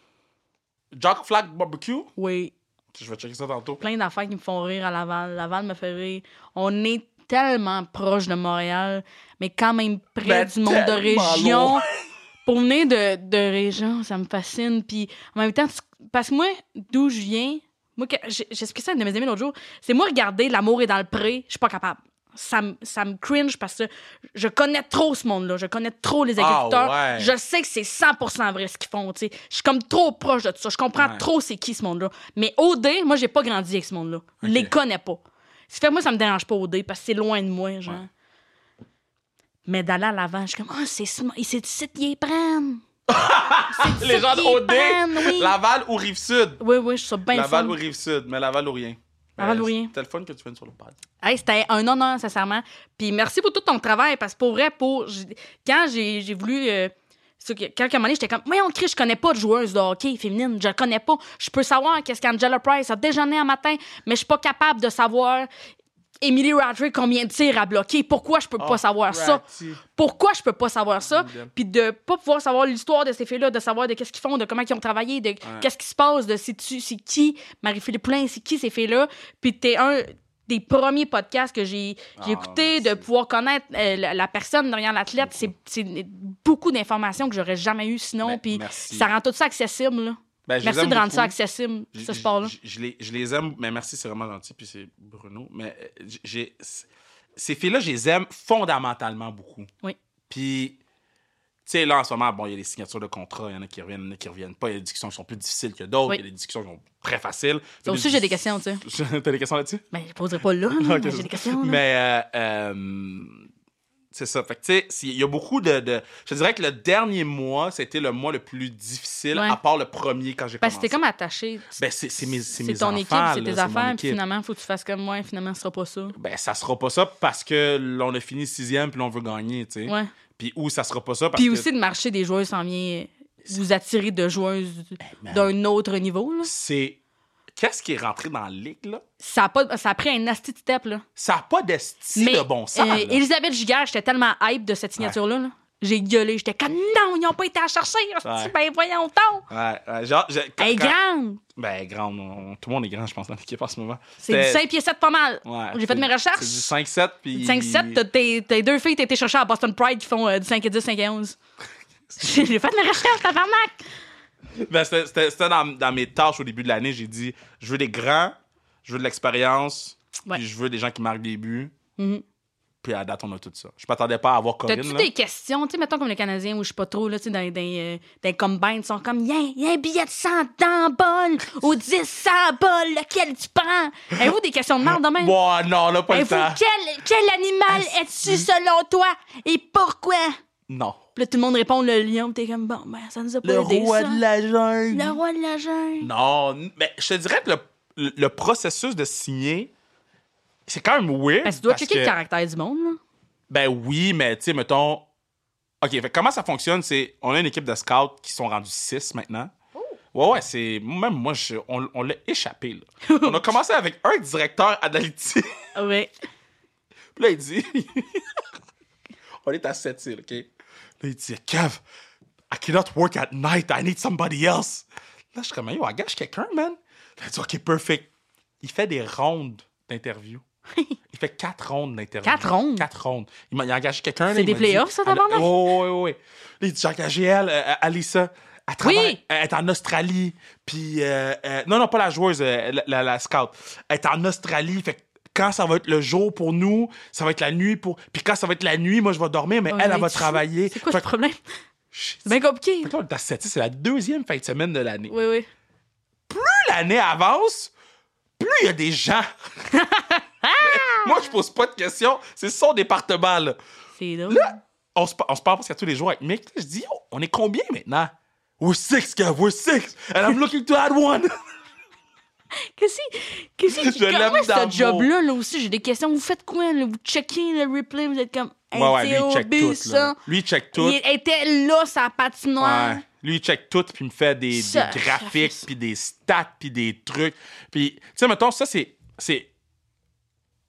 [SPEAKER 2] Jack Flag Barbecue?
[SPEAKER 1] Oui.
[SPEAKER 2] Je vais checker ça tantôt.
[SPEAKER 1] Plein d'affaires qui me font rire à Laval. Laval me fait rire. On est tellement proche de Montréal, mais quand même près
[SPEAKER 2] Ben,
[SPEAKER 1] du monde de
[SPEAKER 2] tellement
[SPEAKER 1] région.
[SPEAKER 2] loin.
[SPEAKER 1] pour venir de, de région, ça me fascine. Puis en même temps, tu- parce que moi, d'où je viens, moi, que- j'ai- j'expliquais ça à une de mes amis l'autre jour, c'est moi regarder L'amour est dans le pré, je suis pas capable. Ça me ça me cringe parce que je connais trop ce monde-là. Je connais trop les
[SPEAKER 2] Ah,
[SPEAKER 1] agriculteurs.
[SPEAKER 2] ouais.
[SPEAKER 1] Je sais que c'est 100 vrai ce qu'ils font. tu sais. Je suis comme trop proche de ça. Je comprends
[SPEAKER 2] Ouais.
[SPEAKER 1] trop c'est qui ce monde-là. Mais OD, moi, j'ai pas grandi avec ce monde-là. Je les connais pas. Ça fait que moi, ça me dérange pas OD parce que c'est loin de moi. genre.
[SPEAKER 2] Ouais.
[SPEAKER 1] Mais d'aller à l'avant, je suis comme, ah, c'est ce mo- c'est ici qu'ils les prennent.
[SPEAKER 2] Les gens de
[SPEAKER 1] qui
[SPEAKER 2] OD,
[SPEAKER 1] prennent, oui.
[SPEAKER 2] Laval ou Rive-Sud?
[SPEAKER 1] Oui, oui, je suis bien
[SPEAKER 2] Laval
[SPEAKER 1] fun.
[SPEAKER 2] ou Rive-Sud, mais Laval ou rien.
[SPEAKER 1] Avant de
[SPEAKER 2] Mais
[SPEAKER 1] mourir.
[SPEAKER 2] C'était le fun que tu viennes sur le pad.
[SPEAKER 1] Hey, c'était un honneur, sincèrement. Puis merci pour tout ton travail, parce que pour vrai, pour... j'ai- quand j'ai j'ai voulu... euh, c'est que- Quand à un moment donné, j'étais comme, voyons, Chris, je connais pas de joueuse de hockey féminine, je la connais pas. Je peux savoir qu'est-ce qu'Angela Price a déjeuné un matin, mais je suis pas capable de savoir Emily Roderick combien de tirs a bloqué. Pourquoi je peux
[SPEAKER 2] Ah,
[SPEAKER 1] pas savoir ça? Pourquoi je peux pas savoir ça?
[SPEAKER 2] Idem.
[SPEAKER 1] Puis de pas pouvoir savoir l'histoire de ces filles-là, de savoir de qu'est-ce qu'ils font, de comment ils ont travaillé, de qu'est-ce qui se passe, de c'est tu- c'est qui Marie-Philippe Poulin, c'est qui ces filles-là. Puis t'es un des premiers podcasts que j'ai j'ai
[SPEAKER 2] Ah,
[SPEAKER 1] écouté, de
[SPEAKER 2] merci.
[SPEAKER 1] pouvoir connaître euh, la, la personne derrière l'athlète. C'est c'est beaucoup d'informations que j'aurais jamais eues sinon.
[SPEAKER 2] Ben,
[SPEAKER 1] Puis
[SPEAKER 2] merci.
[SPEAKER 1] ça rend tout ça accessible. là.
[SPEAKER 2] Ben, je les
[SPEAKER 1] Merci de
[SPEAKER 2] aime
[SPEAKER 1] rendre ça
[SPEAKER 2] beaucoup.
[SPEAKER 1] accessible,
[SPEAKER 2] Je-
[SPEAKER 1] ce
[SPEAKER 2] je-
[SPEAKER 1] sport-là.
[SPEAKER 2] Je, je les, je les aime, mais merci, c'est vraiment gentil. Puis c'est Bruno. Mais euh, j- j'ai, c- ces filles-là, je les aime fondamentalement beaucoup.
[SPEAKER 1] Oui.
[SPEAKER 2] Puis, tu sais, là, en ce moment, bon, il y a les signatures de contrats, il y en a qui reviennent, il y en a qui reviennent pas. Il y a des discussions qui sont plus difficiles que d'autres,
[SPEAKER 1] Oui.
[SPEAKER 2] il y a des discussions qui sont très faciles.
[SPEAKER 1] Ça aussi, j'ai des questions, tu sais.
[SPEAKER 2] sais. T'as des questions là-dessus?
[SPEAKER 1] Mais je poserai pas là, là,
[SPEAKER 2] Ok.
[SPEAKER 1] mais j'ai des questions. là.
[SPEAKER 2] Mais euh, euh, c'est ça. Fait que, tu sais, s'il- il y a beaucoup de, de- Je te dirais que le dernier mois, c'était le mois le plus difficile,
[SPEAKER 1] Ouais.
[SPEAKER 2] à part le premier quand j'ai
[SPEAKER 1] Parce que
[SPEAKER 2] commencé.
[SPEAKER 1] t'es comme attaché.
[SPEAKER 2] Ben, c'est, c'est mes, c'est
[SPEAKER 1] C'est
[SPEAKER 2] mes
[SPEAKER 1] ton équipe,
[SPEAKER 2] enfants,
[SPEAKER 1] c'est
[SPEAKER 2] là,
[SPEAKER 1] tes
[SPEAKER 2] mon
[SPEAKER 1] affaires, puis
[SPEAKER 2] équipe.
[SPEAKER 1] finalement, faut que tu fasses comme moi, et finalement, ce sera pas ça.
[SPEAKER 2] Ben, ça sera pas ça parce que là, on a fini sixième puis là, on veut gagner, tu sais.
[SPEAKER 1] Ouais.
[SPEAKER 2] Puis ou ça sera pas ça parce
[SPEAKER 1] Puis
[SPEAKER 2] que...
[SPEAKER 1] aussi, le marché des joueuses s'en vient vous attirer de joueuses
[SPEAKER 2] Eh, man.
[SPEAKER 1] d'un autre niveau. là.
[SPEAKER 2] C'est... Qu'est-ce qui est rentré dans la ligue, là?
[SPEAKER 1] Ça, a pas, ça a pris un nasty step. Là.
[SPEAKER 2] Ça n'a pas d'esti
[SPEAKER 1] Mais
[SPEAKER 2] de bon sens,
[SPEAKER 1] euh,
[SPEAKER 2] là.
[SPEAKER 1] Elisabeth Giguère, j'étais tellement hype de cette signature-là. là. J'ai gueulé. J'étais comme non, ils n'ont pas été à chercher. hostie,
[SPEAKER 2] Ouais.
[SPEAKER 1] Ben voyons donc.
[SPEAKER 2] Ouais, ouais, genre... je- quand-
[SPEAKER 1] Elle est
[SPEAKER 2] quand-
[SPEAKER 1] grande.
[SPEAKER 2] Ben, grande. on- tout le monde est grand, je pense, dans l'équipe en ce moment.
[SPEAKER 1] C'est du
[SPEAKER 2] C'était-
[SPEAKER 1] 5 pieds 7 pas mal.
[SPEAKER 2] Ouais,
[SPEAKER 1] J'ai fait
[SPEAKER 2] c'est-
[SPEAKER 1] mes recherches.
[SPEAKER 2] C'est du 5-7, puis...
[SPEAKER 1] 5-7, t'as tes, tes deux filles, t'as été chercher à Boston Pride qui font euh, du 5 et 10, 5 et 11. J'ai fait mes recherches, tabarnak!
[SPEAKER 2] Ben, c'était- c'était c'était dans, dans mes tâches au début de l'année. J'ai dit, je veux des grands, je veux de l'expérience,
[SPEAKER 1] Ouais.
[SPEAKER 2] puis je veux des gens qui marquent des buts.
[SPEAKER 1] Mhm.
[SPEAKER 2] Puis à date, on a tout ça. Je m'attendais pas à avoir Corinne.
[SPEAKER 1] T'as-tu
[SPEAKER 2] là.
[SPEAKER 1] des questions, tu sais, mettons comme le Canadien où je suis pas trop, là, tu sais, dans, dans, euh, dans les combines, ils sont comme, y'a y a un billet de 100 dans le bol ou 10 100 bol, lequel tu prends? Avez-vous des questions de merde demain?
[SPEAKER 2] Bon, ah, non, là, pas le
[SPEAKER 1] Avez-vous,
[SPEAKER 2] temps.
[SPEAKER 1] quel, quel animal es-tu selon toi et pourquoi?
[SPEAKER 2] Non.
[SPEAKER 1] Puis là, tout le monde répond le lion, puis t'es comme, bon, ben, ça nous a pas aidé, ça.
[SPEAKER 2] la Ben, jungle.
[SPEAKER 1] Le roi de la jungle.
[SPEAKER 2] Non, n- mais je te dirais que le, le- le processus de signer, c'est quand même
[SPEAKER 1] Parce
[SPEAKER 2] weird.
[SPEAKER 1] que Ben, tu dois
[SPEAKER 2] parce
[SPEAKER 1] checker
[SPEAKER 2] que-
[SPEAKER 1] le caractère du monde, là.
[SPEAKER 2] Ben oui, mais tu sais, mettons. OK, fait que comment ça fonctionne? C'est. On a une équipe de scouts qui sont rendus 6 maintenant.
[SPEAKER 1] Oh!
[SPEAKER 2] Ouais, ouais, c'est. Même moi, je- on, on l'a échappé, là. on a commencé avec un directeur analytique.
[SPEAKER 1] Oui.
[SPEAKER 2] Puis là, il dit. on est à cette île, OK? Là, il dit, Kev, I cannot work at night. I need somebody else. Là, je suis comme, yo, engage quelqu'un, man. Là, il dit, OK, perfect. Il fait des rondes d'interview. Il fait quatre rondes d'interview.
[SPEAKER 1] Quatre rondes?
[SPEAKER 2] Quatre rondes. Il m'a il a engagé quelqu'un. là,
[SPEAKER 1] C'est
[SPEAKER 2] il
[SPEAKER 1] des
[SPEAKER 2] m'a dit-
[SPEAKER 1] playoffs, ça,
[SPEAKER 2] Elle-
[SPEAKER 1] tabarnak?
[SPEAKER 2] Oh, oui, oui, oui. Là, il dit, j'ai engagé elle, euh, euh, Alissa. Elle travaille,
[SPEAKER 1] Oui!
[SPEAKER 2] elle est en Australie. Puis, euh, euh, non, non, pas la joueuse, euh, la, la- la scout. Elle est en Australie. Fait que quand ça va être le jour pour nous, ça va être la nuit pour. Puis quand ça va être la nuit, moi, je vais dormir, mais
[SPEAKER 1] Ouais,
[SPEAKER 2] elle, elle
[SPEAKER 1] mais
[SPEAKER 2] va
[SPEAKER 1] tu-
[SPEAKER 2] travailler.
[SPEAKER 1] C'est quoi
[SPEAKER 2] Fait
[SPEAKER 1] le
[SPEAKER 2] que-
[SPEAKER 1] problème?
[SPEAKER 2] Shit.
[SPEAKER 1] C'est bien compliqué.
[SPEAKER 2] Fait que là, on est à sept, c'est la deuxième fin de semaine de l'année.
[SPEAKER 1] Oui, oui.
[SPEAKER 2] Plus l'année avance, plus il y a des gens. moi, je pose pas de questions. C'est son département, là.
[SPEAKER 1] C'est drôle.
[SPEAKER 2] Là, on se, pa- on se parle presque tous les jours avec Mick. Là, Je dis, Yo, on est combien maintenant? We're six, Kev, we're six. And I'm looking to add one.
[SPEAKER 1] Qu'est-ce qu'est-ce qui
[SPEAKER 2] Je l'aime
[SPEAKER 1] comment Ah ce
[SPEAKER 2] d'amour.
[SPEAKER 1] job-là là aussi j'ai des questions vous faites quoi là? vous checkez le replay vous êtes comme hey, t'es au but, ça.
[SPEAKER 2] Lui, il check tout.
[SPEAKER 1] il était là sa patinoire
[SPEAKER 2] Ouais. Lui, il check tout, puis il me fait des, des
[SPEAKER 1] Ça,
[SPEAKER 2] graphiques, puis des stats, puis des trucs. Puis, tu sais, mettons, ça, c'est, c'est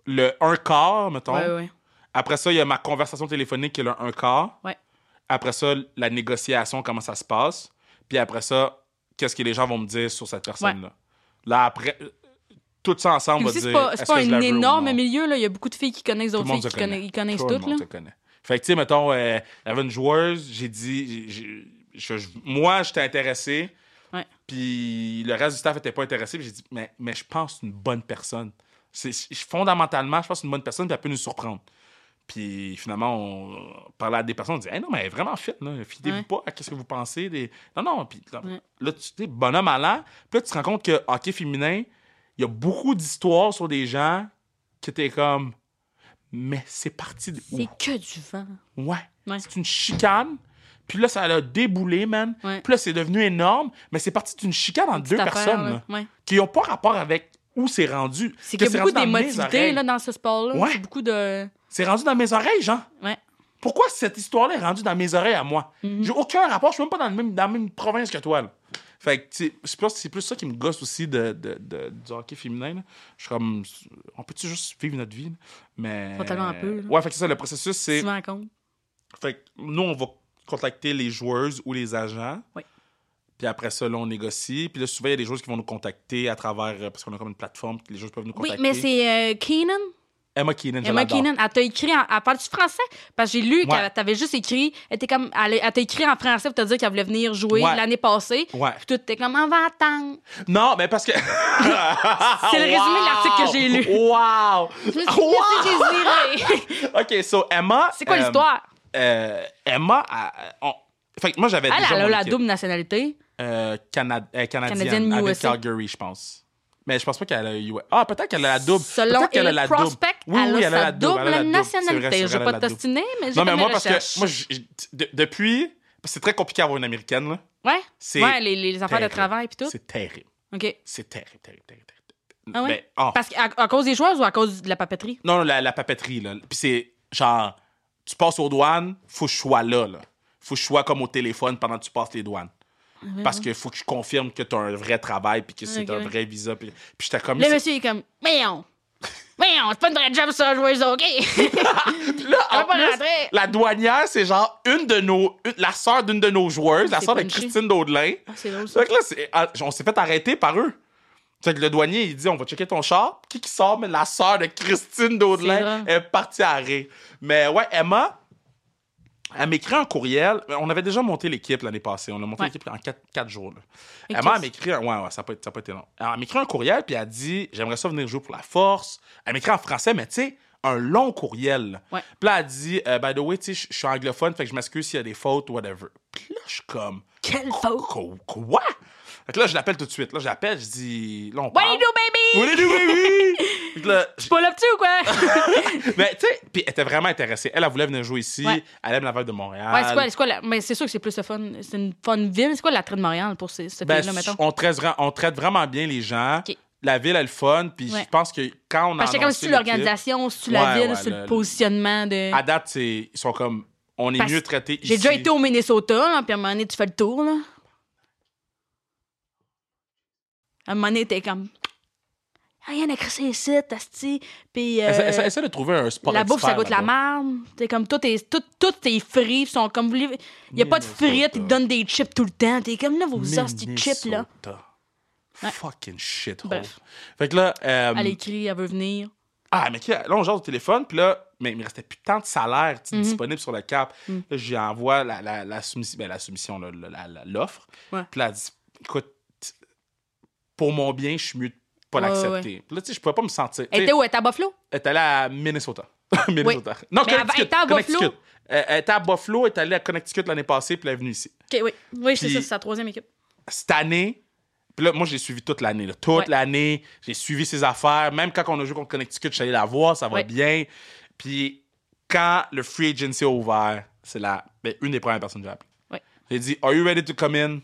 [SPEAKER 2] le un quart, mettons.
[SPEAKER 1] ouais ouais
[SPEAKER 2] Après ça, il y a ma conversation téléphonique qui est le un quart.
[SPEAKER 1] ouais
[SPEAKER 2] Après ça, la négociation, comment ça se passe. Puis après ça, qu'est-ce que les gens vont me dire sur cette personne-là. Là, après, euh, tout ça ensemble
[SPEAKER 1] Puis
[SPEAKER 2] va
[SPEAKER 1] aussi, c'est
[SPEAKER 2] dire.
[SPEAKER 1] pas, c'est
[SPEAKER 2] est-ce
[SPEAKER 1] pas
[SPEAKER 2] que je la
[SPEAKER 1] un
[SPEAKER 2] veux ou
[SPEAKER 1] énorme
[SPEAKER 2] non.
[SPEAKER 1] milieu là il y a beaucoup de filles qui connaissent
[SPEAKER 2] Tout
[SPEAKER 1] d'autres filles
[SPEAKER 2] le monde se
[SPEAKER 1] qui connaissent,
[SPEAKER 2] connaît.
[SPEAKER 1] ils connaissent
[SPEAKER 2] tout le
[SPEAKER 1] toutes
[SPEAKER 2] monde
[SPEAKER 1] là
[SPEAKER 2] se connaît. Fait que, tu sais, mettons, euh, il y avait une joueuse, j'ai dit, j'ai- je- je- moi, j'étais intéressé,
[SPEAKER 1] ouais
[SPEAKER 2] puis le reste du staff n'était pas intéressé, puis j'ai dit, mais, mais je pense que c'est une bonne personne. C'est, je- fondamentalement, je pense que c'est une bonne personne, puis elle peut nous surprendre. Puis finalement, on parlait à des personnes, on disait, Hey, non, mais elle est vraiment fit, là. Fidez-vous
[SPEAKER 1] Ouais.
[SPEAKER 2] pas à qu'est-ce que vous pensez. Des... Non, non, puis là,
[SPEAKER 1] Ouais.
[SPEAKER 2] là, tu sais, bonhomme allant, puis là, tu te rends compte que hockey féminin, il y a beaucoup d'histoires sur des gens qui étaient comme, mais c'est parti de où?
[SPEAKER 1] c'est que du vent
[SPEAKER 2] Ouais.
[SPEAKER 1] Ouais.
[SPEAKER 2] C'est une chicane. Puis là, ça a déboulé, man.
[SPEAKER 1] Ouais.
[SPEAKER 2] Puis là, c'est devenu énorme. Mais c'est parti d'une chicane entre deux
[SPEAKER 1] Petite affaire,
[SPEAKER 2] personnes
[SPEAKER 1] là.
[SPEAKER 2] là,
[SPEAKER 1] ouais
[SPEAKER 2] qui n'ont pas rapport avec où c'est rendu.
[SPEAKER 1] C'est
[SPEAKER 2] que
[SPEAKER 1] qu'il y a beaucoup
[SPEAKER 2] rendu dans mes
[SPEAKER 1] d'émotivité
[SPEAKER 2] oreilles.
[SPEAKER 1] là, dans ce sport-là.
[SPEAKER 2] Ouais.
[SPEAKER 1] C'est beaucoup de.
[SPEAKER 2] C'est rendu dans mes oreilles, Jean.
[SPEAKER 1] Ouais.
[SPEAKER 2] Pourquoi cette histoire-là est rendue dans mes oreilles à moi?
[SPEAKER 1] Mhm.
[SPEAKER 2] J'ai aucun rapport, je suis même pas dans, le même, dans la même province que toi. là. Fait que tu sais, je pense que c'est plus ça qui me gosse aussi de, de- de- du hockey féminin. là. Je suis comme, on peut-tu juste vivre notre vie? là? Mais...
[SPEAKER 1] Totalement un peu, là.
[SPEAKER 2] Ouais, fait que c'est ça, le processus, c'est...
[SPEAKER 1] Tu m'en compte.
[SPEAKER 2] Fait que nous, on va contacter les joueuses ou les agents.
[SPEAKER 1] Oui.
[SPEAKER 2] Puis après ça, là, on négocie. Puis là, souvent, il y a des joueuses qui vont nous contacter à travers... euh, Parce qu'on a comme une plateforme, que les joueuses peuvent nous
[SPEAKER 1] Oui,
[SPEAKER 2] contacter.
[SPEAKER 1] mais c'est euh, Keenan.
[SPEAKER 2] Emma Keenan, je
[SPEAKER 1] Emma
[SPEAKER 2] l'adore.
[SPEAKER 1] Keenan, elle t'a écrit en. Elle parle-tu français? Parce que j'ai lu
[SPEAKER 2] Ouais.
[SPEAKER 1] qu'elle t'avait juste écrit. Elle, était comme... elle, elle t'a écrit en français pour te dire qu'elle voulait venir jouer
[SPEAKER 2] Ouais.
[SPEAKER 1] l'année passée.
[SPEAKER 2] Ouais.
[SPEAKER 1] Puis tout était comme, on va attendre.
[SPEAKER 2] Non, mais parce que...
[SPEAKER 1] C'est le résumé de l'article que j'ai lu.
[SPEAKER 2] Wow!
[SPEAKER 1] Je me suis
[SPEAKER 2] Wow!
[SPEAKER 1] laissé désirer.
[SPEAKER 2] OK, so Emma...
[SPEAKER 1] C'est quoi
[SPEAKER 2] euh,
[SPEAKER 1] l'histoire?
[SPEAKER 2] euh, Emma... euh, on- Fait que moi, j'avais
[SPEAKER 1] Elle,
[SPEAKER 2] déjà
[SPEAKER 1] elle a
[SPEAKER 2] mon
[SPEAKER 1] Ah la
[SPEAKER 2] équipe.
[SPEAKER 1] double nationalité.
[SPEAKER 2] Euh, Cana- euh, canadienne,
[SPEAKER 1] Canadienne
[SPEAKER 2] avec
[SPEAKER 1] USA.
[SPEAKER 2] Calgary, je pense. Mais je pense pas qu'elle a eu... Ah, peut-être qu'elle a la double.
[SPEAKER 1] Selon
[SPEAKER 2] Peut-être qu'elle a
[SPEAKER 1] Elite
[SPEAKER 2] la double.
[SPEAKER 1] Prospect,
[SPEAKER 2] Oui,
[SPEAKER 1] elle,
[SPEAKER 2] oui,
[SPEAKER 1] a
[SPEAKER 2] elle a la
[SPEAKER 1] sa
[SPEAKER 2] double,
[SPEAKER 1] double,
[SPEAKER 2] elle a la double. C'est vrai, c'est
[SPEAKER 1] nationalité. Je
[SPEAKER 2] vrai,
[SPEAKER 1] vais
[SPEAKER 2] elle
[SPEAKER 1] pas te
[SPEAKER 2] a la double.
[SPEAKER 1] t'ostiner, mais j'ai fait
[SPEAKER 2] Non, mais
[SPEAKER 1] mes
[SPEAKER 2] moi, parce
[SPEAKER 1] recherches.
[SPEAKER 2] que... Moi, j'- j'- de- depuis... C'est très compliqué avoir une Américaine, là.
[SPEAKER 1] Ouais,
[SPEAKER 2] C'est
[SPEAKER 1] ouais les, les affaires de
[SPEAKER 2] terrible.
[SPEAKER 1] travail puis tout.
[SPEAKER 2] C'est terrible.
[SPEAKER 1] OK.
[SPEAKER 2] C'est terrible, terrible, terrible, terrible.
[SPEAKER 1] Ah ouais?
[SPEAKER 2] Ben, ah.
[SPEAKER 1] Parce qu'à à cause des joueurs ou à cause de la papeterie?
[SPEAKER 2] Non, non, la, la papeterie, là. Puis c'est genre, tu passes aux douanes, faut que je sois là, là. Faut que je sois comme au téléphone pendant que tu passes les douanes. Parce que faut que je confirme que tu as un vrai travail, puis que c'est
[SPEAKER 1] Ah, Ok,
[SPEAKER 2] un
[SPEAKER 1] ouais.
[SPEAKER 2] vrai visa. Puis, puis j'étais comme.
[SPEAKER 1] Le monsieur est comme, voyons, voyons, c'est pas une vraie job ça, jouer au hockey.
[SPEAKER 2] Puis là,
[SPEAKER 1] on
[SPEAKER 2] en
[SPEAKER 1] va pas
[SPEAKER 2] plus,
[SPEAKER 1] rentrer.
[SPEAKER 2] la douanière, c'est genre une de nos. une- la sœur d'une de nos joueuses, la
[SPEAKER 1] C'est
[SPEAKER 2] sœur de
[SPEAKER 1] punchy.
[SPEAKER 2] Christine Daudelin.
[SPEAKER 1] Ah, c'est drôle, ça.
[SPEAKER 2] Fait que là, c'est- ah, on s'est fait arrêter par eux. Fait que le douanier, il dit on va checker ton char. Qui qui sort Mais la sœur de Christine
[SPEAKER 1] C'est
[SPEAKER 2] Daudelin
[SPEAKER 1] drôle.
[SPEAKER 2] est partie à rire. Mais ouais, Emma, elle m'écrit un courriel. On avait déjà monté l'équipe l'année passée. On a monté
[SPEAKER 1] Ouais.
[SPEAKER 2] l'équipe en quatre, quatre jours. là.
[SPEAKER 1] Et
[SPEAKER 2] Emma,
[SPEAKER 1] qu'est-ce-
[SPEAKER 2] elle m'écrit un. Ouais, ouais, ça n'a pas, ça a pas été long. Alors, elle m'écrit un courriel, puis elle dit J'aimerais ça venir jouer pour la force. Elle m'écrit en français, mais tu sais, un long courriel. là.
[SPEAKER 1] Ouais.
[SPEAKER 2] Puis là, elle dit Euh, By the way, tu sais, je- je suis anglophone, fait que je m'excuse s'il y a des fautes, whatever. Puis là, je suis comme
[SPEAKER 1] Quelle faute.
[SPEAKER 2] Qu- Quoi? Fait que là, je l'appelle tout de suite. Là, je l'appelle, je dis. Là, on
[SPEAKER 1] What
[SPEAKER 2] parle.
[SPEAKER 1] do you do, baby?
[SPEAKER 2] What do you do, baby? Fait que là, je-
[SPEAKER 1] Pas là-dessus ou quoi?
[SPEAKER 2] mais tu sais, puis elle était vraiment intéressée. Elle, elle voulait venir jouer ici.
[SPEAKER 1] Ouais.
[SPEAKER 2] Elle aime la vibe de Montréal.
[SPEAKER 1] Ouais, c'est quoi, c'est quoi la... Mais c'est sûr que c'est plus le fun. C'est une fun ville. C'est quoi l'attrait de Montréal pour ce, ce
[SPEAKER 2] Ben,
[SPEAKER 1] pays-là, mettons?
[SPEAKER 2] on, traite, vra- on traite vraiment bien les gens.
[SPEAKER 1] Ok.
[SPEAKER 2] La ville, elle est le fun. Puis
[SPEAKER 1] Ouais.
[SPEAKER 2] je pense que quand on a.
[SPEAKER 1] Parce que c'est comme si
[SPEAKER 2] annoncé
[SPEAKER 1] tu
[SPEAKER 2] l'équipe,
[SPEAKER 1] l'organisation, si tu
[SPEAKER 2] Ouais,
[SPEAKER 1] la ville,
[SPEAKER 2] ouais,
[SPEAKER 1] si
[SPEAKER 2] le-
[SPEAKER 1] le positionnement de.
[SPEAKER 2] À date, c'est- ils sont comme. On est
[SPEAKER 1] Parce-
[SPEAKER 2] mieux traités ici.
[SPEAKER 1] J'ai déjà été au Minnesota, là, puis à un moment donné, tu fais le tour. Là. À un moment donné, t'es comme. Ah, Rien à crasser ici, Tasti. Puis. euh,
[SPEAKER 2] Essaie, essaie- essaie de trouver un sport.
[SPEAKER 1] la bouffe, ça
[SPEAKER 2] expert
[SPEAKER 1] goûte la
[SPEAKER 2] là-bas.
[SPEAKER 1] merde. T'es comme. Tout est, tout, tout est free. Ils sont comme. vous voulez- Il n'y a pas de
[SPEAKER 2] Minnesota.
[SPEAKER 1] frites. Ils te donnent des chips tout le temps. T'es comme là, vos os, ces chips-là.
[SPEAKER 2] Minnesota. Fucking shit,
[SPEAKER 1] Bref.
[SPEAKER 2] Fait que là. euh,
[SPEAKER 1] Elle écrit, elle veut venir.
[SPEAKER 2] Ah, mais qui- là, on jase au téléphone, puis là, mais il me restait plus tant de salaire
[SPEAKER 1] Mhm.
[SPEAKER 2] tu sais, disponible sur le cap. Là, j'y envoie la, la, la soumission, ben, la soumission, là, la- la- la- l'offre.
[SPEAKER 1] Ouais.
[SPEAKER 2] Puis là, elle dit, écoute, pour mon bien, je suis mieux de pas
[SPEAKER 1] Ouais,
[SPEAKER 2] l'accepter. Puis là, tu sais, je pouvais pas me sentir. tu
[SPEAKER 1] Elle
[SPEAKER 2] sais,
[SPEAKER 1] était où? Elle était à Buffalo?
[SPEAKER 2] Elle est allée à Minnesota. Minnesota. Non,
[SPEAKER 1] Mais elle-
[SPEAKER 2] Connecticut.
[SPEAKER 1] elle était à Buffalo.
[SPEAKER 2] Connecticut. Elle elle était à Buffalo, elle est allée à Connecticut l'année passée, puis elle est venue ici.
[SPEAKER 1] Ok, oui. Oui, c'est
[SPEAKER 2] Puis-
[SPEAKER 1] ça, c'est sa troisième équipe.
[SPEAKER 2] Cette année, puis là, moi, j'ai suivi toute l'année. là. Toute
[SPEAKER 1] Ouais.
[SPEAKER 2] l'année, j'ai suivi ses affaires. Même quand on a joué contre Connecticut, je suis allé la voir, ça va
[SPEAKER 1] Ouais.
[SPEAKER 2] bien. Puis quand le free agency a ouvert, c'est la, ben, une des premières personnes que j'ai appelées.
[SPEAKER 1] Ouais.
[SPEAKER 2] J'ai dit, Are you ready to come in?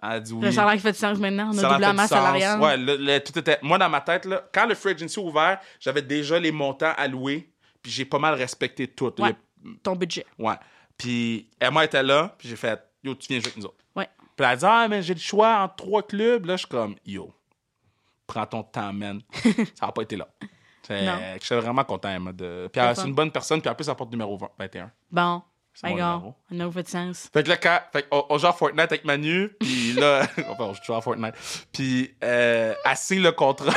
[SPEAKER 2] Elle a dit oui.
[SPEAKER 1] Le salaire qui fait du sens maintenant. On
[SPEAKER 2] Ça
[SPEAKER 1] a
[SPEAKER 2] leur
[SPEAKER 1] doublé
[SPEAKER 2] fait
[SPEAKER 1] la
[SPEAKER 2] du
[SPEAKER 1] masse
[SPEAKER 2] sens.
[SPEAKER 1] salariale.
[SPEAKER 2] Ouais, le- le- tout était... Moi, dans ma tête, là, quand le free agency a ouvert, j'avais déjà les montants alloués, puis j'ai pas mal respecté tout.
[SPEAKER 1] Ouais. Ton budget.
[SPEAKER 2] Le- ouais. Puis Emma était là, puis j'ai fait Yo, tu viens jouer avec nous autres.
[SPEAKER 1] Ouais.
[SPEAKER 2] Puis elle a dit Ah, mais j'ai le choix entre trois clubs. Là, je suis comme Yo, prends ton temps, man. ça n'a pas été là. Fait
[SPEAKER 1] Non.
[SPEAKER 2] que J'étais vraiment content, Emma. De... Puis
[SPEAKER 1] C'est
[SPEAKER 2] elle-
[SPEAKER 1] fun.
[SPEAKER 2] c'est une bonne personne, puis en plus, elle porte numéro 20, 21.
[SPEAKER 1] Bon.
[SPEAKER 2] C'est
[SPEAKER 1] Ben,
[SPEAKER 2] mon
[SPEAKER 1] gars,
[SPEAKER 2] numéro.
[SPEAKER 1] on a fait de sens.
[SPEAKER 2] Fait que là, quand, fait qu'on- on, joue à Fortnite avec Manu, puis là, enfin, on joue toujours à Fortnite, puis euh, elle signe le contrat.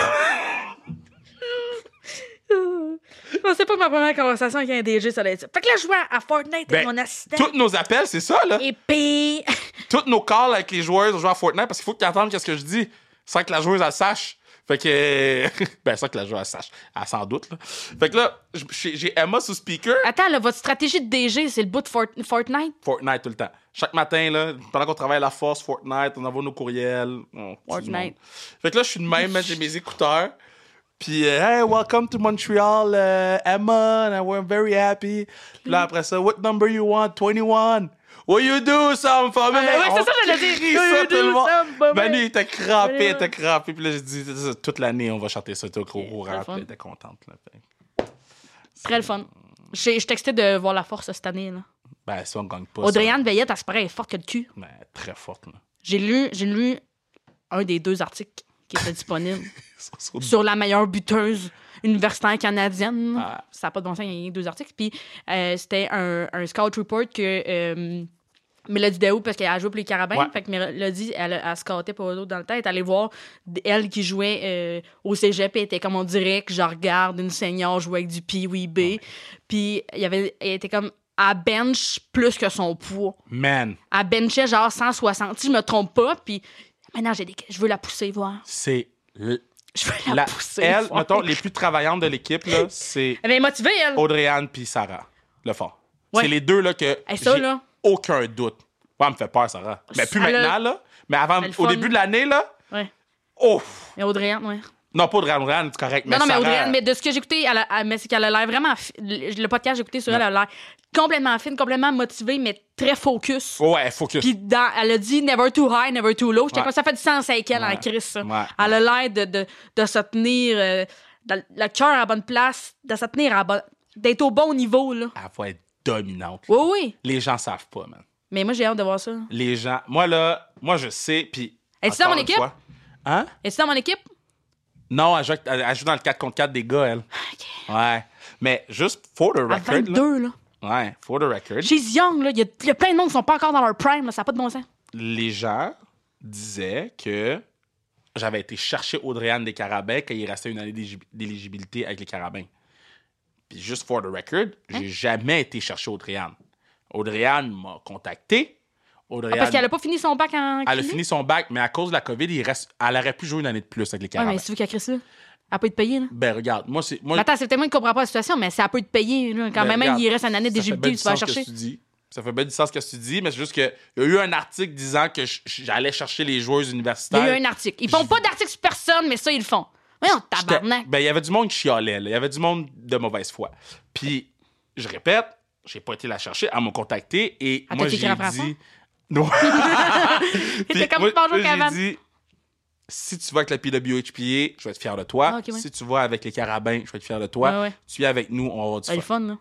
[SPEAKER 1] Non, c'est pas ma première conversation avec un DG, ça allait être ça. Fait que là, je jouais à Fortnite
[SPEAKER 2] Ben,
[SPEAKER 1] avec mon assistant.
[SPEAKER 2] Tous nos appels, c'est ça, là.
[SPEAKER 1] Et puis.
[SPEAKER 2] Tous nos calls avec les joueuses, on joue à Fortnite parce qu'il faut qu'ils entendent qu'est-ce que je dis sans que la joueuse, elle sache. Fait que. ben, sans que la joueuse, elle sache. Elle s'en doute, là. Fait que là, j- j'ai j'ai Emma sous speaker,
[SPEAKER 1] Attends, là, votre stratégie de DG, c'est le bout de Fort- Fortnite?
[SPEAKER 2] Fortnite tout le temps. Chaque matin, là, pendant qu'on travaille à la force, Fortnite, on envoie nos courriels. on tue du monde.
[SPEAKER 1] Fortnite.
[SPEAKER 2] Fait que là, je suis de même, man, j'ai mes écouteurs. Puis, euh, hey, welcome to Montreal, euh, Emma, and we're very happy. Puis là, après ça, what number you want? 21. What you do, Sam, for me?
[SPEAKER 1] Ah, ben oui, c'est
[SPEAKER 2] On
[SPEAKER 1] ça, j'allais dire.
[SPEAKER 2] crie
[SPEAKER 1] What
[SPEAKER 2] ça,
[SPEAKER 1] you
[SPEAKER 2] tout le
[SPEAKER 1] do,
[SPEAKER 2] monde.
[SPEAKER 1] Sam, for me?
[SPEAKER 2] Manu, t'as
[SPEAKER 1] Manu,
[SPEAKER 2] crampé,
[SPEAKER 1] ouais.
[SPEAKER 2] t'as crampé. Puis là, j'ai dit, ça, toute l'année, on va chanter ça, t'es au gros
[SPEAKER 1] Ok,
[SPEAKER 2] gros
[SPEAKER 1] très
[SPEAKER 2] rap.
[SPEAKER 1] fun.
[SPEAKER 2] Elle était contente. Là. Fait que,
[SPEAKER 1] Très le fun. J'ai- Je textais de voir la force cette année. Là.
[SPEAKER 2] Ben, si on gagne pas. ça-
[SPEAKER 1] Audrey-Anne Veillette, elle se paraît elle est forte que le cul.
[SPEAKER 2] Ben, très forte, là.
[SPEAKER 1] J'ai lu, j'ai lu un des deux articles qui était disponible
[SPEAKER 2] Sur- sur-
[SPEAKER 1] sur la meilleure buteuse universitaire canadienne.
[SPEAKER 2] Ah.
[SPEAKER 1] Ça n'a pas de bon sens, il y a deux articles. Puis euh, c'était un, un scout report que euh, Mélodie Daou, parce qu'elle a joué pour les Carabins,
[SPEAKER 2] Ouais.
[SPEAKER 1] fait que Mélodie, elle, elle scoutait pour eux autres dans le temps, elle est allée voir d- elle qui jouait euh, au cégep, elle était comme on dirait que je regarde une senior jouer avec du PWB. Puis il y avait, elle était comme à bench plus que son poids.
[SPEAKER 2] Man,
[SPEAKER 1] Elle benchait genre 160, si je me trompe pas. Puis maintenant, j'ai des... je veux la pousser, voir.
[SPEAKER 2] c'est. l-
[SPEAKER 1] Je veux la,
[SPEAKER 2] La,
[SPEAKER 1] pousser.
[SPEAKER 2] elle,
[SPEAKER 1] voir.
[SPEAKER 2] mettons, les plus travaillantes de l'équipe, là, c'est
[SPEAKER 1] Elle est motivée, elle.
[SPEAKER 2] Audrey-Anne puis Sarah Lefort.
[SPEAKER 1] Ouais.
[SPEAKER 2] C'est les deux, là, que.
[SPEAKER 1] Hey, ça,
[SPEAKER 2] j'ai
[SPEAKER 1] là.
[SPEAKER 2] Aucun doute. Ouais, elle me fait peur, Sarah. Mais plus
[SPEAKER 1] Elle a-
[SPEAKER 2] maintenant, là. Mais avant,
[SPEAKER 1] Elle le
[SPEAKER 2] au
[SPEAKER 1] fun.
[SPEAKER 2] début de l'année, là.
[SPEAKER 1] Ouais.
[SPEAKER 2] Ouf!
[SPEAKER 1] Et Audrey, Anne, ouais.
[SPEAKER 2] Non, pas Audrey Anne, c'est correct.
[SPEAKER 1] Non, non, mais
[SPEAKER 2] Sarah-
[SPEAKER 1] Audrey, Anne, mais de ce que j'ai écouté, elle a- elle- mais c'est qu'elle a l'air vraiment. fi- Le le podcast que j'ai écouté sur elle, elle a l'air complètement fine, complètement motivée, mais très focus.
[SPEAKER 2] Ouais, focus.
[SPEAKER 1] Puis dans, elle a dit never too high, never too low. J'étais
[SPEAKER 2] Ouais.
[SPEAKER 1] comme ça fait du sens avec elle en
[SPEAKER 2] Ouais.
[SPEAKER 1] crise, ça.
[SPEAKER 2] Ouais.
[SPEAKER 1] Elle a l'air de, de, de se tenir euh, dans le cœur à la bonne place, de se tenir à la bonne. d'être au bon niveau, là.
[SPEAKER 2] Elle va être dominante.
[SPEAKER 1] Oui, oui.
[SPEAKER 2] Les gens savent pas, man.
[SPEAKER 1] Mais moi, j'ai hâte de voir ça.
[SPEAKER 2] Les gens. Moi, là, moi, je sais, puis.
[SPEAKER 1] Es-tu dans
[SPEAKER 2] encore
[SPEAKER 1] mon
[SPEAKER 2] une
[SPEAKER 1] équipe?
[SPEAKER 2] fois- Hein?
[SPEAKER 1] Es-tu dans mon équipe?
[SPEAKER 2] Non, elle joue, avec- elle- elle joue dans le 4 contre 4 des gars, elle. Ouais. Mais juste for the
[SPEAKER 1] Ah, À
[SPEAKER 2] record. là.
[SPEAKER 1] 22, là.
[SPEAKER 2] Ouais, for the record.
[SPEAKER 1] She's young, là. Il y, a- il y a plein de monde qui sont pas encore dans leur prime, là. Ça n'a pas de bon sens. Ah,
[SPEAKER 2] Les gens disaient que j'avais été chercher Audrey-Anne des Carabins quand il restait une année d'éligi- d'éligibilité avec les Carabins. Puis juste for the record,
[SPEAKER 1] Hein?
[SPEAKER 2] j'ai jamais été chercher Audrey-Anne. Audrey-Anne m'a contacté. Audrey-Anne...
[SPEAKER 1] Ah, Parce qu'elle a pas fini son bac en.
[SPEAKER 2] Elle a
[SPEAKER 1] kiné.
[SPEAKER 2] fini son bac, mais à cause de la COVID, il reste... elle aurait pu jouer une année de plus avec les
[SPEAKER 1] Ouais,
[SPEAKER 2] Carabins.
[SPEAKER 1] mais si tu veux qu'elle crée ça, elle peut être payée, là.
[SPEAKER 2] Ben, regarde, moi, c'est. Moi,
[SPEAKER 1] Ah, ben. Mais Attends, c'est peut-être moi qui comprends pas la situation, mais ça peut être payé, là. Quand
[SPEAKER 2] ben,
[SPEAKER 1] même,
[SPEAKER 2] regarde,
[SPEAKER 1] il reste une année
[SPEAKER 2] ça fait
[SPEAKER 1] d'éligibilité,
[SPEAKER 2] bien
[SPEAKER 1] tu
[SPEAKER 2] du
[SPEAKER 1] vas la
[SPEAKER 2] sens que
[SPEAKER 1] chercher.
[SPEAKER 2] tu dis. Ça fait bien du sens ce que tu dis, mais c'est juste qu'il y a eu un article disant que j- j'allais chercher les joueuses
[SPEAKER 1] Il y
[SPEAKER 2] universitaires.
[SPEAKER 1] a eu un article. Ils font
[SPEAKER 2] Ben, Je-
[SPEAKER 1] pas d'article sur personne, mais ça, ils le font. Voyons,
[SPEAKER 2] J'étais-
[SPEAKER 1] tabarnak.
[SPEAKER 2] Ben, il y avait du monde qui chialait, là. Il y avait du monde de mauvaise foi. Puis, je répète, j'ai pas été la chercher. Elle m'a contacté et
[SPEAKER 1] Elle
[SPEAKER 2] moi,
[SPEAKER 1] t'a
[SPEAKER 2] j'ai
[SPEAKER 1] écrit en français?
[SPEAKER 2] dit. Non. Puis,
[SPEAKER 1] comme
[SPEAKER 2] moi,
[SPEAKER 1] Bonjour,
[SPEAKER 2] moi, j'ai
[SPEAKER 1] Cavan.
[SPEAKER 2] dit, si tu vas avec la PWHPA, je vais être fier de toi.
[SPEAKER 1] Ah, ok, ouais.
[SPEAKER 2] Si tu vas avec les carabins, je vais être fier de toi.
[SPEAKER 1] Ouais, ouais.
[SPEAKER 2] Tu es avec nous, on va avoir du
[SPEAKER 1] C'est le
[SPEAKER 2] fun.
[SPEAKER 1] fun, là.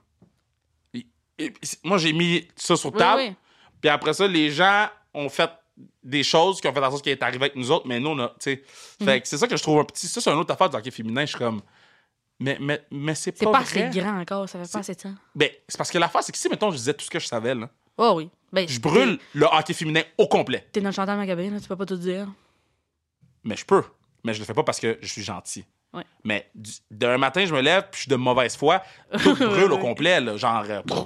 [SPEAKER 2] Et puis, c'est- moi, j'ai mis ça sur
[SPEAKER 1] Oui,
[SPEAKER 2] table.
[SPEAKER 1] oui.
[SPEAKER 2] Puis après ça, les gens ont fait des choses qui ont fait en sorte qu'il est arrivé avec nous autres, mais nous, on a. tu sais.
[SPEAKER 1] Mm.
[SPEAKER 2] Fait que c'est ça que je trouve un petit. Ça, c'est une autre affaire du hockey féminin. Je suis comme. Mais, mais, mais c'est
[SPEAKER 1] C'est
[SPEAKER 2] pas,
[SPEAKER 1] pas
[SPEAKER 2] vrai.
[SPEAKER 1] assez grand encore, ça fait pas assez de temps.
[SPEAKER 2] Ben, c'est parce que l'affaire, c'est que si, mettons, je disais tout ce que je savais, là,
[SPEAKER 1] Oh oui. Ben,
[SPEAKER 2] je brûle le hockey féminin au complet.
[SPEAKER 1] T'es t'es dans le Chantal Macabé, là, tu peux pas tout dire.
[SPEAKER 2] Mais je peux. Mais je le fais pas parce que je suis gentil.
[SPEAKER 1] Ouais.
[SPEAKER 2] Mais du- d'un matin, je me lève, puis je suis de mauvaise foi, tout brûle au complet, là, genre. euh, pff.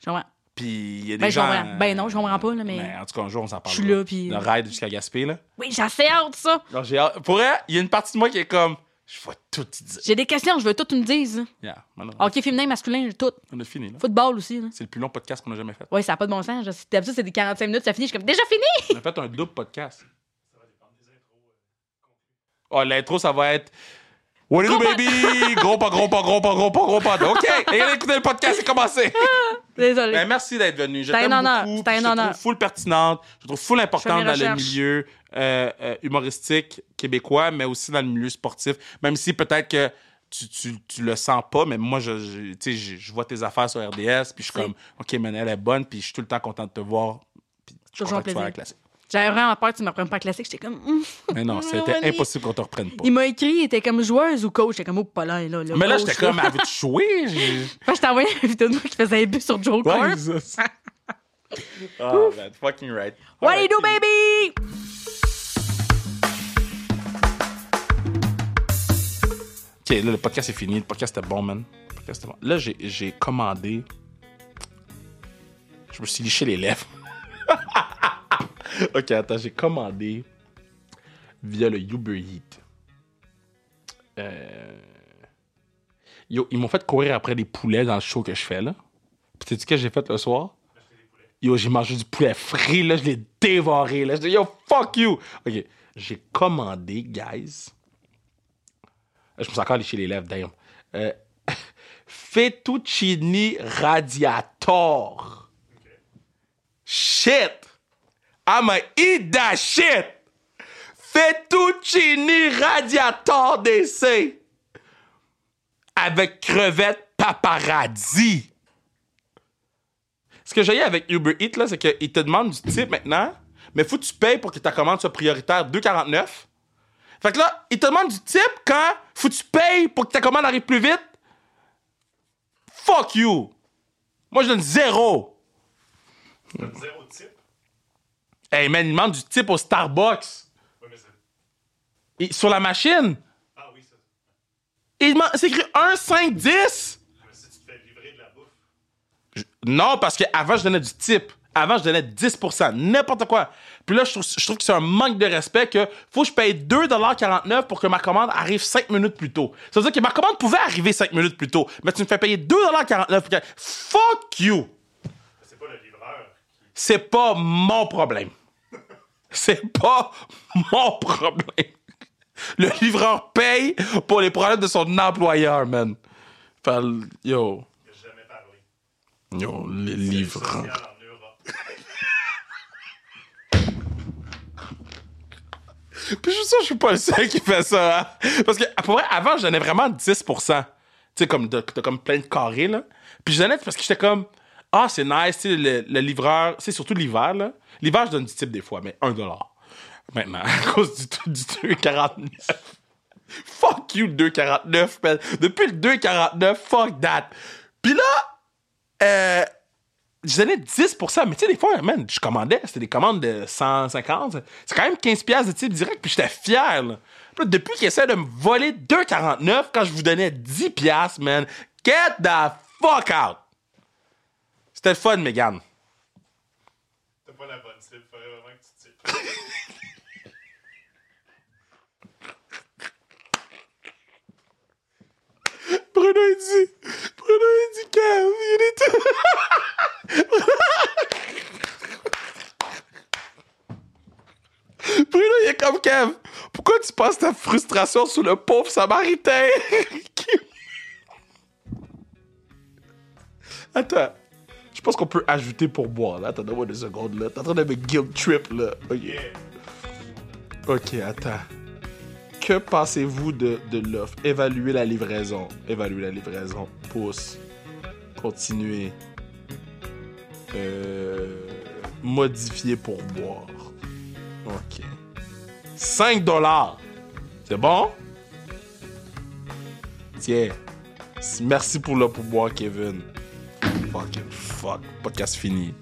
[SPEAKER 1] Je comprends.
[SPEAKER 2] Puis il y a des
[SPEAKER 1] Ben, je
[SPEAKER 2] gens.
[SPEAKER 1] comprends. Ben non, je comprends pas, là, mais-
[SPEAKER 2] En tout cas, un jour, on s'en parle.
[SPEAKER 1] Je suis là, puis-
[SPEAKER 2] Le ride jusqu'à Gaspé, là.
[SPEAKER 1] Oui, j'ai assez hâte, ça.
[SPEAKER 2] Non, j'ai hâte. Pour elle, il y a une partie de moi qui est comme, je vais tout te dire.
[SPEAKER 1] J'ai des questions, je veux tout que tu me dises.
[SPEAKER 2] Yeah, maintenant,
[SPEAKER 1] Hockey féminin, masculin, j'ai tout.
[SPEAKER 2] on a fini, là.
[SPEAKER 1] Football aussi, là.
[SPEAKER 2] C'est le plus long podcast qu'on a jamais fait.
[SPEAKER 1] Ouais, ça n'a pas de bon sens. Je- D'habitude, c'est des 45 minutes, ça finit. Je suis comme, déjà fini!
[SPEAKER 2] On a fait un double podcast. Oh, l'intro, ça va être. What do you do,
[SPEAKER 1] Gros
[SPEAKER 2] baby? Gros pas, gros pas, gros pas, gros pas, gros pas. OK, et allez écouter le podcast, c'est commencé.
[SPEAKER 1] Désolé.
[SPEAKER 2] Ben, merci d'être venu.
[SPEAKER 1] C'était un honneur, c'était un
[SPEAKER 2] Je te
[SPEAKER 1] honneur.
[SPEAKER 2] trouve full pertinente. Je te trouve full importante
[SPEAKER 1] mes
[SPEAKER 2] dans le
[SPEAKER 1] recherches.
[SPEAKER 2] milieu euh, euh, humoristique québécois, mais aussi dans le milieu sportif. Même si peut-être que tu, tu, tu le sens pas, mais moi, je, je, tu sais, je, je vois tes affaires sur RDS, puis je suis comme, OK, Manel est bonne, puis je suis tout le temps content de te voir. Puis je suis
[SPEAKER 1] Toujours
[SPEAKER 2] content que tu
[SPEAKER 1] plaisir.
[SPEAKER 2] sois à la classique.
[SPEAKER 1] J'avais vraiment peur que tu me reprennes pas classique. J'étais comme, Hum.
[SPEAKER 2] Mais non, c'était
[SPEAKER 1] Manel.
[SPEAKER 2] impossible qu'on te reprenne pas.
[SPEAKER 1] il m'a écrit, il était comme joueuse ou coach. J'étais comme, oh, pas là, là. le
[SPEAKER 2] Mais là,
[SPEAKER 1] coach,
[SPEAKER 2] j'étais comme, elle veut jouer? J'ai-
[SPEAKER 1] Fait que je t'ai envoyé une vidéo de moi qui faisait un but sur Joe
[SPEAKER 2] Ouais,
[SPEAKER 1] Corp.
[SPEAKER 2] c'est ça. oh, man, fucking right.
[SPEAKER 1] What do you
[SPEAKER 2] Alright,
[SPEAKER 1] do, baby?
[SPEAKER 2] OK, là, le podcast est fini. Le podcast était bon, man. Le podcast était bon. Là, j'ai- j'ai commandé. Je me suis liché les lèvres. OK, attends, j'ai commandé via le Uber Eats. Euh, Yo, ils m'ont fait courir après des poulets dans le show que je fais, là. Puis sais-tu ce que j'ai fait le soir? Yo, j'ai mangé du poulet frit, là, je l'ai dévoré, là. J'ai dit, yo, fuck you! OK, j'ai commandé, guys... Euh, Je me suis encore léché les lèvres, d'ailleurs. Euh, fettuccini radiator. shit. I'ma eat that shit. Fettuccini radiator d'essai. Avec crevettes paparazzi. Ce que j'ai eu avec Uber Eats, là, c'est qu'il te demande du type maintenant, mais faut que tu payes pour que ta commande soit prioritaire 2,49. Fait que là, il te demande du type quand faut que tu payes pour que ta commande arrive plus vite. Fuck you! Moi, je donne zéro.
[SPEAKER 3] Zéro type.
[SPEAKER 2] Hey, man, il demande du type au Starbucks.
[SPEAKER 3] Oui, mais c'est.
[SPEAKER 2] Et sur la machine,
[SPEAKER 3] Ah oui, ça.
[SPEAKER 2] il demande- c'est écrit 1, 5, 10.
[SPEAKER 3] Mais si tu te fais livrer de la bouffe.
[SPEAKER 2] Non, parce qu'avant, je donnais du type. Avant, je donnais 10 n'importe quoi. Puis là, je trouve, je trouve que c'est un manque de respect que faut que je paye 2,49 pour que ma commande arrive 5 minutes plus tôt. Ça veut dire que ma commande pouvait arriver 5 minutes plus tôt, mais tu me fais payer 2,49 pour que- Fuck you!
[SPEAKER 3] C'est pas le livreur.
[SPEAKER 2] C'est pas mon problème. C'est pas mon problème. Le livreur paye pour les problèmes de son employeur, man. Fait, yo,
[SPEAKER 3] qui a jamais parlé.
[SPEAKER 2] yo, les
[SPEAKER 3] Le
[SPEAKER 2] livreurs.
[SPEAKER 3] social en Europe.
[SPEAKER 2] Puis je suis sûr que je suis pas le seul qui fait ça. hein. Parce que pour vrai, avant, je donnais vraiment 10 Tu sais, comme de- t'as comme plein de carrés, là. Puis je donnais parce que j'étais comme, ah, c'est nice, tu sais, le, le livreur, c'est surtout l'hiver, là. L'hiver, je donne du type des fois, mais 1 Maintenant, à cause du, tout- du 2,49. Fuck you, 2,49, man. Depuis le 2,49, fuck that. Puis là, euh, je donnais 10 mais tu sais, des fois, man, je commandais, c'était des commandes de 150. C'est quand même 15 piastres de type direct, puis j'étais fier, là. Puis là, depuis qu'ils essaient de me voler 2,49 quand je vous donnais 10 piastres, man, get the fuck out! C'était le fun, Megan.
[SPEAKER 3] T'as pas la bonne cible. Faudrait vraiment que tu types.
[SPEAKER 2] Bruno, il dit... Bruno, il dit Kev, il est tout... Bruno, il est comme Kev. Pourquoi tu passes ta frustration sur le pauvre Samaritain? qui- Attends. Je pense qu'on peut ajouter pour boire, là. Attends, donne-moi deux secondes, là. T'es en train de me guilt trip, là. Ok.
[SPEAKER 3] Yeah.
[SPEAKER 2] Ok, attends. Que pensez-vous de, de l'offre Évaluer la livraison. Évaluer la livraison. Pouce. Continuer. Euh, modifier pour boire. Ok. 5 dollars. C'est bon? Tiens. Merci pour le pourboire, Kevin. Fucking fuck. Podcast fini.